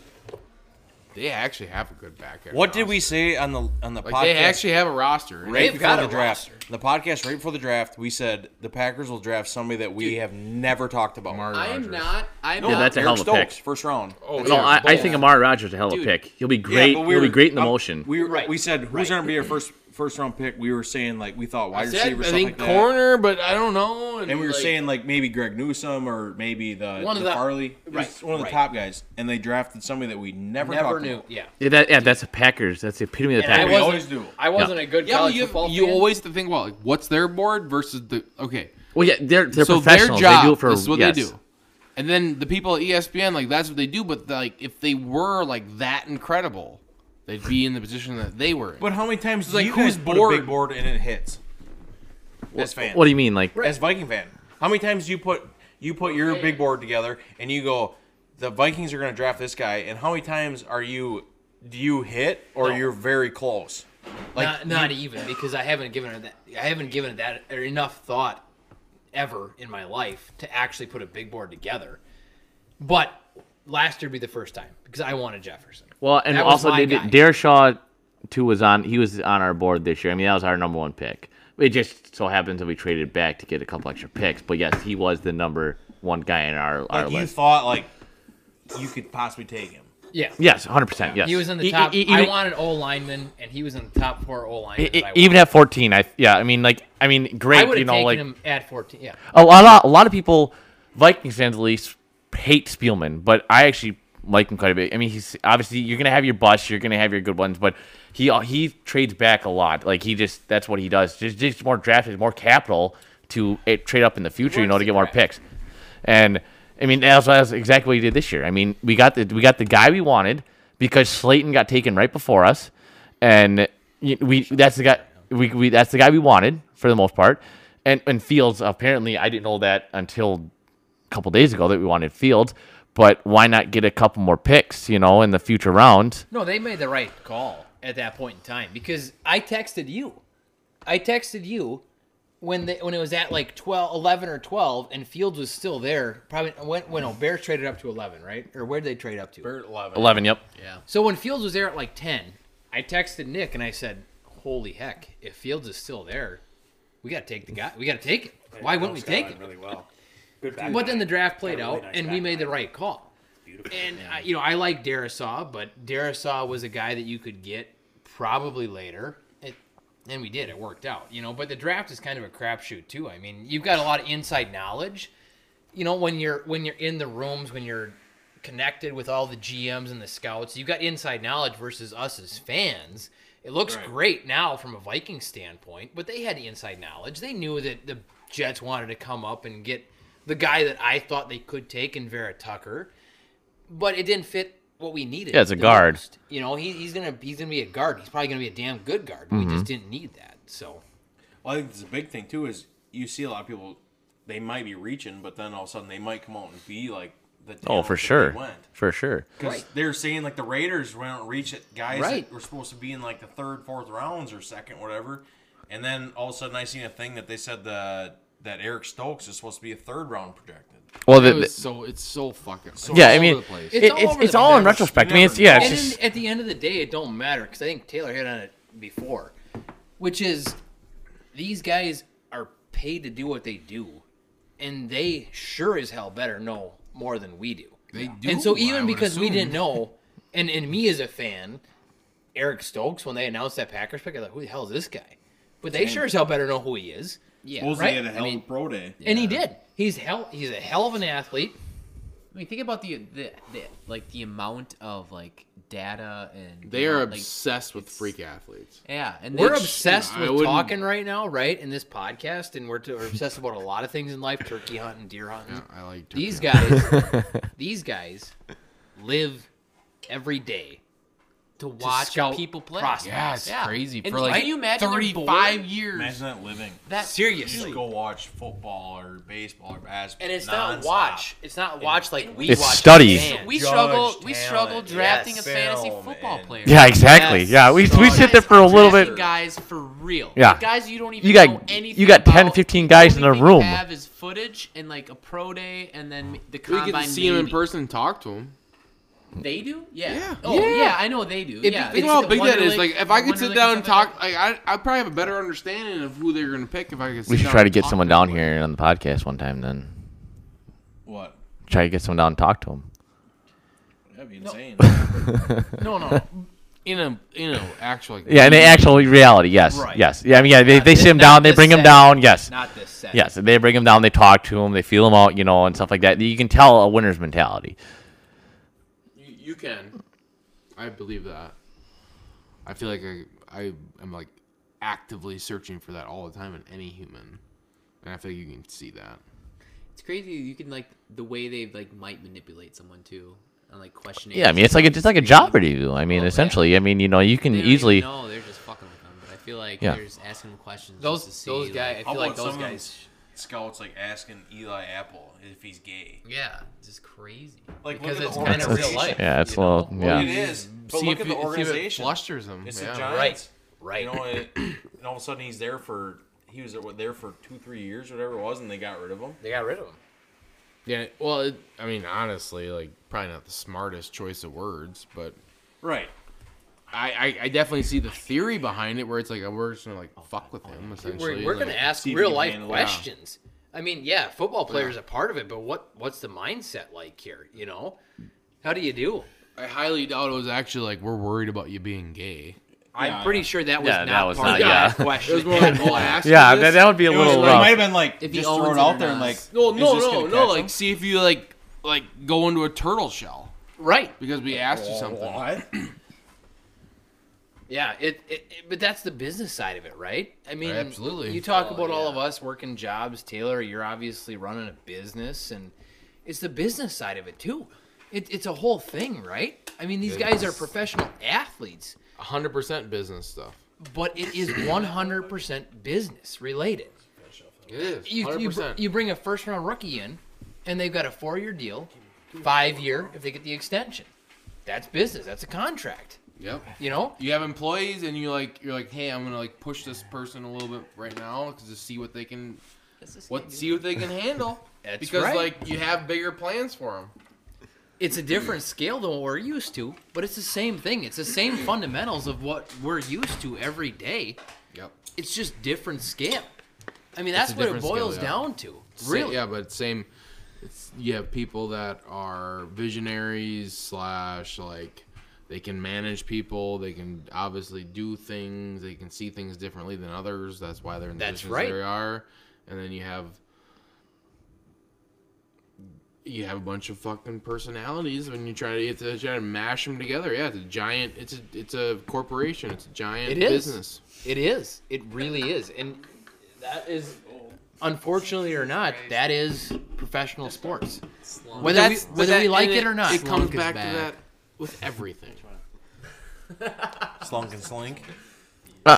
[SPEAKER 1] they actually have a good back end.
[SPEAKER 2] What did we say on the on the
[SPEAKER 1] Like
[SPEAKER 2] podcast?
[SPEAKER 1] they actually have a roster.
[SPEAKER 2] right
[SPEAKER 1] They've
[SPEAKER 2] before
[SPEAKER 1] got
[SPEAKER 2] the
[SPEAKER 1] a
[SPEAKER 2] draft.
[SPEAKER 1] roster.
[SPEAKER 2] The podcast right before the draft, we said the Packers will draft somebody that we have never talked about.
[SPEAKER 10] I am not. I'm
[SPEAKER 3] Yeah,
[SPEAKER 10] not.
[SPEAKER 3] that's a
[SPEAKER 2] Eric
[SPEAKER 3] hell of a
[SPEAKER 2] Stokes,
[SPEAKER 3] pick.
[SPEAKER 2] First round.
[SPEAKER 1] Oh,
[SPEAKER 3] No, I, I think Amari Rogers is a hell of a
[SPEAKER 10] Dude.
[SPEAKER 3] pick. He'll be great. He'll be great in the
[SPEAKER 2] up-
[SPEAKER 3] motion.
[SPEAKER 2] We were,
[SPEAKER 10] Right.
[SPEAKER 2] we said who's going to be our first first round pick. We were saying like we thought
[SPEAKER 1] I,
[SPEAKER 2] wide
[SPEAKER 1] said,
[SPEAKER 2] receiver,
[SPEAKER 1] I
[SPEAKER 2] something
[SPEAKER 1] think
[SPEAKER 2] like that.
[SPEAKER 1] corner, but I don't know.
[SPEAKER 2] and we were
[SPEAKER 1] like,
[SPEAKER 2] saying like maybe Greg Newsom or maybe the
[SPEAKER 9] One of
[SPEAKER 2] the
[SPEAKER 9] the-
[SPEAKER 2] Farley, It was
[SPEAKER 9] right,
[SPEAKER 2] one of the
[SPEAKER 9] right.
[SPEAKER 2] top guys, and they drafted somebody that we never,
[SPEAKER 9] Never
[SPEAKER 2] talked
[SPEAKER 9] knew.
[SPEAKER 2] about.
[SPEAKER 9] Yeah.
[SPEAKER 3] Yeah, that, yeah, that's the Packers. That's the epitome of the
[SPEAKER 9] And I
[SPEAKER 3] Packers.
[SPEAKER 2] We
[SPEAKER 9] wasn't-
[SPEAKER 2] always do.
[SPEAKER 9] I wasn't a good
[SPEAKER 1] yeah, but
[SPEAKER 9] college
[SPEAKER 1] you,
[SPEAKER 9] football
[SPEAKER 1] you
[SPEAKER 9] fan.
[SPEAKER 1] always have to think about like, what's their board versus the okay.
[SPEAKER 3] well, yeah, they're they're
[SPEAKER 1] so their
[SPEAKER 3] professionals.
[SPEAKER 1] job
[SPEAKER 3] they do it for
[SPEAKER 1] this is what
[SPEAKER 3] yes.
[SPEAKER 1] they do. And then the people at E ESPN, like that's what they do. But like, if they were like that incredible, they'd be in the position that they were. In.
[SPEAKER 2] But how many times
[SPEAKER 1] It's
[SPEAKER 2] do
[SPEAKER 1] like,
[SPEAKER 2] you guys
[SPEAKER 1] who's
[SPEAKER 2] put a big
[SPEAKER 1] bored?
[SPEAKER 2] board and it hits? As fans,
[SPEAKER 3] What do you mean? Like
[SPEAKER 2] as Viking fan, how many times do you put you put your big board together and you go, the Vikings are going to draft this guy, and how many times are you do you hit or you're very close? Like
[SPEAKER 9] not, not even because I haven't given it that I haven't given it that or enough thought ever in my life to actually put a big board together. But last year would be the first time because I wanted Jefferson.
[SPEAKER 3] well, and
[SPEAKER 9] That was
[SPEAKER 3] also
[SPEAKER 9] my
[SPEAKER 3] they
[SPEAKER 9] guy.
[SPEAKER 3] did, Dershaw too was on. He was on our board this year. I mean, that was our number one pick. It just so happens that we traded back to get a couple extra picks. But yes, he was the number one guy in our our
[SPEAKER 2] like you
[SPEAKER 3] list.
[SPEAKER 2] thought like you could possibly take him.
[SPEAKER 9] Yeah.
[SPEAKER 3] Yes, hundred percent. Yes,
[SPEAKER 9] He was in
[SPEAKER 3] E-
[SPEAKER 9] the
[SPEAKER 3] e-
[SPEAKER 9] top.
[SPEAKER 3] e-
[SPEAKER 9] I
[SPEAKER 3] even-
[SPEAKER 9] wanted O lineman, and he was in the top four O linemen.
[SPEAKER 3] e- e-
[SPEAKER 9] that I
[SPEAKER 3] even
[SPEAKER 9] wanted.
[SPEAKER 3] at fourteen, I yeah. I mean, like I mean,
[SPEAKER 9] I
[SPEAKER 3] great.
[SPEAKER 9] would
[SPEAKER 3] you
[SPEAKER 9] have
[SPEAKER 3] know,
[SPEAKER 9] taken
[SPEAKER 3] like
[SPEAKER 9] him at fourteen. Yeah,
[SPEAKER 3] a lot, a lot of people, Vikings fans at least, hate Spielman, but I actually like him quite a bit. I mean, he's obviously you're gonna have your busts, you're gonna have your good ones, but he uh, he trades back a lot. Like he just that's what he does. Just just more drafted, more capital to eh, trade up in the future, you know, to get more picks. And I mean, that's, that's exactly what he did this year. I mean, we got the we got the guy we wanted because Slayton got taken right before us, and y- we that's the guy we, we that's the guy we wanted for the most part. And and Fields apparently I didn't know that until a couple days ago that we wanted Fields, but why not get a couple more picks, you know, in the future rounds?
[SPEAKER 9] no, they made the right call at that point in time because I texted you, I texted you when they, when it was at like 12, 11 or twelve, and Fields was still there. Probably when when oh, Bears traded up to eleven, right? Or where did they trade up to?
[SPEAKER 3] Eleven, yep.
[SPEAKER 9] So when Fields was there at like 10, I texted Nick and I said, "Holy heck, if Fields is still there, we got to take the guy. We got to take it. Why wouldn't we take it?"
[SPEAKER 14] Really well. Good
[SPEAKER 9] But then the draft played out
[SPEAKER 14] nice
[SPEAKER 9] and we made the right call. And I, you know, I like Darisaw, but Darisaw was a guy that you could get probably later. It, and we did. It worked out, you know. But the draft is kind of a crapshoot too. I mean, you've got a lot of inside knowledge. You know, when you're when you're in the rooms, when you're connected with all the GMs and the scouts, you've got inside knowledge versus us as fans. It looks great now from a Viking standpoint, but they had inside knowledge. They knew that the Jets wanted to come up and get the guy that I thought they could take in Vera Tucker, but it didn't fit what we needed.
[SPEAKER 3] Yeah, it's a
[SPEAKER 9] the
[SPEAKER 3] guard.
[SPEAKER 9] most. You know, he, he's gonna he's gonna be a guard. He's probably gonna be a damn good guard.
[SPEAKER 3] Mm-hmm.
[SPEAKER 9] We just didn't need that. So
[SPEAKER 2] Well, I think the big thing too is you see a lot of people they might be reaching, but then all of a sudden they might come out and be like the
[SPEAKER 3] Oh,
[SPEAKER 2] talent
[SPEAKER 3] for
[SPEAKER 2] that they
[SPEAKER 3] sure.
[SPEAKER 2] went.
[SPEAKER 3] For sure.
[SPEAKER 2] Because they're saying like the Raiders won't reach it, guys
[SPEAKER 9] Right.
[SPEAKER 2] that were supposed to be in like the third, fourth rounds or second, whatever. And then all of a sudden, I seen a thing that they said the that Eric Stokes is supposed to be a third round projected.
[SPEAKER 3] Well,
[SPEAKER 1] It
[SPEAKER 3] the,
[SPEAKER 1] was
[SPEAKER 3] the-
[SPEAKER 1] so it's so fucking. so
[SPEAKER 3] yeah,
[SPEAKER 1] all
[SPEAKER 3] I
[SPEAKER 1] over
[SPEAKER 3] mean,
[SPEAKER 1] the place.
[SPEAKER 3] it- it's,
[SPEAKER 9] all
[SPEAKER 3] it's,
[SPEAKER 9] over the
[SPEAKER 3] all in
[SPEAKER 9] place.
[SPEAKER 3] retrospect. I mean, it's yeah, it's
[SPEAKER 9] and
[SPEAKER 3] just
[SPEAKER 9] then at the end of the day, it don't matter because I think Taylor hit on it before, which is these guys are paid to do what they do, and they sure as hell better know more than we do.
[SPEAKER 1] They do.
[SPEAKER 9] and so
[SPEAKER 1] I
[SPEAKER 9] even
[SPEAKER 1] would
[SPEAKER 9] because we
[SPEAKER 1] assume.
[SPEAKER 9] didn't know, and and me as a fan, Eric Stokes when they announced that Packers pick, I thought, who the hell is this guy? But they sure as hell better know who he is.
[SPEAKER 10] yeah.
[SPEAKER 14] Mosey
[SPEAKER 9] right?
[SPEAKER 14] had a
[SPEAKER 9] I
[SPEAKER 14] hell of
[SPEAKER 9] mean-
[SPEAKER 14] a pro day.
[SPEAKER 9] And he did. He's hell. He's a hell of an athlete.
[SPEAKER 10] I mean, think about the, the the like the amount of like data and
[SPEAKER 1] They
[SPEAKER 10] you know,
[SPEAKER 1] are
[SPEAKER 10] like-
[SPEAKER 1] obsessed with freak athletes.
[SPEAKER 10] Yeah, and
[SPEAKER 9] we're
[SPEAKER 10] they-
[SPEAKER 9] obsessed
[SPEAKER 1] I
[SPEAKER 9] with
[SPEAKER 1] wouldn't-
[SPEAKER 9] talking right now, right? In this podcast, and we're, to, we're obsessed about a lot of things in life: turkey hunting, deer hunting.
[SPEAKER 1] I like turkey
[SPEAKER 9] these
[SPEAKER 1] hunting.
[SPEAKER 9] guys. these guys live every day
[SPEAKER 10] to watch
[SPEAKER 9] scout
[SPEAKER 10] people play.
[SPEAKER 9] prospects.
[SPEAKER 10] Yeah, it's Yeah. crazy. And For, like, can you imagine they're 35 bored? years. Imagine that living. That-
[SPEAKER 2] seriously,
[SPEAKER 10] Seriously.
[SPEAKER 2] go watch football or baseball or basketball.
[SPEAKER 9] And it's not watch. It's not watch like we
[SPEAKER 3] It's
[SPEAKER 9] watch.
[SPEAKER 3] study.
[SPEAKER 9] Man,
[SPEAKER 10] We
[SPEAKER 9] judge
[SPEAKER 10] struggle. We
[SPEAKER 9] talent.
[SPEAKER 10] struggle drafting
[SPEAKER 9] Yes.
[SPEAKER 10] a fantasy football player.
[SPEAKER 3] Yeah, exactly. yeah, we, we sit there for a little
[SPEAKER 10] Drafting
[SPEAKER 3] bit.
[SPEAKER 10] Guys for real.
[SPEAKER 3] Yeah.
[SPEAKER 10] Guys you don't even
[SPEAKER 3] you got,
[SPEAKER 10] know anything.
[SPEAKER 3] You got 10, 15 guys in a
[SPEAKER 10] All
[SPEAKER 3] room.
[SPEAKER 10] You have is footage and like a pro day and then
[SPEAKER 1] We
[SPEAKER 10] the combine.
[SPEAKER 1] get to see him in
[SPEAKER 10] maybe.
[SPEAKER 1] person and talk to him.
[SPEAKER 10] They do? Yeah.
[SPEAKER 1] Yeah.
[SPEAKER 10] Oh,
[SPEAKER 1] Yeah.
[SPEAKER 10] yeah. I know they do.
[SPEAKER 1] It'd be-
[SPEAKER 10] yeah.
[SPEAKER 1] Think
[SPEAKER 10] It's
[SPEAKER 1] about
[SPEAKER 10] the
[SPEAKER 1] how big that is.
[SPEAKER 10] Wonderlic-
[SPEAKER 1] Like, if I could
[SPEAKER 10] Wonderlic
[SPEAKER 1] sit
[SPEAKER 10] or
[SPEAKER 1] down and
[SPEAKER 10] something like
[SPEAKER 1] talk, like, I, I'd probably have a better understanding of who they're going to pick if I could. Sit
[SPEAKER 3] We should
[SPEAKER 1] down
[SPEAKER 3] try to
[SPEAKER 1] and
[SPEAKER 3] get
[SPEAKER 1] talk to
[SPEAKER 3] someone
[SPEAKER 1] them.
[SPEAKER 3] down here on the podcast one time then.
[SPEAKER 2] What?
[SPEAKER 3] Try to get someone down and talk to him.
[SPEAKER 2] That'd be insane.
[SPEAKER 1] No, no, no. In a in a actual. Like,
[SPEAKER 3] Yeah, in the actual reality, yes,
[SPEAKER 1] Right.
[SPEAKER 3] yes, yeah. I mean, yeah, they,
[SPEAKER 1] Not
[SPEAKER 3] they
[SPEAKER 1] thi-
[SPEAKER 3] sit him
[SPEAKER 1] not
[SPEAKER 3] down, they
[SPEAKER 1] this
[SPEAKER 3] bring him
[SPEAKER 1] set.
[SPEAKER 3] down, yes,
[SPEAKER 1] Not this set.
[SPEAKER 3] yes, they bring him down, they talk to him, they feel him out, you know, and stuff like that. You can tell a winner's mentality.
[SPEAKER 1] You, you can. I believe that. I feel like I I am like actively searching for that all the time in any human, and I feel like you can see that.
[SPEAKER 9] eh
[SPEAKER 10] It's crazy. You can like the way they like might manipulate someone too, and like questioning.
[SPEAKER 3] Yeah, I mean, it's like a, it's like a job interview. I mean, essentially, I mean, you know, you can easily.
[SPEAKER 10] No, they're just fucking with them. But I feel like
[SPEAKER 3] Yeah.
[SPEAKER 10] they're just asking them questions.
[SPEAKER 9] Those-
[SPEAKER 10] just to see,
[SPEAKER 9] those
[SPEAKER 10] like-
[SPEAKER 9] guy- I
[SPEAKER 2] How
[SPEAKER 9] feel like
[SPEAKER 2] about
[SPEAKER 9] those
[SPEAKER 2] some of them
[SPEAKER 9] guys-
[SPEAKER 2] Scouts like asking Eli Apple if he's gay.
[SPEAKER 10] Yeah, this is crazy.
[SPEAKER 2] Like
[SPEAKER 9] Because
[SPEAKER 2] look
[SPEAKER 9] it's
[SPEAKER 2] at the
[SPEAKER 9] kinda real
[SPEAKER 2] organization,
[SPEAKER 9] life,
[SPEAKER 3] Yeah, it's
[SPEAKER 2] you know?
[SPEAKER 3] well, yeah.
[SPEAKER 2] It is. But
[SPEAKER 1] See
[SPEAKER 2] look
[SPEAKER 1] if
[SPEAKER 2] at the
[SPEAKER 1] it- see if it
[SPEAKER 2] organization.
[SPEAKER 1] flusters 'em,
[SPEAKER 2] It's
[SPEAKER 1] yeah.
[SPEAKER 2] the Giants.
[SPEAKER 9] Right,
[SPEAKER 2] You know, and, and all of a sudden he's there for he was there, what, there for two, three years, whatever it was, and they got rid of him.
[SPEAKER 9] They got rid of him.
[SPEAKER 1] Yeah. Well, it, I mean, honestly, like probably not the smartest choice of words, but
[SPEAKER 2] Right.
[SPEAKER 1] I, I, I definitely see the theory behind it where it's like we're just gonna like fuck with him essentially.
[SPEAKER 9] We're, we're
[SPEAKER 1] like-
[SPEAKER 9] going to ask real life questions. I mean, yeah, football players are part of it, but what what's the mindset like here? You know, how do you do?
[SPEAKER 1] I highly doubt it was actually like we're worried about you being gay.
[SPEAKER 9] I'm pretty sure that was not part of
[SPEAKER 1] yeah.
[SPEAKER 9] the question.
[SPEAKER 1] It was more like, well, ask you
[SPEAKER 3] Yeah,
[SPEAKER 1] this.
[SPEAKER 3] that- that would be a It was little like- rough.
[SPEAKER 2] might have been like, If he just throw owns it it out or there and not. like,
[SPEAKER 1] no,
[SPEAKER 2] is
[SPEAKER 1] no,
[SPEAKER 2] this
[SPEAKER 1] no,
[SPEAKER 2] gonna
[SPEAKER 1] no,
[SPEAKER 2] catch
[SPEAKER 1] like
[SPEAKER 2] him?
[SPEAKER 1] see if you like like go into a turtle shell,
[SPEAKER 9] right?
[SPEAKER 1] Because we asked you something.
[SPEAKER 9] Yeah, it, it, it- but that's the business side of it, right? I mean,
[SPEAKER 1] Absolutely.
[SPEAKER 9] You talk
[SPEAKER 1] Oh,
[SPEAKER 9] about all of us working jobs, Taylor. You're obviously running a business, and it's the business side of it too. It, it's a whole thing, right? I mean, these
[SPEAKER 1] It
[SPEAKER 9] guys are
[SPEAKER 1] is.
[SPEAKER 9] professional athletes,
[SPEAKER 1] hundred percent business stuff.
[SPEAKER 9] but it is 100% business related.
[SPEAKER 1] It is.
[SPEAKER 9] You, you, br-
[SPEAKER 1] 100%.
[SPEAKER 9] you bring a first round rookie in, and they've got a four year deal, five year if they get the extension. That's business. That's a contract.
[SPEAKER 1] Yep.
[SPEAKER 9] You know,
[SPEAKER 1] you have employees, and you like you're like, hey, I'm gonna like push this person a little bit right now to see what they can, what see what they can handle.
[SPEAKER 9] That's
[SPEAKER 1] because
[SPEAKER 9] right.
[SPEAKER 1] like you have bigger plans for them.
[SPEAKER 9] It's a different scale than what we're used to, but it's the same thing. It's the same fundamentals of what we're used to every day.
[SPEAKER 1] Yep.
[SPEAKER 9] It's just different scale. I mean, that's what it boils down to.
[SPEAKER 1] Sa-
[SPEAKER 9] Really.
[SPEAKER 1] yeah, but same. It's you have people that are visionaries slash like they can manage people. They can obviously do things. They can see things differently than others. That's why they're in the
[SPEAKER 9] That's
[SPEAKER 1] positions
[SPEAKER 9] right.
[SPEAKER 1] they are. And then you have you have a bunch of fucking personalities when you try to you have to try to mash them together. Yeah, it's a giant. It's a it's a corporation. It's a giant
[SPEAKER 9] It is.
[SPEAKER 1] business.
[SPEAKER 9] It is. It really is. And that is, unfortunately or not, that is professional sports. Whether we,
[SPEAKER 1] That's- but
[SPEAKER 9] whether
[SPEAKER 1] that-
[SPEAKER 9] we like
[SPEAKER 1] and
[SPEAKER 9] it, or not,
[SPEAKER 1] it comes
[SPEAKER 9] Slunk is
[SPEAKER 1] back to
[SPEAKER 9] back.
[SPEAKER 1] that with everything.
[SPEAKER 2] Slunk and slink.
[SPEAKER 3] Uh,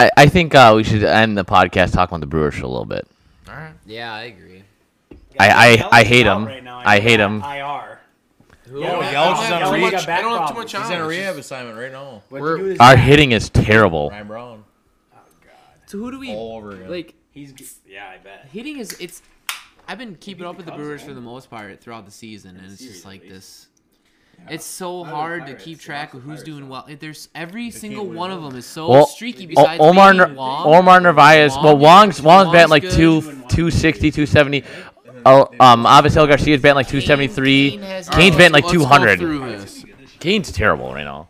[SPEAKER 3] I, I think uh, we should end the podcast talking about the Brewers for a little bit.
[SPEAKER 1] All right.
[SPEAKER 10] Yeah, I agree.
[SPEAKER 3] I
[SPEAKER 4] Yelich
[SPEAKER 3] I, I
[SPEAKER 4] is
[SPEAKER 3] hate
[SPEAKER 4] out
[SPEAKER 3] him.
[SPEAKER 4] right now.
[SPEAKER 3] I hate him.
[SPEAKER 4] IR.
[SPEAKER 2] Who?
[SPEAKER 4] Yeah,
[SPEAKER 2] Oh,
[SPEAKER 4] I
[SPEAKER 2] Yelich
[SPEAKER 4] don't
[SPEAKER 2] is
[SPEAKER 4] have
[SPEAKER 2] on
[SPEAKER 4] too
[SPEAKER 2] reach.
[SPEAKER 4] much-
[SPEAKER 2] I don't
[SPEAKER 4] back
[SPEAKER 2] have too much
[SPEAKER 4] problems.
[SPEAKER 2] on. He's in a rehab assignment right now.
[SPEAKER 1] We're-
[SPEAKER 3] Our hitting is terrible.
[SPEAKER 2] Ryan Brown.
[SPEAKER 10] So who do we
[SPEAKER 2] All over again.
[SPEAKER 10] like?
[SPEAKER 4] He's g- yeah, I bet.
[SPEAKER 10] Hitting is it's. I've been keeping up with the
[SPEAKER 4] Cubs,
[SPEAKER 10] Brewers
[SPEAKER 4] right?
[SPEAKER 10] for the most part throughout the season, and it's just like this. It's
[SPEAKER 4] Not
[SPEAKER 10] so
[SPEAKER 4] the
[SPEAKER 10] hard to
[SPEAKER 4] Pirates,
[SPEAKER 10] keep
[SPEAKER 4] they
[SPEAKER 10] track
[SPEAKER 4] lost
[SPEAKER 10] of
[SPEAKER 4] the
[SPEAKER 10] who's
[SPEAKER 4] Pirates,
[SPEAKER 10] doing well. It- There's every single
[SPEAKER 4] win
[SPEAKER 10] one
[SPEAKER 4] at
[SPEAKER 10] of
[SPEAKER 4] home.
[SPEAKER 10] them is so
[SPEAKER 3] Well,
[SPEAKER 10] streaky.
[SPEAKER 3] O-
[SPEAKER 10] Besides
[SPEAKER 3] Omar,
[SPEAKER 10] maybe Wong.
[SPEAKER 3] Omar Narvaez,
[SPEAKER 10] Wong
[SPEAKER 3] well,
[SPEAKER 10] is-
[SPEAKER 3] Wong's Wong's batting like
[SPEAKER 10] good.
[SPEAKER 3] two, 260, 270. Oh, um, Avisel Garcia's batting like 273.
[SPEAKER 10] Kane has-
[SPEAKER 3] Kane's
[SPEAKER 10] Alright,
[SPEAKER 3] batting like
[SPEAKER 10] let's go
[SPEAKER 3] 200.
[SPEAKER 1] through this.
[SPEAKER 3] Kane's terrible right now.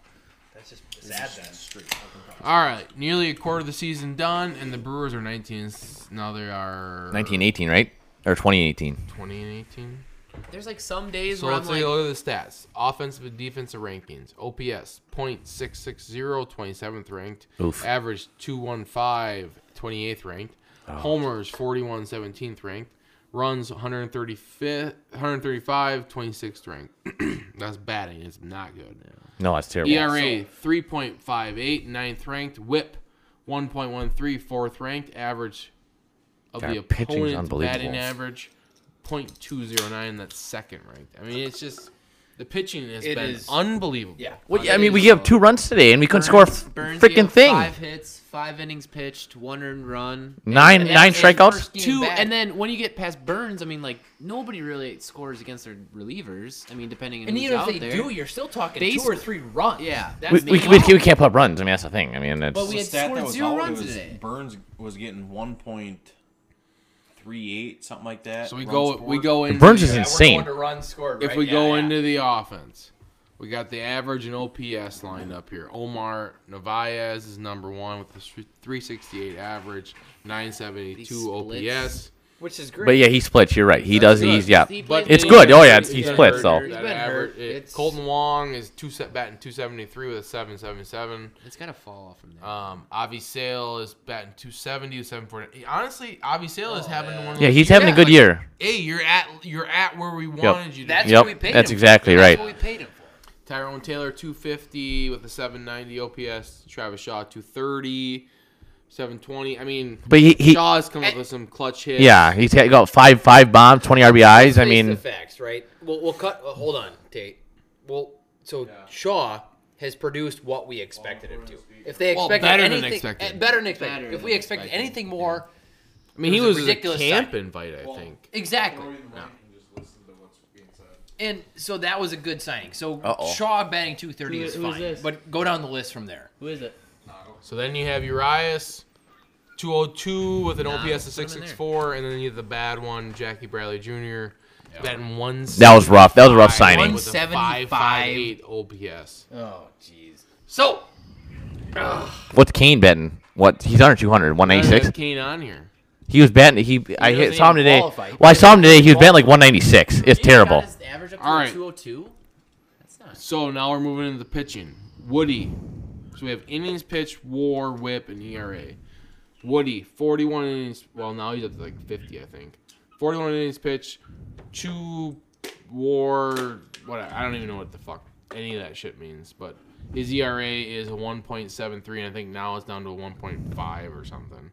[SPEAKER 1] All right, nearly a quarter of the season done, and the Brewers are 19th. Now they are
[SPEAKER 3] 1918, right? Or 2018.
[SPEAKER 1] 20 and 18.
[SPEAKER 9] There's like some days
[SPEAKER 1] So
[SPEAKER 9] where I'm
[SPEAKER 1] let's take
[SPEAKER 9] like,
[SPEAKER 1] a look at the stats. Offensive and defensive rankings. OPS 0.660, 27th ranked.
[SPEAKER 3] Oof.
[SPEAKER 1] Average 215, 28th ranked. Homers 41, 17th ranked. Runs 135, 135 26th ranked. That's batting. It's not good.
[SPEAKER 3] No, that's terrible.
[SPEAKER 1] ERA 3.58, ninth ranked. Whip 1.13, fourth ranked. Average of
[SPEAKER 3] Our
[SPEAKER 1] the
[SPEAKER 3] pitching's
[SPEAKER 1] opponent's batting
[SPEAKER 3] unbelievable.
[SPEAKER 1] average 0.209. That's second ranked. I mean, it's just the pitching has
[SPEAKER 10] It
[SPEAKER 1] been
[SPEAKER 10] is-
[SPEAKER 1] unbelievable. Yeah.
[SPEAKER 3] Well, yeah, I mean, we gave up two runs today, and we couldn't score a f-
[SPEAKER 9] Burns, he
[SPEAKER 3] freaking
[SPEAKER 9] had
[SPEAKER 3] thing.
[SPEAKER 9] Five hits, five innings pitched, one earned run,
[SPEAKER 3] Nine-
[SPEAKER 9] and- and
[SPEAKER 3] nine
[SPEAKER 9] that's his
[SPEAKER 3] strikeouts?
[SPEAKER 9] first game
[SPEAKER 3] Two-
[SPEAKER 9] back. and then when you get past Burns, I mean, like nobody really scores against their relievers. I mean, depending on
[SPEAKER 10] And
[SPEAKER 9] who's
[SPEAKER 10] even if
[SPEAKER 9] out
[SPEAKER 10] they
[SPEAKER 9] there.
[SPEAKER 10] do, you're still talking
[SPEAKER 9] They
[SPEAKER 10] two or
[SPEAKER 9] sc-
[SPEAKER 10] three runs.
[SPEAKER 9] Yeah,
[SPEAKER 3] We,
[SPEAKER 9] that's
[SPEAKER 3] we,
[SPEAKER 9] the
[SPEAKER 3] we,
[SPEAKER 9] problem.
[SPEAKER 3] we can't put up runs. I mean, that's the thing. I mean, that's.
[SPEAKER 2] The stat that was
[SPEAKER 9] zero
[SPEAKER 2] out, it
[SPEAKER 9] runs
[SPEAKER 2] was
[SPEAKER 9] today.
[SPEAKER 2] Burns was getting one point three eight, something like that.
[SPEAKER 1] So we
[SPEAKER 2] runs
[SPEAKER 1] go we
[SPEAKER 2] scored.
[SPEAKER 1] go into
[SPEAKER 3] Burns is
[SPEAKER 1] yeah, we're
[SPEAKER 3] insane.
[SPEAKER 1] going to run scored, If
[SPEAKER 2] right?
[SPEAKER 1] we
[SPEAKER 2] Yeah,
[SPEAKER 1] go
[SPEAKER 2] yeah.
[SPEAKER 1] into the offense, we got the average and OPS lined up here. Omar Navaez is number one with the 368 average, 972 OPS.
[SPEAKER 10] Which is
[SPEAKER 3] But yeah, he splits. You're right. He
[SPEAKER 1] That's
[SPEAKER 3] does. He's
[SPEAKER 1] good.
[SPEAKER 3] yeah.
[SPEAKER 1] But
[SPEAKER 3] it's
[SPEAKER 1] the-
[SPEAKER 3] good. Oh yeah, it's, he
[SPEAKER 1] he's been
[SPEAKER 3] splits.
[SPEAKER 1] hurt.
[SPEAKER 3] So
[SPEAKER 1] That
[SPEAKER 9] been
[SPEAKER 1] average-
[SPEAKER 9] hurt.
[SPEAKER 1] it-
[SPEAKER 9] It's-
[SPEAKER 1] Colton Wong is two set batting 273 with a 777.
[SPEAKER 9] It's gotta fall off from there.
[SPEAKER 1] Um, Avi Sale is batting 270 with 740. Honestly, Avi Sale is having one. of
[SPEAKER 3] Yeah,
[SPEAKER 1] those
[SPEAKER 3] he's
[SPEAKER 1] years.
[SPEAKER 3] having a good year.
[SPEAKER 1] Hey, you're at you're at where we wanted you. to
[SPEAKER 3] That's
[SPEAKER 1] be.
[SPEAKER 3] Yep, what we paid that's him for. exactly That's right. what we
[SPEAKER 9] paid him
[SPEAKER 1] for. Tyrone Taylor 250 with a 790 OPS. Travis Shaw 230. 720. I mean,
[SPEAKER 3] But he- he-
[SPEAKER 1] Shaw has come up with some clutch hits.
[SPEAKER 3] yeah, he's got- got five five bombs, twenty RBIs. I
[SPEAKER 10] Face the
[SPEAKER 3] mean,
[SPEAKER 10] facts, right? We'll, we'll cut. Well, hold on, Tate. Well, so Shaw has produced what we expected him to. If they
[SPEAKER 1] Well,
[SPEAKER 10] expected
[SPEAKER 1] better than
[SPEAKER 10] anything,
[SPEAKER 1] expected.
[SPEAKER 10] eh, better than expected.
[SPEAKER 1] Better
[SPEAKER 10] if
[SPEAKER 1] than
[SPEAKER 10] we expected
[SPEAKER 1] expected,
[SPEAKER 10] anything more,
[SPEAKER 1] I mean,
[SPEAKER 10] it
[SPEAKER 1] he was, a
[SPEAKER 10] ridiculous
[SPEAKER 1] camp
[SPEAKER 10] sign.
[SPEAKER 1] invite, I think.
[SPEAKER 10] Exactly. And so that was a good signing. So
[SPEAKER 1] Uh-oh.
[SPEAKER 10] Shaw batting 230
[SPEAKER 1] Who-
[SPEAKER 10] is
[SPEAKER 1] who is
[SPEAKER 10] fine,
[SPEAKER 1] this?
[SPEAKER 10] but go down the list from there.
[SPEAKER 9] Who is it?
[SPEAKER 1] So then you have Urias, 202 with an
[SPEAKER 10] Nah,
[SPEAKER 1] OPS of
[SPEAKER 10] put him in there.
[SPEAKER 1] 664, and then you have the bad one, Jackie Bradley Jr. Batting one.
[SPEAKER 3] That was rough. That was a rough signing.
[SPEAKER 1] With a 558 OPS.
[SPEAKER 10] Oh, jeez. So, ugh,
[SPEAKER 3] what's Kane betting? What he's under 200,
[SPEAKER 1] Why do you
[SPEAKER 3] 196.
[SPEAKER 1] have Uh, Kane on here.
[SPEAKER 3] He was batting. He, I
[SPEAKER 1] doesn't
[SPEAKER 3] hit, saw him
[SPEAKER 1] even
[SPEAKER 3] today.
[SPEAKER 1] qualify. He
[SPEAKER 3] Well, I saw him today. He was batting like 196. It's terrible.
[SPEAKER 9] Average up to
[SPEAKER 1] All
[SPEAKER 9] a
[SPEAKER 1] right.
[SPEAKER 9] 202.
[SPEAKER 1] So now we're moving into the pitching. Woody. So we have innings pitched, WAR, WHIP, and ERA. Woody, 41 innings. Well, now he's up to like 50, I think. 41 innings pitched, two WAR. What I don't even know what the fuck any of that shit means, but his ERA is a 1.73, and I think now it's down to a 1.5 or something.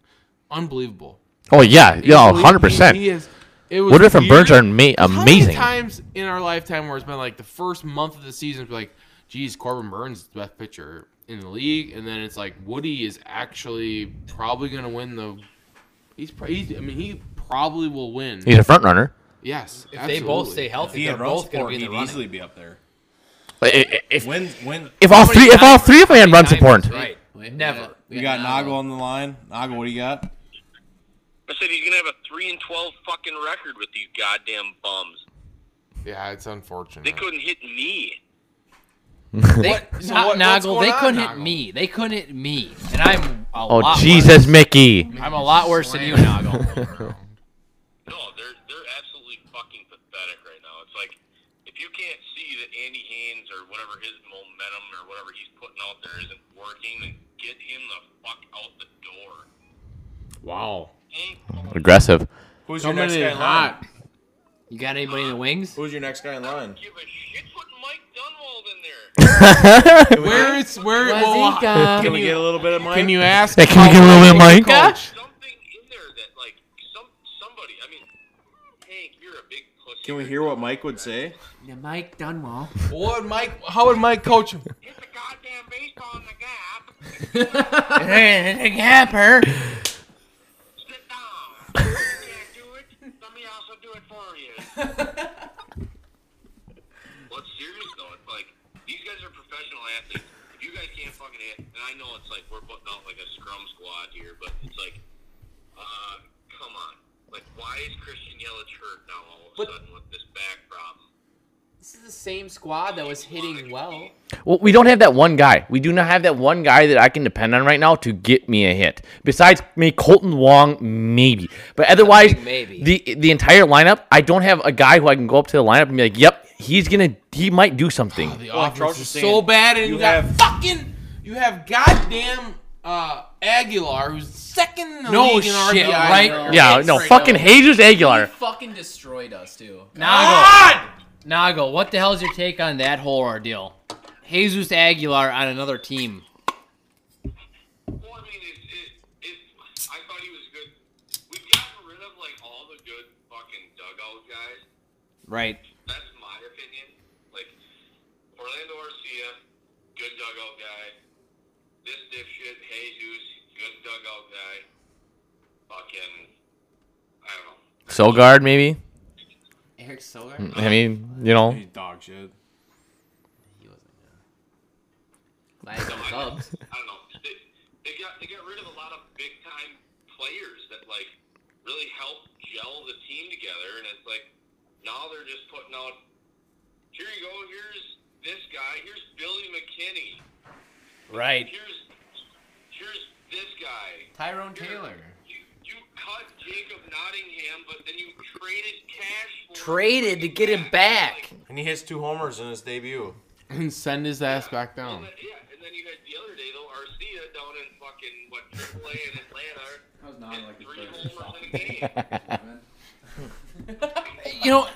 [SPEAKER 1] Unbelievable.
[SPEAKER 3] Oh yeah, yeah,
[SPEAKER 1] Unbelievable.
[SPEAKER 3] 100. percent
[SPEAKER 1] He is. It was
[SPEAKER 3] What if and Burns are
[SPEAKER 1] weird.
[SPEAKER 3] ama-
[SPEAKER 1] How many
[SPEAKER 3] amazing?
[SPEAKER 1] times in our lifetime where it's been like the first month of the season, it's like, geez, Corbin Burns is the best pitcher in the league, and then it's like Woody is actually probably going to win the. He's, pr- he's I mean he probably will win.
[SPEAKER 3] He's a front runner.
[SPEAKER 1] Yes,
[SPEAKER 10] If they both stay
[SPEAKER 2] If he
[SPEAKER 10] healthy,
[SPEAKER 2] had
[SPEAKER 10] they're
[SPEAKER 2] run
[SPEAKER 10] both going
[SPEAKER 2] support,
[SPEAKER 10] to be in
[SPEAKER 2] he'd
[SPEAKER 10] the running.
[SPEAKER 2] easily be up there.
[SPEAKER 3] If
[SPEAKER 2] when when
[SPEAKER 3] if all three if all three of them had run support,
[SPEAKER 10] Right. Never.
[SPEAKER 2] We got Nago on the line. Nago, what do you got?
[SPEAKER 7] I said he's gonna have a three and twelve fucking record with these goddamn bums.
[SPEAKER 1] Yeah, it's unfortunate.
[SPEAKER 7] They couldn't hit me.
[SPEAKER 10] They,
[SPEAKER 7] so
[SPEAKER 10] Na-
[SPEAKER 7] what- what's
[SPEAKER 10] Noggle,
[SPEAKER 7] going
[SPEAKER 10] they
[SPEAKER 7] on,
[SPEAKER 10] couldn't hit
[SPEAKER 7] Noggle?
[SPEAKER 10] me. They couldn't hit me, and I'm a
[SPEAKER 3] oh
[SPEAKER 10] lot
[SPEAKER 3] Jesus,
[SPEAKER 10] worse.
[SPEAKER 3] Mickey.
[SPEAKER 10] I'm a lot worse than you, Noggle.
[SPEAKER 7] No, they're they're absolutely fucking pathetic right now. It's like if you can't see that Andy Haynes or whatever his momentum or whatever he's putting out there isn't working, then get him the fuck out the door.
[SPEAKER 1] Wow.
[SPEAKER 3] Aggressive.
[SPEAKER 2] Who's
[SPEAKER 10] Coming
[SPEAKER 2] your next
[SPEAKER 10] in
[SPEAKER 2] guy in
[SPEAKER 10] hot.
[SPEAKER 2] line?
[SPEAKER 10] You got anybody in the wings?
[SPEAKER 2] Who's your next guy in line?
[SPEAKER 1] Where it's where well,
[SPEAKER 2] Can, we get a little bit of Mike?
[SPEAKER 1] Can you ask?
[SPEAKER 3] Hey, can we get a little bit of Mike?
[SPEAKER 2] Can we hear what Mike would say?
[SPEAKER 9] Yeah, Mike Dunwall.
[SPEAKER 1] What would Mike? How would Mike coach him?
[SPEAKER 9] the gapper.
[SPEAKER 7] Well, it's serious though. It's like these guys are professional athletes. If you guys can't fucking hit, and I know it's like we're putting out like a scrum squad here, but it's like, uh, come on. Like, why is Christian Yelich hurt now all of a sudden with this back problem?
[SPEAKER 9] This is the same squad that was hitting well.
[SPEAKER 3] Well, we don't have that one guy. We do not have that one guy that I can depend on right now to get me a hit. Besides me, Colton Wong, maybe. But otherwise,
[SPEAKER 9] maybe.
[SPEAKER 3] the the entire lineup, I don't have a guy who I can go up to the lineup and be like, "Yep, he's gonna, he might do something."
[SPEAKER 1] offense is so bad, and you, got fucking, you have goddamn uh, Aguilar, who's second in the
[SPEAKER 9] No
[SPEAKER 1] league in
[SPEAKER 9] shit,
[SPEAKER 1] RBI.
[SPEAKER 9] right?
[SPEAKER 3] yeah,
[SPEAKER 9] Yes,
[SPEAKER 3] no,
[SPEAKER 9] right
[SPEAKER 3] fucking
[SPEAKER 9] now.
[SPEAKER 3] Jesus Aguilar.
[SPEAKER 9] Fucking destroyed us too.
[SPEAKER 10] Nago. Nago, what the hell is your take on that whole ordeal? Jesus Aguilar on another team. Right.
[SPEAKER 7] That's my opinion. Like Orlando Arcia, good dugout guy. This dipshit Jesus, good dugout guy. Fucking, I don't know.
[SPEAKER 3] Sogard, maybe.
[SPEAKER 9] Eric Soler.
[SPEAKER 3] I mean, you know,
[SPEAKER 9] He's dog shit. He wasn't. Glad he's on the Cubs.
[SPEAKER 7] I don't know. They, they got they got rid of a lot of big time players that like really helped gel the team together, and it's like now they're just putting out. Here you go. Here's this guy. Here's Billy McKinney.
[SPEAKER 9] Right.
[SPEAKER 7] Here's here's this guy.
[SPEAKER 9] Tyrone Taylor.
[SPEAKER 7] You cut Jacob Nottingham, but then you traded cash.
[SPEAKER 9] Traded to get him back.
[SPEAKER 15] And he hits two homers in his debut.
[SPEAKER 1] And send his ass back down.
[SPEAKER 7] Yeah, and then you had the other day though, Arcia down in fucking what AAA in Atlanta. That was not like three homers in a game.
[SPEAKER 10] You know,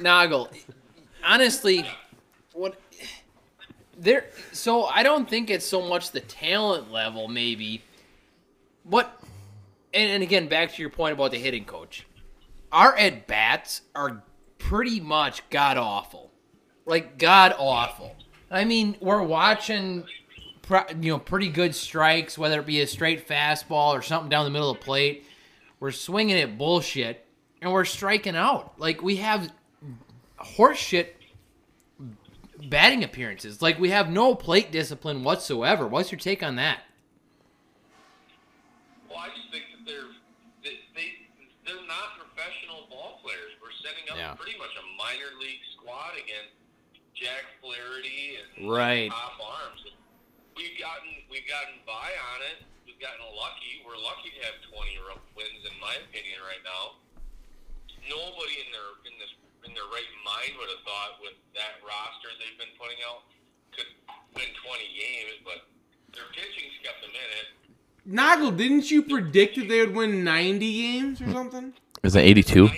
[SPEAKER 10] Noggle, honestly, what there so I don't think it's so much the talent level maybe. What and, and again back to your point about the hitting coach. Our at bats are pretty much god awful. Like god awful. I mean, we're watching pro- you know pretty good strikes whether it be a straight fastball or something down the middle of the plate. We're swinging at bullshit and we're striking out. Like we have horseshit batting appearances. Like we have no plate discipline whatsoever. What's your take on that?
[SPEAKER 7] Well, I just think that they're they, they they're not professional ball players. We're setting up
[SPEAKER 10] Yeah.
[SPEAKER 7] pretty much a minor league squad against Jack Flaherty and
[SPEAKER 10] Right.
[SPEAKER 7] top arms. We've gotten we've gotten by on it. We've gotten lucky. We're lucky to have 20 ro- wins, in my opinion, right now. Nobody in their in this in their right mind would have thought with that roster they've been putting out could win 20 games, but their pitching's kept them in it.
[SPEAKER 1] Noggle, didn't you predict that they would win 90 games or something?
[SPEAKER 3] is it 82?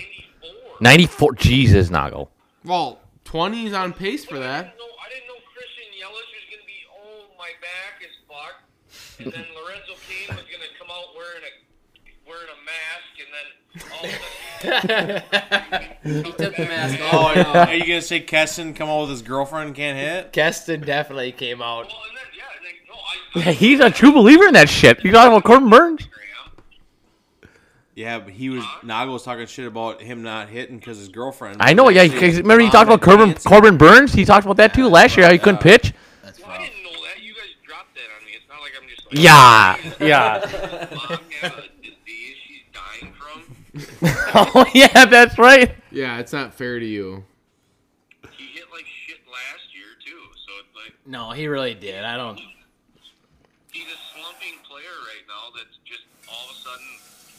[SPEAKER 3] 94. Jesus, Noggle.
[SPEAKER 1] Well, 20 is on pace for that.
[SPEAKER 7] oh, And then Lorenzo Kane was going to come out wearing a wearing a mask, and then all of a sudden
[SPEAKER 10] He took the mask
[SPEAKER 2] Oh,
[SPEAKER 10] off.
[SPEAKER 2] are are you gonna say Keston come out with his girlfriend can't hit?
[SPEAKER 10] Keston definitely came out.
[SPEAKER 3] He's a true believer in that shit. You talking about Corbin Burns?
[SPEAKER 2] Yeah, but he was Nago was talking shit about him not hitting because his girlfriend.
[SPEAKER 3] I know. Yeah, 'cause remember he talked about Corbin Corbin Burns. He talked about that too last year. How he couldn't pitch. Yeah, yeah. oh yeah, that's right.
[SPEAKER 1] Yeah, it's not fair to you.
[SPEAKER 10] No, he really did. I don't.
[SPEAKER 7] he's a slumping player right now that's just all of a sudden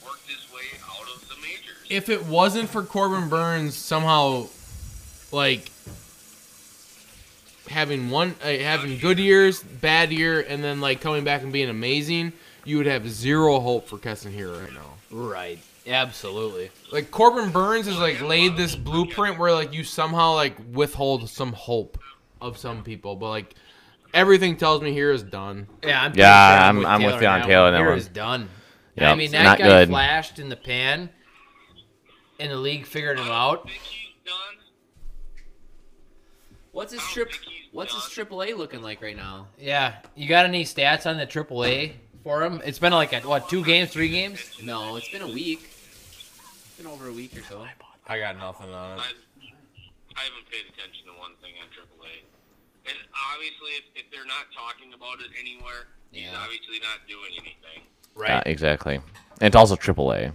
[SPEAKER 7] worked his way out of the majors.
[SPEAKER 1] If it wasn't for Corbin Burns somehow, like having one, uh, having good years, bad year, and then like coming back and being amazing, you would have zero hope for Keston here right now.
[SPEAKER 10] Right. Absolutely.
[SPEAKER 1] Like Corbin Burns has like laid this blueprint where like you somehow like withhold some hope of some people, but like everything tells me here is done.
[SPEAKER 10] Yeah, I'm
[SPEAKER 3] Yeah, Uh, I'm- I'm with you on Taylor on that
[SPEAKER 10] Here
[SPEAKER 3] one.
[SPEAKER 10] is done.
[SPEAKER 3] Yeah,
[SPEAKER 10] I mean,
[SPEAKER 3] it's
[SPEAKER 10] that
[SPEAKER 3] not
[SPEAKER 10] guy
[SPEAKER 3] good.
[SPEAKER 10] flashed in the pan, and the league figured him out.
[SPEAKER 9] What's his trip? What's his AAA looking like right now?
[SPEAKER 10] Yeah, you got any stats on the AAA for him? It's been like a, what two games, three games?
[SPEAKER 9] No, it's been a week. It's been over a week or so.
[SPEAKER 2] I got nothing on it.
[SPEAKER 7] I haven't paid attention to one thing on AAA. And obviously, if, if they're not talking about it anywhere, he's obviously not doing anything.
[SPEAKER 3] Yeah, exactly. And it's also AAA.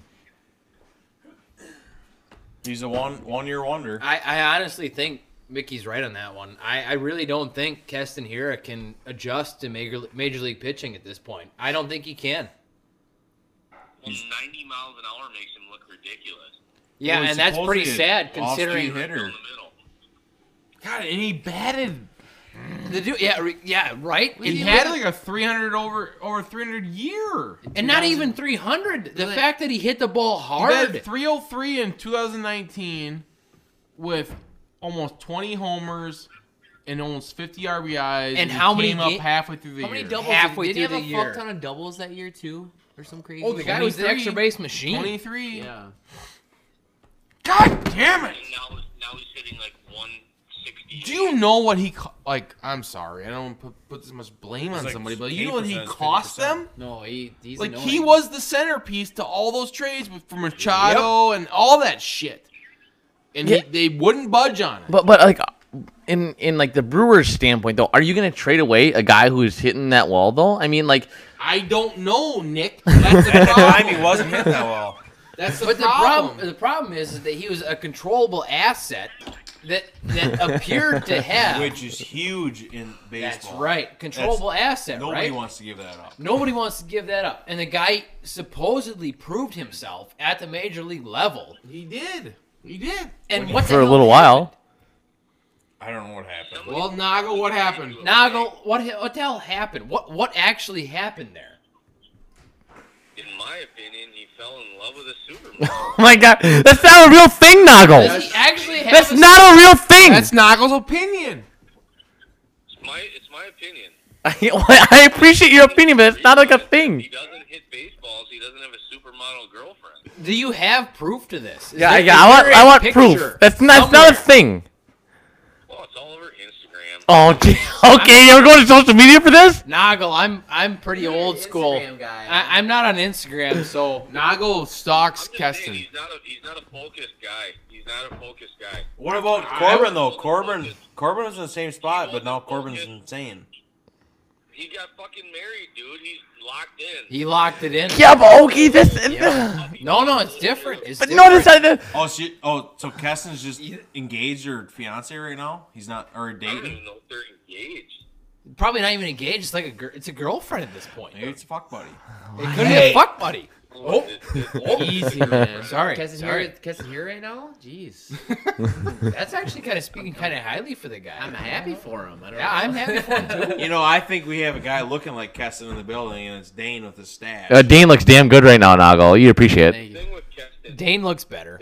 [SPEAKER 2] He's a one one year wonder.
[SPEAKER 10] I, I honestly think Mickey's right on that one. I, I really don't think Keston Hira can adjust to major major league pitching at this point. I don't think he can.
[SPEAKER 9] Well, 90 miles an hour makes him look ridiculous.
[SPEAKER 10] Yeah, and that's pretty sad considering
[SPEAKER 16] hitter.
[SPEAKER 1] God, and he batted.
[SPEAKER 10] The dude, yeah, re- yeah, right.
[SPEAKER 1] He
[SPEAKER 10] And-
[SPEAKER 1] had like a 300 over over 300 year,
[SPEAKER 10] and not even 300. The fact that he hit the ball
[SPEAKER 1] He
[SPEAKER 10] hard.
[SPEAKER 1] batted 303 in 2019 with almost 20 homers and almost 50 RBIs.
[SPEAKER 17] And how
[SPEAKER 1] he
[SPEAKER 17] many
[SPEAKER 1] came up
[SPEAKER 17] ga-
[SPEAKER 1] halfway through the
[SPEAKER 17] How
[SPEAKER 1] year?
[SPEAKER 17] many doubles?
[SPEAKER 10] Halfway
[SPEAKER 17] did he
[SPEAKER 10] through
[SPEAKER 17] have
[SPEAKER 10] the
[SPEAKER 17] a
[SPEAKER 10] year.
[SPEAKER 17] fuck ton of doubles that year too, or some crazy?
[SPEAKER 10] Oh, the guy was the
[SPEAKER 17] 23?
[SPEAKER 10] extra base machine.
[SPEAKER 1] 23.
[SPEAKER 17] Yeah.
[SPEAKER 1] God damn it! Do you know what he co- like? I'm sorry, I don't put, put this much blame
[SPEAKER 18] It's
[SPEAKER 1] on
[SPEAKER 18] like
[SPEAKER 1] somebody, but you know what he
[SPEAKER 18] 8%,
[SPEAKER 1] cost them?
[SPEAKER 10] No, he he's
[SPEAKER 1] like
[SPEAKER 10] annoying.
[SPEAKER 1] he was the centerpiece to all those trades with- for Machado and all that shit, and
[SPEAKER 3] Yeah.
[SPEAKER 1] he, they wouldn't budge on it.
[SPEAKER 3] But but like in in like the Brewers standpoint though, are you gonna trade away a guy who's hitting that wall though? I mean like
[SPEAKER 1] I don't know, Nick. That's the problem.
[SPEAKER 16] wasn't hitting that well.
[SPEAKER 1] That's the
[SPEAKER 10] but
[SPEAKER 1] problem.
[SPEAKER 10] the problem. The problem is, is that he was a controllable asset that that appeared to have.
[SPEAKER 2] which is huge in baseball.
[SPEAKER 10] That's right, controllable asset.
[SPEAKER 2] Nobody
[SPEAKER 10] right?
[SPEAKER 2] wants to give that up.
[SPEAKER 10] Nobody wants to give that up. And the guy supposedly proved himself at the major league level.
[SPEAKER 1] He did. He did.
[SPEAKER 10] And what the
[SPEAKER 3] for a
[SPEAKER 10] hell
[SPEAKER 3] little while.
[SPEAKER 2] I don't know what happened.
[SPEAKER 1] Well, Nago, what happened?
[SPEAKER 10] Noggle, what he- what the hell happened? What what actually happened there?
[SPEAKER 9] In my opinion, he fell in love with a supermodel.
[SPEAKER 3] Oh my god, that's not a real thing,
[SPEAKER 10] Does
[SPEAKER 3] Noggle.
[SPEAKER 10] he actually have
[SPEAKER 3] That's not a real thing.
[SPEAKER 1] That's Noggle's opinion.
[SPEAKER 9] It's my, it's my opinion.
[SPEAKER 3] I, I appreciate your opinion, but it's not like a thing.
[SPEAKER 9] He doesn't hit baseballs. He doesn't have a supermodel girlfriend.
[SPEAKER 10] Do you have proof to this? Is
[SPEAKER 3] Yeah,
[SPEAKER 10] there-
[SPEAKER 3] yeah, I
[SPEAKER 10] is
[SPEAKER 3] want
[SPEAKER 10] there a
[SPEAKER 3] I want
[SPEAKER 10] picture
[SPEAKER 3] proof. That's not it's not a
[SPEAKER 10] somewhere?
[SPEAKER 3] thing.
[SPEAKER 9] Well, it's all over Instagram.
[SPEAKER 3] Oh, okay, okay, you're going to social media for this?
[SPEAKER 10] Noggle, I'm I'm pretty old school. I, I'm not on Instagram, so
[SPEAKER 1] Nago stalks Keston.
[SPEAKER 9] He's not a, he's not a focused guy. He's not a focused guy.
[SPEAKER 2] What about Corbin though? Corbin, Corbin was in the same spot, but now Corbin's insane.
[SPEAKER 9] He got fucking married, dude. He's locked in.
[SPEAKER 10] He locked it in.
[SPEAKER 3] Yeah, but okay, this.
[SPEAKER 10] Yeah. No, no, it's different. It's
[SPEAKER 3] But
[SPEAKER 10] different.
[SPEAKER 3] notice I did.
[SPEAKER 2] Oh, so you- oh, so Keston's just engaged or fiance right now? He's not or dating?
[SPEAKER 9] they're engaged.
[SPEAKER 10] Probably not even engaged. It's like a gir- it's a girlfriend at this point.
[SPEAKER 2] Maybe it's a fuck buddy.
[SPEAKER 10] It could be a fuck buddy. Oh, oh.
[SPEAKER 1] Easy, man.
[SPEAKER 10] Sorry,
[SPEAKER 17] Keston
[SPEAKER 10] sorry.
[SPEAKER 17] here, Keston here right now. Jeez,
[SPEAKER 10] That's actually kind of speaking kind of highly for the guy.
[SPEAKER 17] I'm happy for him. I don't
[SPEAKER 10] Yeah, I'm happy for him too.
[SPEAKER 2] You know, I think we have a guy looking like Keston in the building, and it's Dane with his staff.
[SPEAKER 3] Uh, Dane looks damn good right now, Noggle. You appreciate it.
[SPEAKER 10] Dane looks better.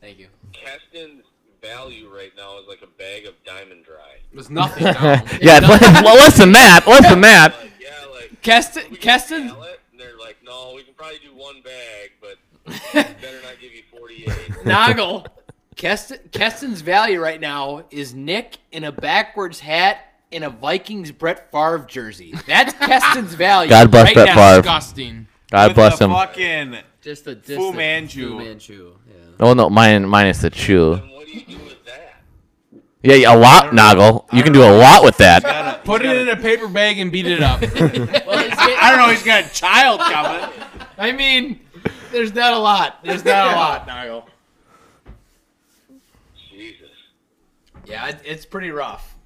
[SPEAKER 17] Thank you.
[SPEAKER 9] Keston's value right now is like a bag of diamond dry.
[SPEAKER 1] There's nothing.
[SPEAKER 3] yeah,
[SPEAKER 1] Donald.
[SPEAKER 3] it's less, well, less than that. Less than that.
[SPEAKER 10] Keston, Keston, Noggle, Keston, Keston's value right now is Nick in a backwards hat in a Vikings Brett Favre jersey. That's Keston's value.
[SPEAKER 3] God bless
[SPEAKER 10] right
[SPEAKER 3] Brett
[SPEAKER 10] now.
[SPEAKER 3] Favre.
[SPEAKER 1] Disgusting.
[SPEAKER 3] God
[SPEAKER 2] With
[SPEAKER 3] bless
[SPEAKER 2] the
[SPEAKER 3] him.
[SPEAKER 2] Fucking
[SPEAKER 17] Just the just
[SPEAKER 2] Fu
[SPEAKER 17] the
[SPEAKER 2] Manchu.
[SPEAKER 17] Fu Manchu. Yeah.
[SPEAKER 3] Oh no, mine minus the chew. Yeah, yeah, a lot, Noggle. You can do a lot with that.
[SPEAKER 1] Put it in a paper bag and beat it up.
[SPEAKER 2] I don't know. He's got a child coming.
[SPEAKER 10] I mean, there's not a lot. There's not a lot, Noggle.
[SPEAKER 9] Jesus.
[SPEAKER 10] Yeah, it, it's pretty rough.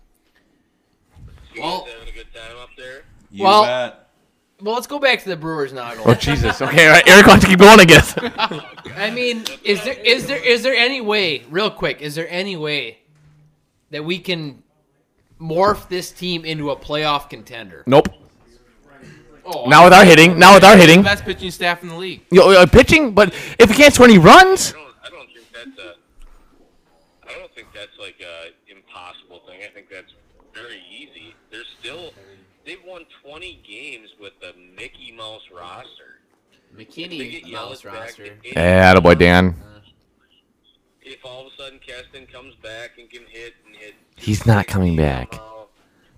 [SPEAKER 9] You
[SPEAKER 10] Well-
[SPEAKER 9] guys having a good time up there?
[SPEAKER 2] You
[SPEAKER 10] Well-
[SPEAKER 2] bet.
[SPEAKER 10] Well, let's go back to the Brewers, Noggle.
[SPEAKER 3] Oh Jesus. Okay, all right, Eric wants to keep going. I guess.
[SPEAKER 10] I mean, is there is there is there any way, real quick, is there any way that we can morph this team into a playoff contender?
[SPEAKER 3] Nope.
[SPEAKER 1] Oh,
[SPEAKER 3] Now with our hitting. Now with our hitting.
[SPEAKER 1] Best pitching staff in the league.
[SPEAKER 3] Yo, uh, pitching, but if we can't score any runs,
[SPEAKER 9] I don't think that's a. I don't think that's like a impossible thing. I think that's very easy. They're still. They've won 20 games with the Mickey Mouse roster. They get
[SPEAKER 17] McKinney
[SPEAKER 9] yelled
[SPEAKER 17] Mouse
[SPEAKER 9] back
[SPEAKER 17] roster.
[SPEAKER 9] if-
[SPEAKER 3] yeah, boy, Dan.
[SPEAKER 9] If all of a sudden Keston comes back and can hit and hit Oh,
[SPEAKER 3] He's not coming back.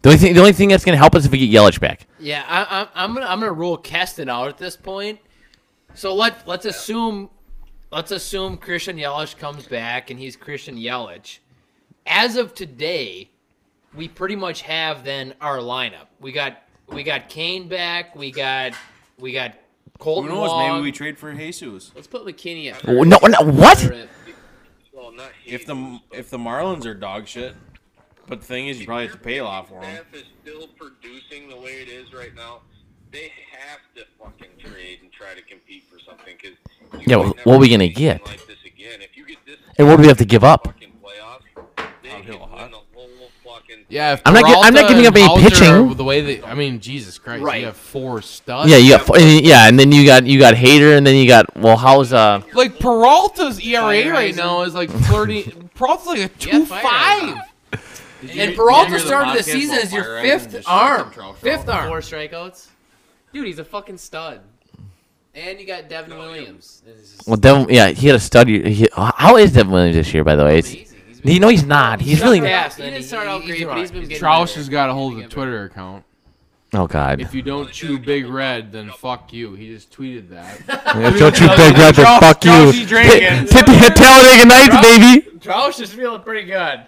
[SPEAKER 3] The only thing, the only thing that's gonna help us if we get Yelich back.
[SPEAKER 10] Yeah, I, I, I'm gonna I'm gonna rule Keston out at this point. So let let's assume let's assume Christian Yelich comes back and he's Christian Yelich. As of today, we pretty much have then our lineup. We got we got Kane back. We got we got
[SPEAKER 2] Who
[SPEAKER 10] Colton
[SPEAKER 2] knows?
[SPEAKER 10] Wong.
[SPEAKER 2] Maybe we trade for Jesus.
[SPEAKER 17] Let's put McKinney up.
[SPEAKER 3] Oh, no, no, what?
[SPEAKER 17] Rip.
[SPEAKER 2] If the if the Marlins are dog shit,
[SPEAKER 19] But the thing is, you probably have to pay a lot for him.
[SPEAKER 20] Staff is still producing the way it is right now. They have to fucking trade and try to compete for something because
[SPEAKER 3] Yeah, well, what are we gonna get? And what do we have to give up?
[SPEAKER 1] Yeah, if
[SPEAKER 3] I'm not gi- I'm not
[SPEAKER 1] Peralta
[SPEAKER 3] giving up
[SPEAKER 1] and
[SPEAKER 3] any
[SPEAKER 1] Hauser,
[SPEAKER 3] pitching.
[SPEAKER 1] The way that I mean, Jesus Christ, you have four studs.
[SPEAKER 3] Yeah, you got four, yeah, and then you got you got Hater, and then you got well, how's uh
[SPEAKER 1] like Peralta's ERA right now is like thirty. Peralta's like a two five.
[SPEAKER 21] And Peralta started the season as your fifth arm. Fifth arm.
[SPEAKER 10] Four strikeouts. Dude, he's a fucking stud. And you got Devin Williams. It's just-
[SPEAKER 3] well Devin? Yeah, he had a stud. year- He, how is Devin Williams this year? By the way, it's, he, no, he's not. He's really not.
[SPEAKER 10] He didn't start out great, but he's been getting
[SPEAKER 1] Troush has got a hold of the Twitter account.
[SPEAKER 3] Oh God.
[SPEAKER 1] If you don't chew Big Red, then fuck you. He just tweeted that.
[SPEAKER 3] Yeah, don't you big red, then fuck you.
[SPEAKER 1] Troush, he drinking.
[SPEAKER 3] Hit hit the Talladega Nights, baby.
[SPEAKER 10] Troush is feeling pretty good.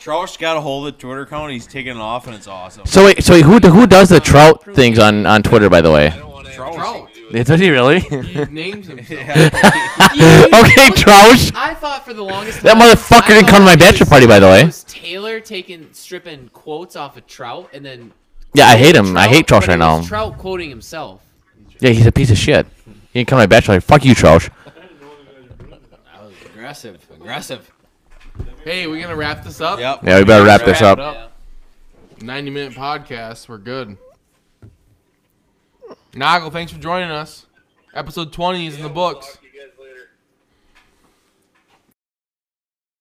[SPEAKER 2] Troush got a hold of the Twitter account. He's taking it off, and it's awesome.
[SPEAKER 3] So wait, so wait, who who does the trout things on on Twitter? By the way,
[SPEAKER 2] Troush.
[SPEAKER 3] does he really?
[SPEAKER 1] names himself.
[SPEAKER 3] okay, Troush.
[SPEAKER 10] I thought for the longest
[SPEAKER 3] That
[SPEAKER 10] time-
[SPEAKER 3] motherfucker
[SPEAKER 10] I
[SPEAKER 3] didn't come to
[SPEAKER 10] thought
[SPEAKER 3] my
[SPEAKER 10] it
[SPEAKER 3] bachelor
[SPEAKER 10] was-
[SPEAKER 3] party, by the way.
[SPEAKER 10] it was Taylor taking stripping quotes off of Trout and then
[SPEAKER 3] Yeah, I hate him. I hate Troush
[SPEAKER 10] but it
[SPEAKER 3] right now.
[SPEAKER 10] was Trout quoting himself.
[SPEAKER 3] Yeah, he's a piece of shit. He didn't come to my bachelor. party. Fuck you, Troush.
[SPEAKER 21] That was aggressive. Aggressive.
[SPEAKER 1] Hey, we gonna wrap this up? Yep.
[SPEAKER 3] Yeah, we better wrap this up.
[SPEAKER 1] Ninety minute podcast. We're good. Noggle, thanks for joining us. Episode twenty is in the books.